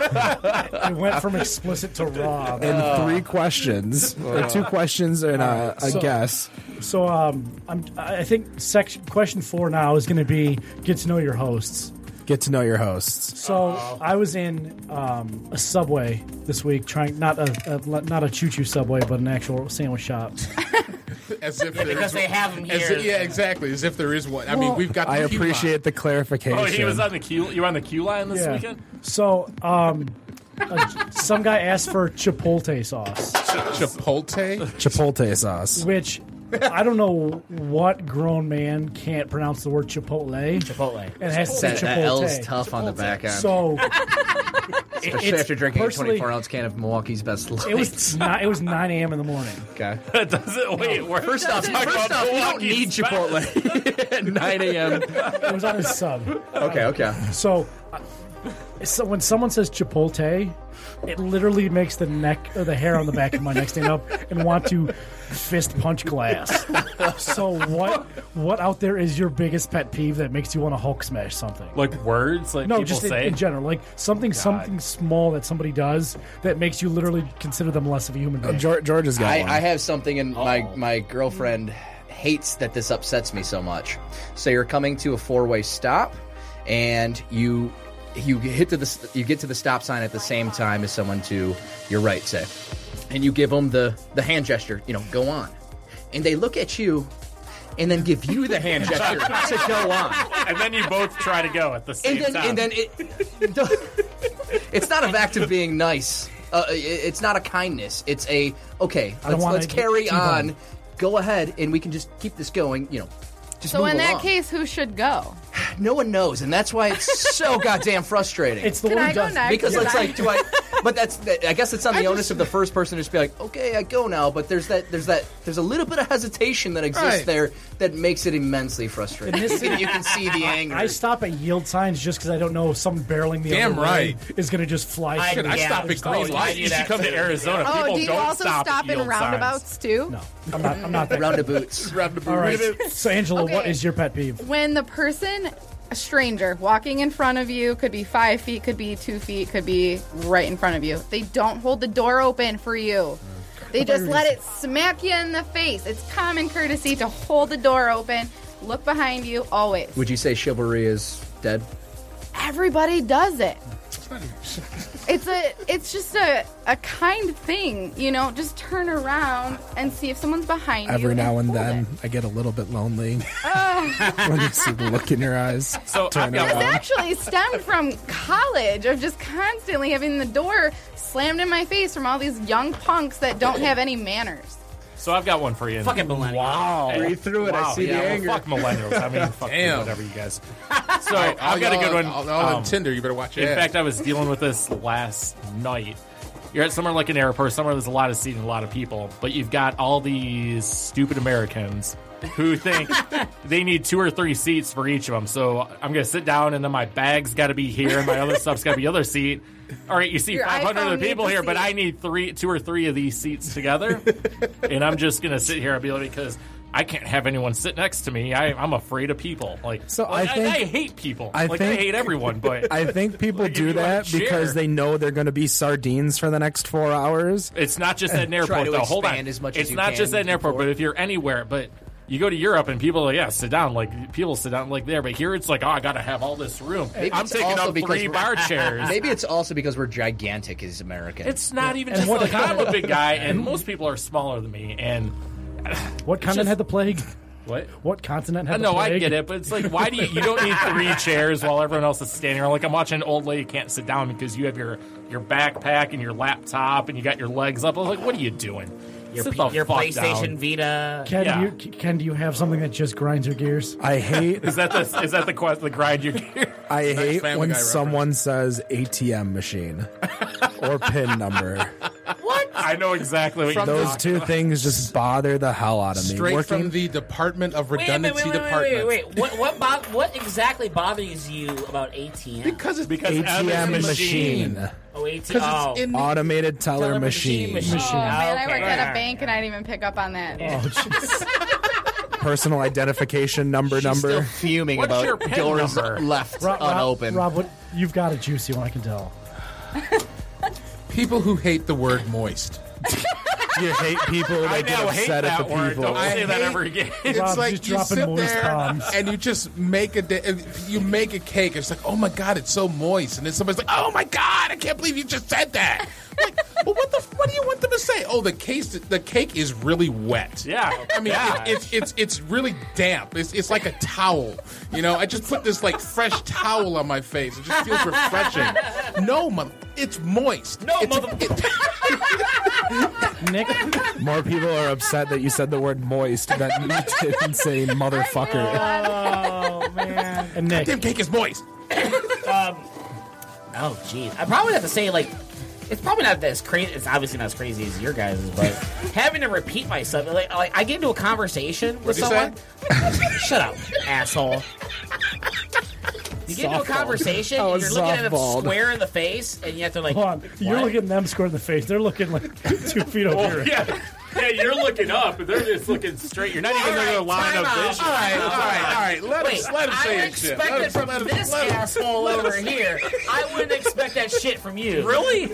S4: it went from explicit to raw.
S3: In three questions, or two questions and a, a
S4: So-
S3: guess.
S4: So um, I'm, I think section question four now is going to be get to know your hosts.
S3: Get to know your hosts.
S4: So I was in um, a subway this week, trying not a, a not a choo choo subway, but an actual sandwich shop.
S5: As if there
S6: because
S5: is
S6: they have them
S5: as
S6: here.
S5: if- yeah, exactly. As if there is one. I mean, we've got. The
S3: I
S5: queue
S3: appreciate the clarification.
S7: Oh, he was on the queue. You were on the queue line this
S4: Yeah.
S7: weekend.
S4: So um, a- some guy asked for chipotle sauce.
S5: line. Chipotle.
S3: Chipotle sauce.
S4: which I don't know what grown man can't pronounce the word chipotle.
S6: Chipotle.
S4: It has to be
S8: that,
S4: chipotle.
S8: that L's tough on the back end.
S4: So
S8: Especially
S4: it's
S8: after drinking a
S4: personally-
S8: 24 ounce can of Milwaukee's best light.
S4: it was not, it was nine a.m. in the morning.
S8: okay.
S7: That doesn't wait. We're
S8: First off,
S7: talking
S8: first
S7: about
S8: off, you don't
S7: Milwaukee's
S8: need Chipotle at 9 a.m.
S4: It was on a sub.
S8: Okay, okay.
S4: So, I- so when someone says chipotle, it literally makes the neck or the hair on the back of my neck stand up and want to fist punch glass. So what what out there is your biggest pet peeve that makes you want to Hulk smash something?
S7: like words like
S4: No,
S7: people
S4: just in,
S7: say.
S4: in general, like something something small that somebody does that makes you literally consider them less of a human being.
S3: George, George has got
S8: I,
S3: one.
S8: I have something, and my, my girlfriend hates that this upsets me so much. So you're coming to a four way stop, and you you hit to the you get to the stop sign at the same time as someone to your right, say, and you give them the the hand gesture. You know, go on, and they look at you, and then give you the hand gesture to go on.
S7: and then you both try to go at the same
S8: and then,
S7: time.
S8: and then it, it's not a act of being nice. Uh, it- it's not a kindness. It's a okay. Let's,
S4: wanna
S8: let's carry
S4: keep on.
S8: on. Go ahead, and we can just keep this going. You know, just
S9: So
S8: move
S9: in that
S8: along.
S9: case, who should go?
S8: no one knows, and that's why it's so goddamn frustrating.
S4: It's the
S9: Can
S4: one
S9: I
S4: who
S9: go
S4: does.
S9: next?
S8: because
S9: Can
S8: it's
S9: I-
S8: like, do I? But that's. that- I guess it's on the
S9: I just-
S8: onus of the first person to just be like, okay, I go now. But there's that. There's that. There's a little bit of hesitation that exists
S5: Right.
S8: there that makes it immensely frustrating. you, can, you can see the anger.
S4: I stop at yield signs just because I don't know some barreling the
S5: Damn
S4: other
S5: right.
S4: way is going to just fly.
S6: I-
S4: straight
S5: I
S6: Yeah,
S5: stop at
S6: there's
S8: Oh,
S5: green
S6: no-
S5: light.
S6: you
S7: if you come to Arizona,
S9: Oh,
S7: people
S9: do you
S7: don't
S9: also
S7: stop,
S9: stop
S7: at
S9: in
S7: yield
S9: roundabouts
S7: signs.
S9: too?
S4: No, I'm not. I'm not that.
S8: Round of boots.
S4: All right. So Angela, what
S9: Okay.
S4: is your pet peeve?
S9: When the person, a stranger, walking in front of you, could be five feet, could be two feet, could be right in front of you, they don't hold the door open for you. They just let it smack you in the face. It's common courtesy to hold the door open, look behind you always.
S8: Would you say chivalry is dead?
S9: Everybody does it. It's a it's just a, a kind thing, you know, just turn around and see if someone's behind you.
S3: Every now and
S9: hold
S3: then,
S9: it.
S3: I get a little bit lonely when you see the look in your eyes.
S7: So I've
S3: turn
S7: got
S9: This
S3: around.
S8: Um,
S9: actually stemmed from college of just constantly having the door slammed in my face from all these young punks that don't have any manners.
S7: So I've got one for you.
S6: Fucking millennials.
S7: Wow.
S10: Read through it, I see the
S7: yeah, well,
S10: anger.
S7: fuck millennials. I mean, fuck you,
S5: Damn.
S7: whatever you guys. So I've got a good one.
S5: All, all
S7: Um,
S5: on Tinder, you better watch it.
S7: In fact, I was dealing with this last night. You're at somewhere like an airport, somewhere there's a lot of seating, a lot of people, but you've got all these stupid Americans who think they need two or three seats for each of them. So I'm going to sit down, and then my bag's got to be here, and my other stuff's got to be other seat. All right, you see
S9: Your
S7: 500
S9: iPhone
S7: other people
S9: needs a
S7: here, but
S9: seat.
S7: I need three, two or three of these seats together, and I'm just going to sit here and be like, because. I can't have anyone sit next to me. I, I'm afraid of people. Like,
S3: So I
S7: like,
S3: think-
S7: I, hate people.
S3: I
S7: like, I
S3: think-
S7: hate everyone. But
S3: I think people
S7: Like, if
S3: do
S7: you wanna
S3: that because
S7: share.
S3: they know they're going to be sardines for the next four hours.
S7: It's not just at an
S8: Try
S7: airport,
S8: to
S7: though. Hold on.
S8: expand as much
S7: it's
S8: as you
S7: not just
S8: can
S7: at an airport,
S8: before.
S7: but if you're anywhere, but you go to Europe and people are like, yeah, sit down. Like, people sit down like there. But here it's like, oh, I got to have all this room. I'm
S8: it's
S7: taking
S8: also
S7: up
S8: because
S7: three
S8: we're-
S7: bar chairs.
S8: Maybe it's also because we're gigantic as Americans.
S7: It's not even
S4: And
S7: just
S4: what
S7: like
S4: kind
S7: I'm
S4: of-
S7: a big guy, and most people are smaller than me. And
S4: What continent had the plague?
S7: what?
S4: What continent
S7: I
S4: had the
S7: know,
S4: plague?
S7: I get it, but it's like, why do you, you don't need three chairs while everyone else is standing around? Like, I'm watching an old lady can't sit down because you have your your backpack and your laptop and you got your legs up. I was like, what are you doing?
S6: Your,
S7: Sit
S6: P-
S7: the
S6: your
S7: fuck
S6: PlayStation
S7: down.
S6: Vita.
S4: Ken, do
S7: Yeah.
S4: you, Ken, do you have something that just grinds your gears?
S3: I hate
S7: Is that the is that the quest? The grind you
S3: I hate
S5: Family
S3: when
S5: Guy reference.
S3: someone says ATM machine or PIN number.
S7: I know exactly what you're talking
S3: Those two things just bother the hell out of me.
S5: Straight
S3: Working
S5: from the Department of
S6: Wait a
S5: Redundancy
S6: minute, wait, wait,
S5: Department.
S6: wait, wait, wait. What, what, bo- what exactly bothers you about ATM?
S5: Because it's
S7: because
S3: ATM
S7: Evans
S3: machine.
S6: Oh, ATM.
S5: Because
S6: Oh,
S5: it's in the
S3: automated teller,
S6: Teller
S3: machine,
S8: Oh, man, I
S6: Okay. Oh,
S8: worked at a bank and I didn't even pick up on that.
S3: personal identification number
S11: Still
S3: number.
S11: fuming
S7: What's
S11: about
S7: your PIN
S11: doors
S7: number?
S11: left
S4: Rob, Rob-
S11: unopened.
S4: Rob, what, you've got a juicy one, I can tell.
S5: people who hate the word moist.
S3: you hate people
S7: I
S3: that get
S7: now hate
S3: upset at
S7: that
S3: the
S7: word.
S3: people.
S7: Don't say that
S5: hate-
S7: ever again.
S5: It's
S4: Rob's
S5: like
S4: just
S5: you
S4: dropping
S5: sit
S4: moist
S5: there
S4: bombs.
S5: and you just make a di- and you make a cake. It's like, oh my god, it's so moist, and then somebody's like, oh my god, I can't believe you just said that. like, well, what the f- what do you want them to say? Oh, the case the cake is really wet.
S7: Yeah.
S5: I mean,
S7: Yeah.
S5: it, it's it's it's really damp. It's it's like a towel. You know, I just put this like fresh towel on my face. It just feels refreshing. No, mother, it's moist.
S7: No,
S5: it's,
S7: mother-
S5: it-
S4: Nick,
S3: More people are upset that you said the word moist than you didn't say motherfucker.
S4: and Nick,
S5: damn cake is moist.
S6: Oh, jeez. I probably have to say, like, it's probably not as crazy. It's obviously not as crazy as your guys', but having to repeat myself, like, like I get into a conversation with
S5: What'd you
S6: someone. Shut up, asshole. You get into a conversation,
S3: I
S6: and
S3: was
S6: you're looking at them
S3: softballed.
S6: square in the face, and yet they're like,
S4: hold on. Um, You're
S6: "What?"
S4: looking them square in the face. They're looking like two feet over
S7: Well,
S4: here.
S7: yeah, yeah, you're looking up, and they're just looking straight. You're not even in their
S6: Alright,
S7: line of
S6: time out.
S7: vision.
S5: All right, all right, all right. Let
S6: Wait,
S5: us let him say
S6: I
S5: his shit. Let
S6: expected
S5: him-
S6: from
S5: let him-
S6: this
S5: let him-
S6: asshole over here. I wouldn't expect that shit from you.
S7: Really?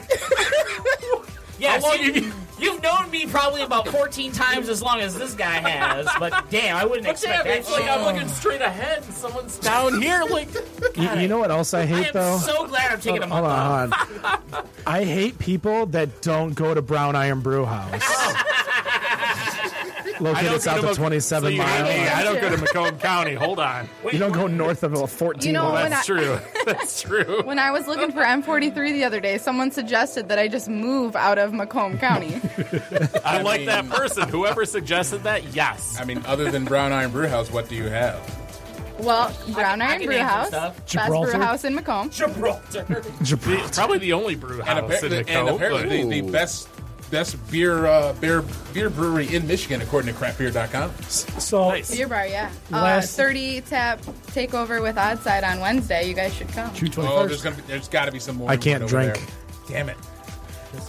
S6: Yes,
S7: How long
S6: you,
S7: you-
S6: have known me probably about 14 times as long as this guy has, but damn, I wouldn't expect
S7: Damn,
S6: that
S7: it's like
S6: shit.
S7: I'm looking straight ahead, and someone's down here. Like,
S3: You, you know what else I
S6: I
S3: hate
S6: am
S3: though?
S6: so glad I'm taking a month
S3: Hold
S6: off.
S3: on, hold on. I hate people that don't go to Brown Iron Brew House.
S7: Oh. I
S3: Located
S7: don't
S3: south
S7: go
S3: of
S7: to Mac-
S3: 27
S7: so you hate
S3: Mile.
S7: me. I don't go to Macomb County. Hold on.
S3: You don't go north of uh, 14.
S8: You know,
S3: miles.
S8: when I,
S7: That's true. That's true.
S8: When I was looking for M43 the other day, someone suggested that I just move out of Macomb County.
S7: I like that person. Whoever suggested that, yes.
S5: I mean, other than Brown Iron Brewhouse, what do you have?
S8: Well, Brown
S6: I
S8: Iron
S6: can
S8: Brew
S6: name some
S8: House,
S6: stuff.
S8: best brew
S4: Gibraltar?
S8: house in Macomb.
S6: Gibraltar.
S7: The- probably the only brew house
S5: And apparently,
S7: in
S5: and
S7: Macomb.
S5: apparently the, the best best beer uh, beer beer brewery in Michigan, according to craftbeer.com.
S4: So,
S7: Nice.
S8: Beer bar, yeah. Uh,
S4: Last-
S8: 30 tap takeover with Oddside on Wednesday. You guys should come.
S4: June 21st.
S5: Oh, there's gonna be, there's got to be some more.
S3: I can't
S5: over
S3: drink.
S5: there. Damn it!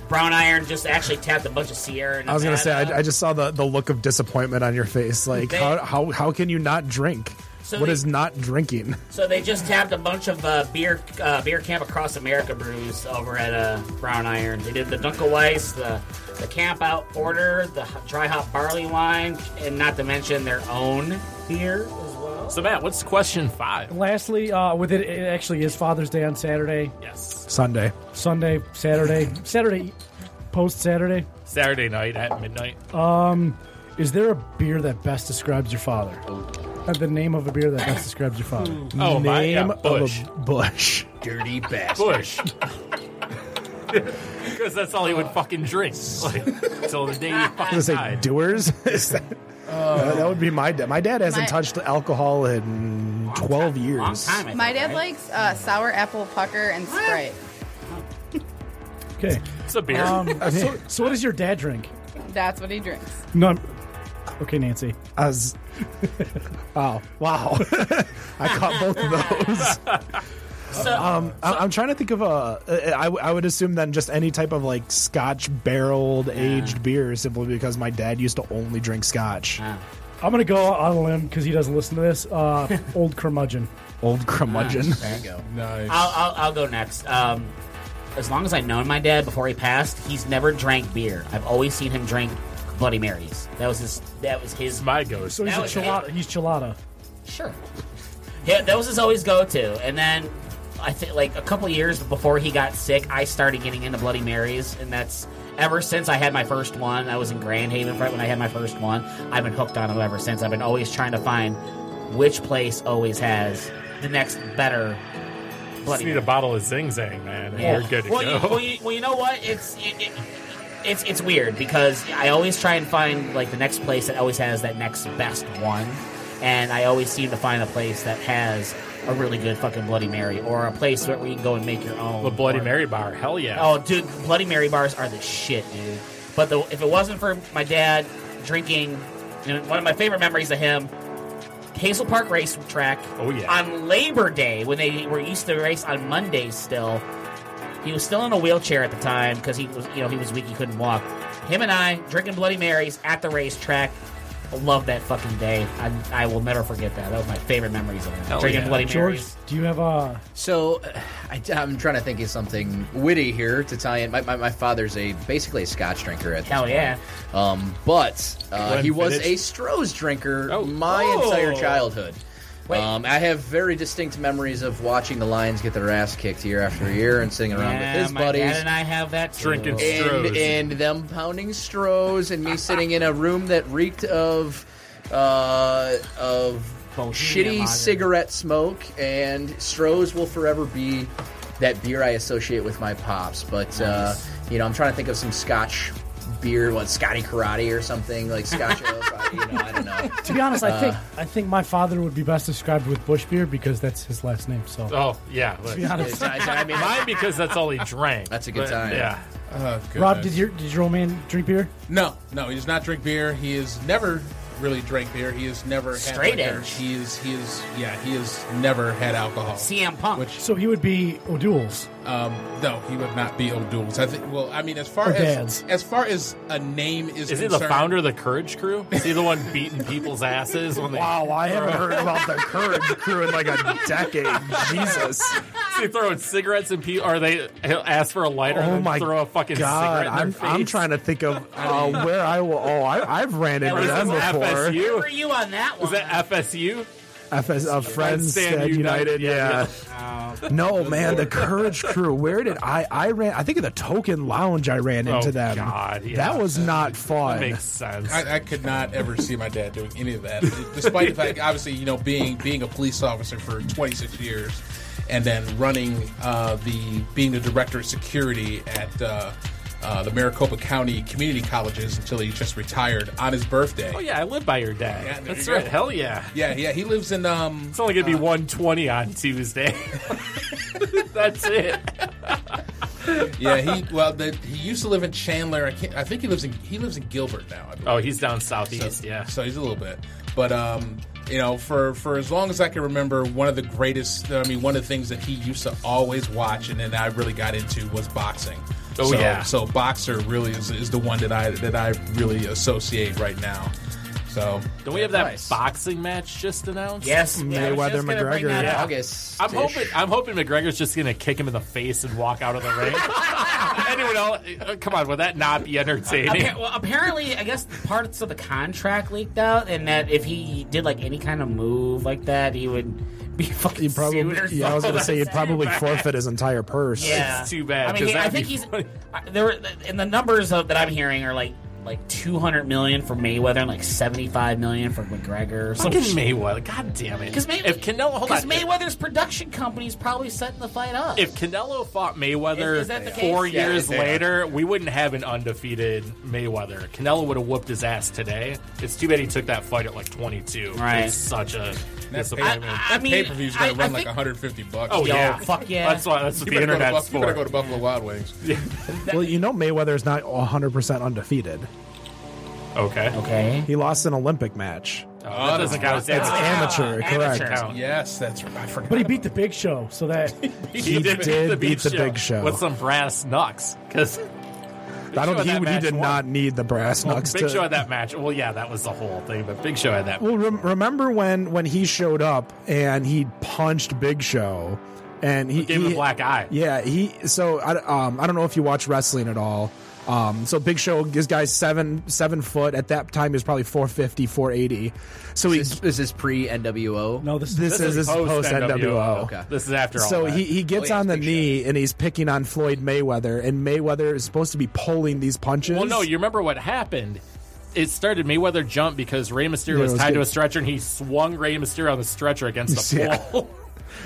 S6: Brown Iron just actually tapped a bunch of Sierra.
S3: I was gonna say,
S6: Nevada.
S3: I, I just saw the, the look of disappointment on your face. Like,
S6: They-
S3: how, how how can you not drink?
S6: So
S3: What is
S6: they-
S3: not drinking?
S6: So they just tapped a bunch of uh, beer uh, beer camp across America brews over at uh, Brown Iron. They did the Dunkelweiss, the the Camp Out Porter, the h- Dry Hop Barley Wine, and not to mention their own beer as well.
S7: So, Matt, what's question five?
S4: Lastly, uh, with it, it actually is Father's Day on Saturday,
S7: Yes.
S3: Sunday.
S4: Sunday, Saturday, Saturday, post Saturday.
S7: Saturday night at midnight.
S4: Is there a beer that best describes your father? Uh, the name of a beer that best describes your father.
S7: Oh, my. Yeah,
S3: Name
S7: Bush.
S3: of a bush.
S11: Dirty bastard.
S7: Bush. Because that's all he would fucking drink. Like, till the day he
S3: I
S7: fucking
S3: was gonna say
S7: died.
S3: doers. Is that, that- that would be my dad. My dad hasn't
S8: My-
S3: touched alcohol in 12 years.
S6: Long time, I think,
S8: My dad
S6: right?
S8: likes uh, sour apple pucker and Sprite.
S4: Okay.
S7: it's a beer.
S4: Um, so, so what does your dad drink?
S8: That's what he drinks.
S4: No. I'm- Okay, Nancy.
S3: I was, oh wow! I caught both of those. um, I, I'm trying to think of a. uh, I, I would assume then just any type of like Scotch barreled aged beer, simply because my dad used to only drink Scotch.
S4: I'm gonna go on a limb because he doesn't listen to this. Uh, old curmudgeon.
S3: Old curmudgeon.
S5: Nice.
S6: I'll, I'll, I'll go next. Um, as long as I've known my dad before he passed, he's never drank beer. I've always seen him drink Bloody Marys. That was his. That was his.
S7: my ghost.
S4: So he's
S6: That
S4: a
S6: was
S4: chilada.
S6: it.
S4: He's chilada.
S6: Sure. Yeah, that was his always go to. And then I think like a couple years before he got sick, I started getting into Bloody Marys, and that's ever since I had my first one. I was in Grand Haven right when I had my first one. I've been hooked on them ever since. I've been always trying to find which place always has the next better Bloody
S7: Just need
S6: Mary.
S7: a bottle of Zing Zang, man. and
S6: Yeah.
S7: You're good to
S6: well,
S7: go.
S6: You, well, you, well, you know what? It's it, it, it's it's weird because I always try and find like the next place that always has that next best one, and I always seem to find a place that has a really good fucking Bloody Mary or a place where you can go and make your own.
S7: The Bloody
S6: Or-
S7: Mary bar. Hell yeah.
S6: Oh, dude, Bloody Mary bars are the shit, dude. But the, if it wasn't for my dad drinking, you know, one of my favorite memories of him, Hazel Park Racetrack.
S7: Oh, yeah.
S6: On Labor Day, when they were used to race on Mondays, still, he was still in a wheelchair at the time because he was, you know, he was weak, he couldn't walk. Him and I drinking Bloody Marys at the racetrack. I love that fucking day. I, I will never forget that. That was my favorite memories of him.
S7: Hell
S6: drinking
S7: yeah.
S6: Bloody
S4: George,
S6: Marys.
S4: do you have a?
S8: So, I, am trying to think of something witty here to tie in. My, my, my father's a basically a Scotch drinker at this
S6: Hell
S8: point.
S6: yeah.
S8: Um, but uh, he was a
S7: Glenfiddich.
S8: Stroh's drinker
S7: Oh.
S8: my
S7: Oh.
S8: entire childhood.
S6: Wait.
S8: Um, I have very distinct memories of watching the Lions get their ass kicked year after year and sitting around
S6: yeah,
S8: with his
S6: my
S8: buddies.
S6: dad and I have that too.
S7: Drinking
S8: and,
S7: Strohs.
S8: and them pounding Strohs and me sitting in a room that reeked of uh, of
S6: Bohemian
S8: shitty
S6: lager.
S8: cigarette smoke and Strohs will forever be that beer I associate with my pops but uh, you know I'm trying to think of some scotch beer what Scotty Karate or something like Scotch ale, you know I don't know
S4: To be honest, I think I think my father would be best described with Bush beer because that's his last name. So
S7: Oh, yeah. look.
S8: It's- I, I mean
S7: Mine because that's all he drank.
S8: That's a good
S7: But,
S8: time.
S7: Yeah.
S5: Oh,
S4: Rob,
S5: goodness.
S4: did your did your old man drink beer?
S5: No, no, he does not drink beer. He has never really drank beer. He has never had
S6: Straight
S5: liquor.
S6: edge.
S5: He is, he is, yeah, he has never had alcohol.
S6: CM Punk.
S5: Which,
S4: So he would be O'Doul's.
S5: um, no, he would not be O'Doul's. I think. Well, I mean, as far
S4: Or
S5: as
S4: Dad's.
S5: as far as a name is,
S7: Is he the
S5: concerned,
S7: founder of the Courage Crew? Is he the one beating people's asses? When they,
S3: Wow, I haven't heard about the Courage Crew in like a decade. Jesus.
S7: Is he throwing cigarettes in people? Or they he'll ask for a lighter
S3: Oh
S7: and
S3: my
S7: then throw a fucking
S3: God,
S7: cigarette in
S3: I'm,
S7: their face?
S3: I'm trying to think of uh, where I will. Oh, I, I've ran into
S7: Was
S3: them
S7: that
S3: before.
S6: Where
S7: FSU?
S6: were you on that one?
S7: Was that FSU?
S3: FS, uh, Friends
S7: Stand
S3: Stand United.
S7: United, yeah,
S3: Yeah. No, man, the Courage Crew. Where did I? I ran. I think at the Token Lounge. I ran
S7: Oh,
S3: into them.
S7: God, yeah.
S3: That was not fun.
S7: Makes sense.
S5: I, I could not ever see my dad doing any of that, despite the fact, obviously, you know, being being a police officer for 26 years, and then running uh, the being the director of security at uh, uh, the Maricopa County Community Colleges until he just retired on his birthday.
S7: oh, yeah, I live by your dad.
S5: Yeah, there
S7: That's
S5: you
S7: right.
S5: go.
S7: Hell yeah.
S5: yeah, yeah, He lives in um,
S7: It's only going to be 120 on Tuesday. That's it.
S5: yeah. He well, the, he used to live in Chandler. I can't. I think he lives in he lives in Gilbert now. I believe.
S7: Oh, he's down southeast, yeah.
S5: So he's a little bit, but um, you know, for for as long as I can remember, one of the greatest. I mean, one of the things that he used to always watch, and then I really got into was boxing.
S7: Oh,
S5: so,
S7: yeah.
S5: So boxer really is, is the one that I that I really associate right now. So
S7: Don't we have that
S8: Nice.
S7: boxing match just announced?
S6: Yes, yeah, I was
S3: Mayweather,
S6: just gonna bring
S3: McGregor.
S6: that up.
S8: August
S7: I'm hoping I'm hoping McGregor's just gonna kick him in the face and walk out of the ring. Anyone else? uh, Come on, would that not be entertaining?
S6: Appa- well, apparently, I guess parts of the contract leaked out, and that if he did like any kind of move like that, he would be fucking
S3: He probably.
S6: sued or
S3: Yeah, I was gonna
S6: something.
S3: say he'd probably forfeit his entire purse.
S6: Yeah,
S7: It's too bad,
S6: I
S7: 'cause
S6: mean, he- I
S7: that'd
S6: think
S7: be
S6: he's
S7: funny.
S6: I- there. Were, and the numbers of, that I'm hearing are like like 200 million for Mayweather and like 75 million for McGregor. Or some
S7: Fucking
S6: shit.
S7: Mayweather. God damn it.
S6: 'Cause May-
S7: if Canelo, hold
S6: Because
S7: on.
S6: Mayweather's production company's probably setting the fight up.
S7: if Canelo fought Mayweather
S6: Is- is that the
S7: four
S6: case?
S8: Yeah,
S7: years
S8: they are.
S7: later, we wouldn't have an undefeated Mayweather. Canelo would have whooped his ass today. It's too bad he took that fight at like 22.
S6: Right.
S7: It's such a
S5: that's
S7: disappointment.
S6: I mean,
S5: pay per view's gonna
S6: I- I
S5: run like
S6: think-
S5: 150 bucks.
S7: oh
S6: Yo,
S7: yeah,
S6: fuck yeah.
S7: That's why that's what
S5: You
S7: the
S5: better, go to
S7: internet's
S5: Buff- you better go
S7: for.
S5: to Buffalo Wild Wings.
S3: Well, you know Mayweather's not 100 percent undefeated.
S7: Okay.
S6: okay,
S3: He lost an Olympic match.
S7: Oh, that doesn't count.
S3: It's amateur, correct?
S6: amateur.
S7: count.
S5: Yes, that's right. I forgot.
S4: But he beat the Big Show, so that
S3: He did beat the Big Show.
S7: with some brass knucks because
S3: I
S7: Show
S3: don't.
S7: in
S3: He,
S7: that
S3: he
S7: match
S3: did
S7: won.
S3: not need the brass knucks.
S7: Big
S3: to,
S7: Show had that match. Well, yeah, that was the whole thing. But Big Show had that.
S3: Well, rem- remember when when he showed up and he punched Big Show, and he
S7: Gave him
S3: he-
S7: a black eye.
S3: Yeah, he. So I um I don't know if you watch wrestling at all. Um, so Big Show, this guy's seven seven foot at that time. He was probably 450, 480. So he
S8: is, is this pre NWO
S4: no, this,
S3: this, is, his post NWO.
S8: Okay.
S7: This is after all.
S3: So
S7: that.
S3: he, he gets
S8: Oh, yeah,
S3: on the
S8: Big Show.
S3: knee and he's picking on Floyd Mayweather, and Mayweather is supposed to be pulling these punches.
S7: Well, no, you remember what happened. It started Mayweather jump because Rey Mysterio
S3: Yeah, it
S7: was
S3: was
S7: tied to
S3: good.
S7: a stretcher and he swung Rey Mysterio on the stretcher against the
S3: Yeah.
S7: pole.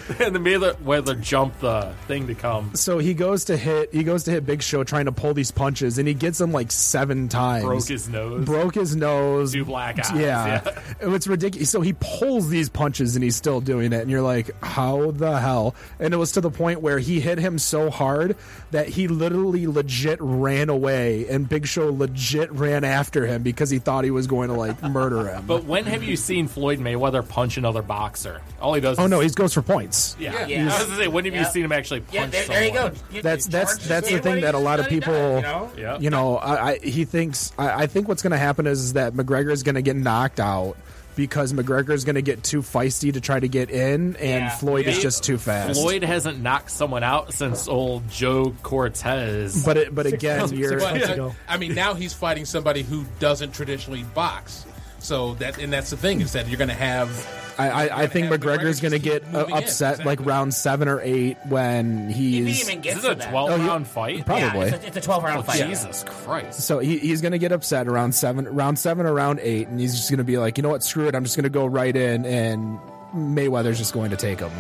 S7: and the Mayweather jumped the thing to come.
S3: So he goes to hit he goes to hit Big Show trying to pull these punches and he gets them like seven times.
S7: Broke his nose.
S3: Broke his nose.
S7: Two black eyes,
S3: Yeah. It's ridiculous. So he pulls these punches and he's still doing it and you're like, "How the hell?" And it was to the point where he hit him so hard that he literally legit ran away and Big Show legit ran after him because he thought he was going to like murder him.
S7: But when have you seen Floyd Mayweather punch another boxer? All he does.
S3: oh
S7: is,
S3: no, he goes for points.
S7: Yeah.
S6: Yeah.
S7: I was gonna say, when have you
S6: Yeah.
S7: seen him actually punch
S6: Yeah, there, there you go.
S7: someone?
S6: You-
S3: that's
S6: you
S3: that's
S6: charge
S3: that's the
S6: somebody,
S3: thing that a lot of
S6: somebody
S3: people,
S6: dies, you know?
S7: Yeah.
S3: you know, I, I he thinks I, I think what's going to happen is, is that McGregor is going to get knocked out because McGregor is going to get too feisty to try to get in, and
S6: Yeah.
S3: Floyd is
S6: Yeah.
S3: just too fast.
S7: Floyd hasn't knocked someone out since old Joe Cortez.
S3: but it, but again,
S4: six
S3: you're
S4: months.
S5: But,
S4: ago.
S5: I mean, now he's fighting somebody who doesn't traditionally box. So that and that's the thing is that you're going to have.
S3: I, I, I think
S5: Yeah, McGregor
S3: McGregor is going to
S5: just keep
S3: get uh,
S5: moving in,
S3: upset like
S5: exactly.
S3: round seven or eight when
S6: He
S3: he's
S6: didn't even get
S7: Is
S6: to
S7: this a
S6: that.
S7: 12 round fight?
S3: Oh, Probably.
S6: Yeah, it's a, it's a 12
S3: Oh,
S6: round fight.
S7: Jesus Christ.
S3: So he, he's going to get upset around seven, round seven or round eight, and he's just going to be like, you know what, screw it, I'm just going to go right in, and Mayweather's just going to take him.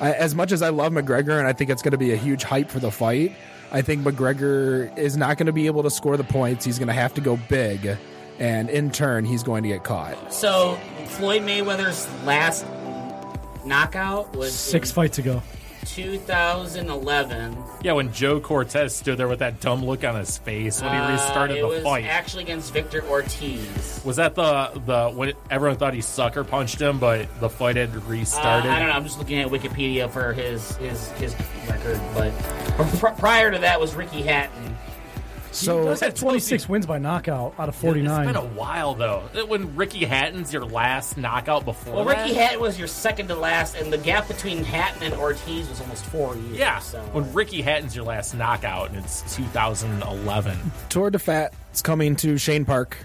S3: I, as much as I love McGregor, and I think it's going to be a huge hype for the fight, I think McGregor is not going to be able to score the points. He's going to have to go big, and in turn, he's going to get caught.
S6: So Floyd Mayweather's last knockout was
S4: Six
S6: in
S4: fights ago.
S6: 2011.
S7: Yeah, when Joe Cortez stood there with that dumb look on his face when he restarted
S6: Uh, it
S7: the
S6: was
S7: fight.
S6: actually against Victor Ortiz.
S7: was that the the when everyone thought he sucker punched him, but the fight had
S6: Uh,
S7: restarted?
S6: I don't know. I'm just looking at Wikipedia for his his his record, but pr- prior to that was Ricky Hatton.
S3: So
S4: That's at 26 wins by knockout out of
S7: It's
S4: 49.
S7: been a while though. It- When Ricky Hatton's your last knockout before
S6: Well, Ricky
S7: that?
S6: Hatton was your second to last, and the gap between Hatton and Ortiz was almost four years.
S7: yeah,
S6: So. uh,
S7: when Ricky Hatton's your last knockout, and it's 2011.
S3: Tour de Fat is coming to Shane Park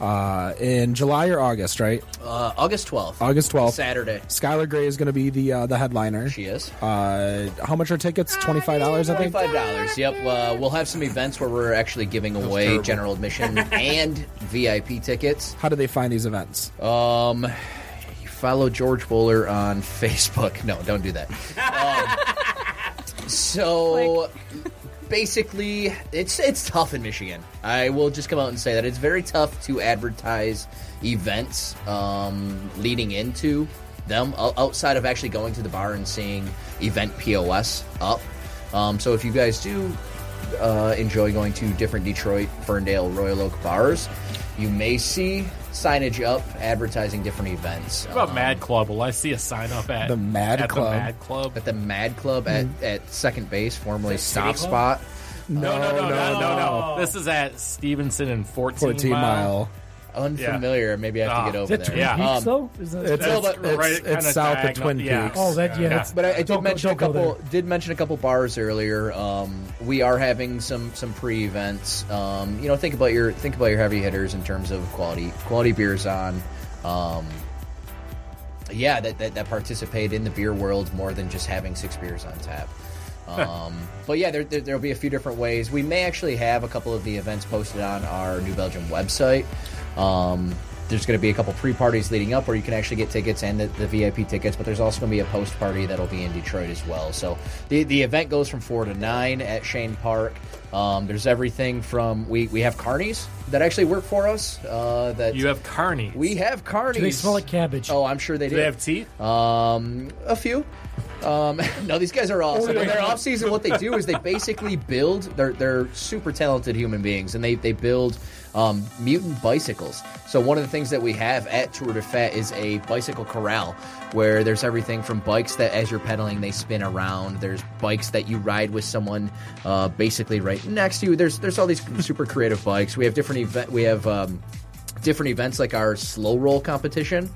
S3: uh, in July or August, right?
S8: Uh, August 12th.
S3: August 12th.
S8: Saturday.
S3: Skylar Gray is going to be the uh, the headliner.
S8: She is.
S3: Uh, how much are tickets? Twenty five dollars, I think.
S8: Twenty-five dollars. Yep. Uh, we'll have some events where we're actually giving away general admission and VIP tickets.
S3: How do they find these events?
S8: Um, you follow George Bowler on Facebook. No, don't do that. Um, so basically, it's it's tough in Michigan. I will just come out and say that it's very tough to advertise events um, leading into them o- outside of actually going to the bar and seeing event POS up. Um, so if you guys do uh, enjoy going to different Detroit, Ferndale, Royal Oak bars, you may see signage up advertising different events.
S7: What about
S8: Um,
S7: Mad Club? Will I see a sign up at
S3: The Mad
S7: at
S3: Club.
S7: The Mad Club.
S8: at the Mad Club at, at second base, formerly Stop
S6: Club?
S8: Spot.
S7: No, no, no, no,
S6: Uh,
S7: no, no, This is at Stevenson and 14,
S3: 14 mile.
S8: Unfamiliar. Maybe I have to
S7: Ah,
S8: get
S7: is
S8: over
S4: Is that
S8: there.
S4: Twin
S7: Yeah.
S4: Peaks,
S8: Um,
S4: though? Is that,
S3: It's,
S8: No,
S3: it's,
S8: but
S3: it's,
S7: right
S3: it's
S7: kinda
S3: south of
S7: diagonal-
S3: Twin
S7: yeah.
S3: Peaks.
S4: oh, that, yeah.
S7: Yeah.
S4: That's,
S8: But I, I did
S4: Don't go-
S8: mention a
S4: don't go
S8: couple. Did mention a couple bars earlier. Um, we are having some some pre events. Um, you know, think about your think about your heavy hitters in terms of quality quality beers on. Um, yeah, that, that that participate in the beer world more than just having six beers on tap. Um, but yeah, there, there, there'll be a few different ways. We may actually have a couple of the events posted on our New Belgium website. Um, there's going to be a couple pre parties leading up where you can actually get tickets and the, the VIP tickets, but there's also going to be a post party that'll be in Detroit as well. So the, the event goes from 4 to 9 at Shane Park. Um, there's everything from we, we have carnies that actually work for us. Uh, that
S7: You have Carney.
S8: we have carnies.
S4: they smell like cabbage.
S8: Oh, I'm sure they
S7: Do
S8: do.
S7: they have teeth?
S8: Um, a few. Um, no, these guys are awesome. In their off season, what they do is they basically build. They're they're super talented human beings, and they they build um, mutant bicycles. So one of the things that we have at Tour de Fat is a bicycle corral, where there's everything from bikes that as you're pedaling they spin around. There's bikes that you ride with someone, uh, basically right next to you. There's there's all these super creative bikes. We have different event. We have. Um, different events like our slow roll competition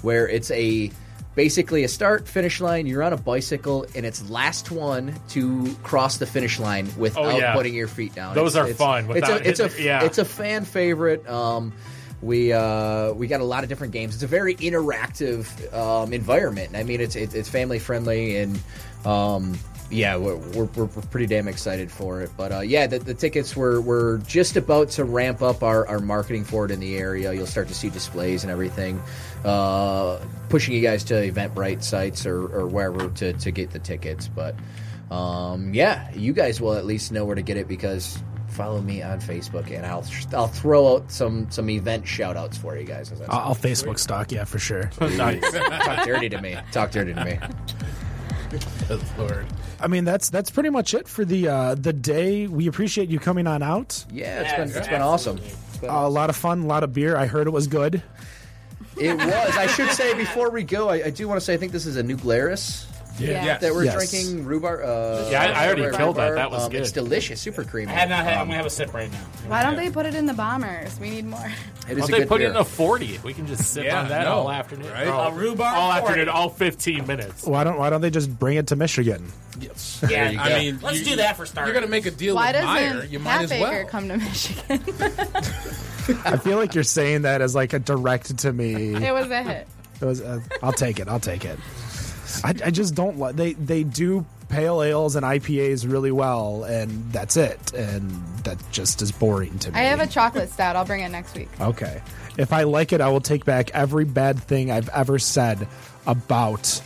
S8: where it's a basically a start finish line you're on a bicycle and it's last one to cross the finish line without
S7: yeah.
S8: putting your feet down
S7: Those are fun
S8: it's
S7: without
S8: a, it's, a,
S7: hitting- yeah.
S8: it's a fan favorite um we uh, we got a lot of different games. It's a very interactive um, environment. I mean, it's it's, it's family friendly and um, yeah, we're, we're, we're we're pretty damn excited for it. But uh, yeah, the, the tickets were we're just about to ramp up our, our marketing for it in the area. You'll start to see displays and everything. Uh, pushing you guys to Eventbrite sites or, or wherever to, to get the tickets. But um, yeah, you guys will at least know where to get it because follow me on Facebook and I'll I'll throw out some some event shout outs for you guys. as I-
S7: Oh.
S3: I'll Facebook stock, yeah, for sure.
S8: Talk dirty to me. Talk dirty to me.
S5: Lord.
S3: I mean, that's that's pretty much it for the uh, the day. We appreciate you coming on out.
S8: Yeah, it's been it's been awesome.
S3: a lot of fun, a lot of beer. I heard it was good.
S8: It was. I should say before we go, I, I do want to say I think this is a new Glarus.
S9: Yeah.
S5: Yes.
S8: that we're
S3: Yes.
S8: drinking rhubarb. Uh,
S7: Yeah, I- I already
S8: rhubarb.
S7: killed that. That was
S8: um,
S7: good.
S8: It's delicious, super creamy.
S6: I have not had. I'm gonna have a sip right now.
S9: Why don't they put it in the bombers? We need more.
S8: It
S7: Why
S8: is
S7: don't
S8: a
S7: they
S8: good
S7: put
S8: beer.
S7: it in a 40? We can just sip
S5: Yeah,
S7: on that
S5: no,
S7: all afternoon.
S5: right?
S7: All,
S6: A rhubarb
S7: all
S6: 40.
S7: afternoon, all 15 minutes.
S3: Why don't Why don't they just bring it to Michigan?
S6: Yeah,
S8: you
S5: I
S8: go.
S5: mean,
S6: Let's
S5: you-
S6: do that for starters.
S5: You're gonna make a deal
S9: Why
S5: with Meyer.
S9: doesn't
S5: You might as
S9: Hatbaker
S5: well.
S9: come to Michigan?
S3: I feel like you're saying that as like a direct to me.
S9: it was a hit.
S3: It was, uh, I'll take it. I'll take it. I, I just don't like they they do pale ales and IPAs really well, and that's it. And that just is boring to me.
S9: I have a chocolate stout. I'll bring it next week.
S3: okay. If I like it, I will take back every bad thing I've ever said about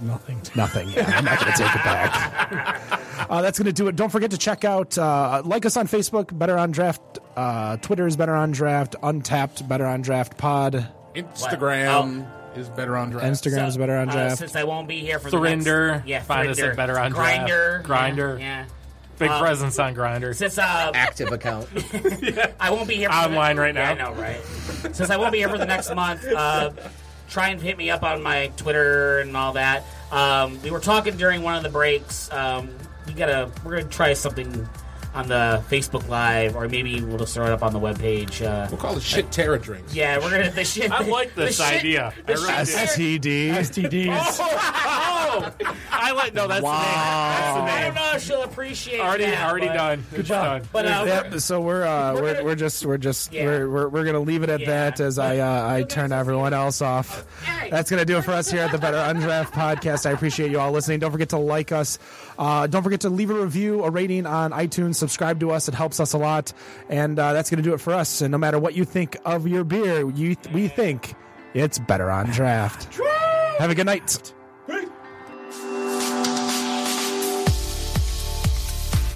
S4: Nothing.
S3: Nothing. Yeah, I'm not going to take it back. Uh, that's going to do it. Don't forget to check out, uh, like us on Facebook, Better on Draft. Uh, Twitter is Better on Draft. Untapped, Better on Draft Pod.
S5: Instagram is better on draft.
S3: Instagram is Better on
S6: uh,
S3: Draft.
S6: since I won't be here for
S7: Surrender.
S6: The next, yeah,
S7: Find us at
S6: Surrender.
S7: Better on Draft.
S6: Grinder.
S7: Grinder.
S6: Yeah. yeah.
S7: Big presence on Grindr.
S6: Since uh,
S8: active account.
S6: I won't be here for
S7: Online
S6: the,
S7: right
S6: Yeah,
S7: now.
S6: I know, right? Since I won't be here for the next month, uh, try and hit me up on my Twitter and all that. Um, we were talking during one of the breaks. Um, we gotta, we're gonna try something on the Facebook Live, or maybe we'll just throw it up on the webpage. Uh,
S5: We'll call it shit terror drinks.
S6: yeah, we're gonna the shit.
S7: I like
S6: the
S7: this
S6: shit-
S7: idea.
S6: the
S7: I really
S6: shit-
S7: do.
S3: STD.
S4: STDs.
S7: Oh, I like no. That's the name.
S6: I
S7: That's
S6: don't
S7: the name.
S6: know. if She'll appreciate
S7: Already,
S6: that,
S7: already
S6: but-
S7: done. Good
S4: job.
S7: Done.
S6: But uh,
S3: Yep, so we're uh, we're, we're just we're just
S6: Yeah.
S3: we're, we're we're gonna leave it at
S6: Yeah.
S3: that as I uh, I turn everyone else off. That's gonna do it for us here at the Better Undraft Podcast. I appreciate you all listening. Don't forget to like us. Uh, don't forget to leave a review, a rating on iTunes. Subscribe to us; it helps us a lot. And uh, that's gonna do it for us. And no matter what you think of your beer, you we think it's Better on Draft. Have a good night.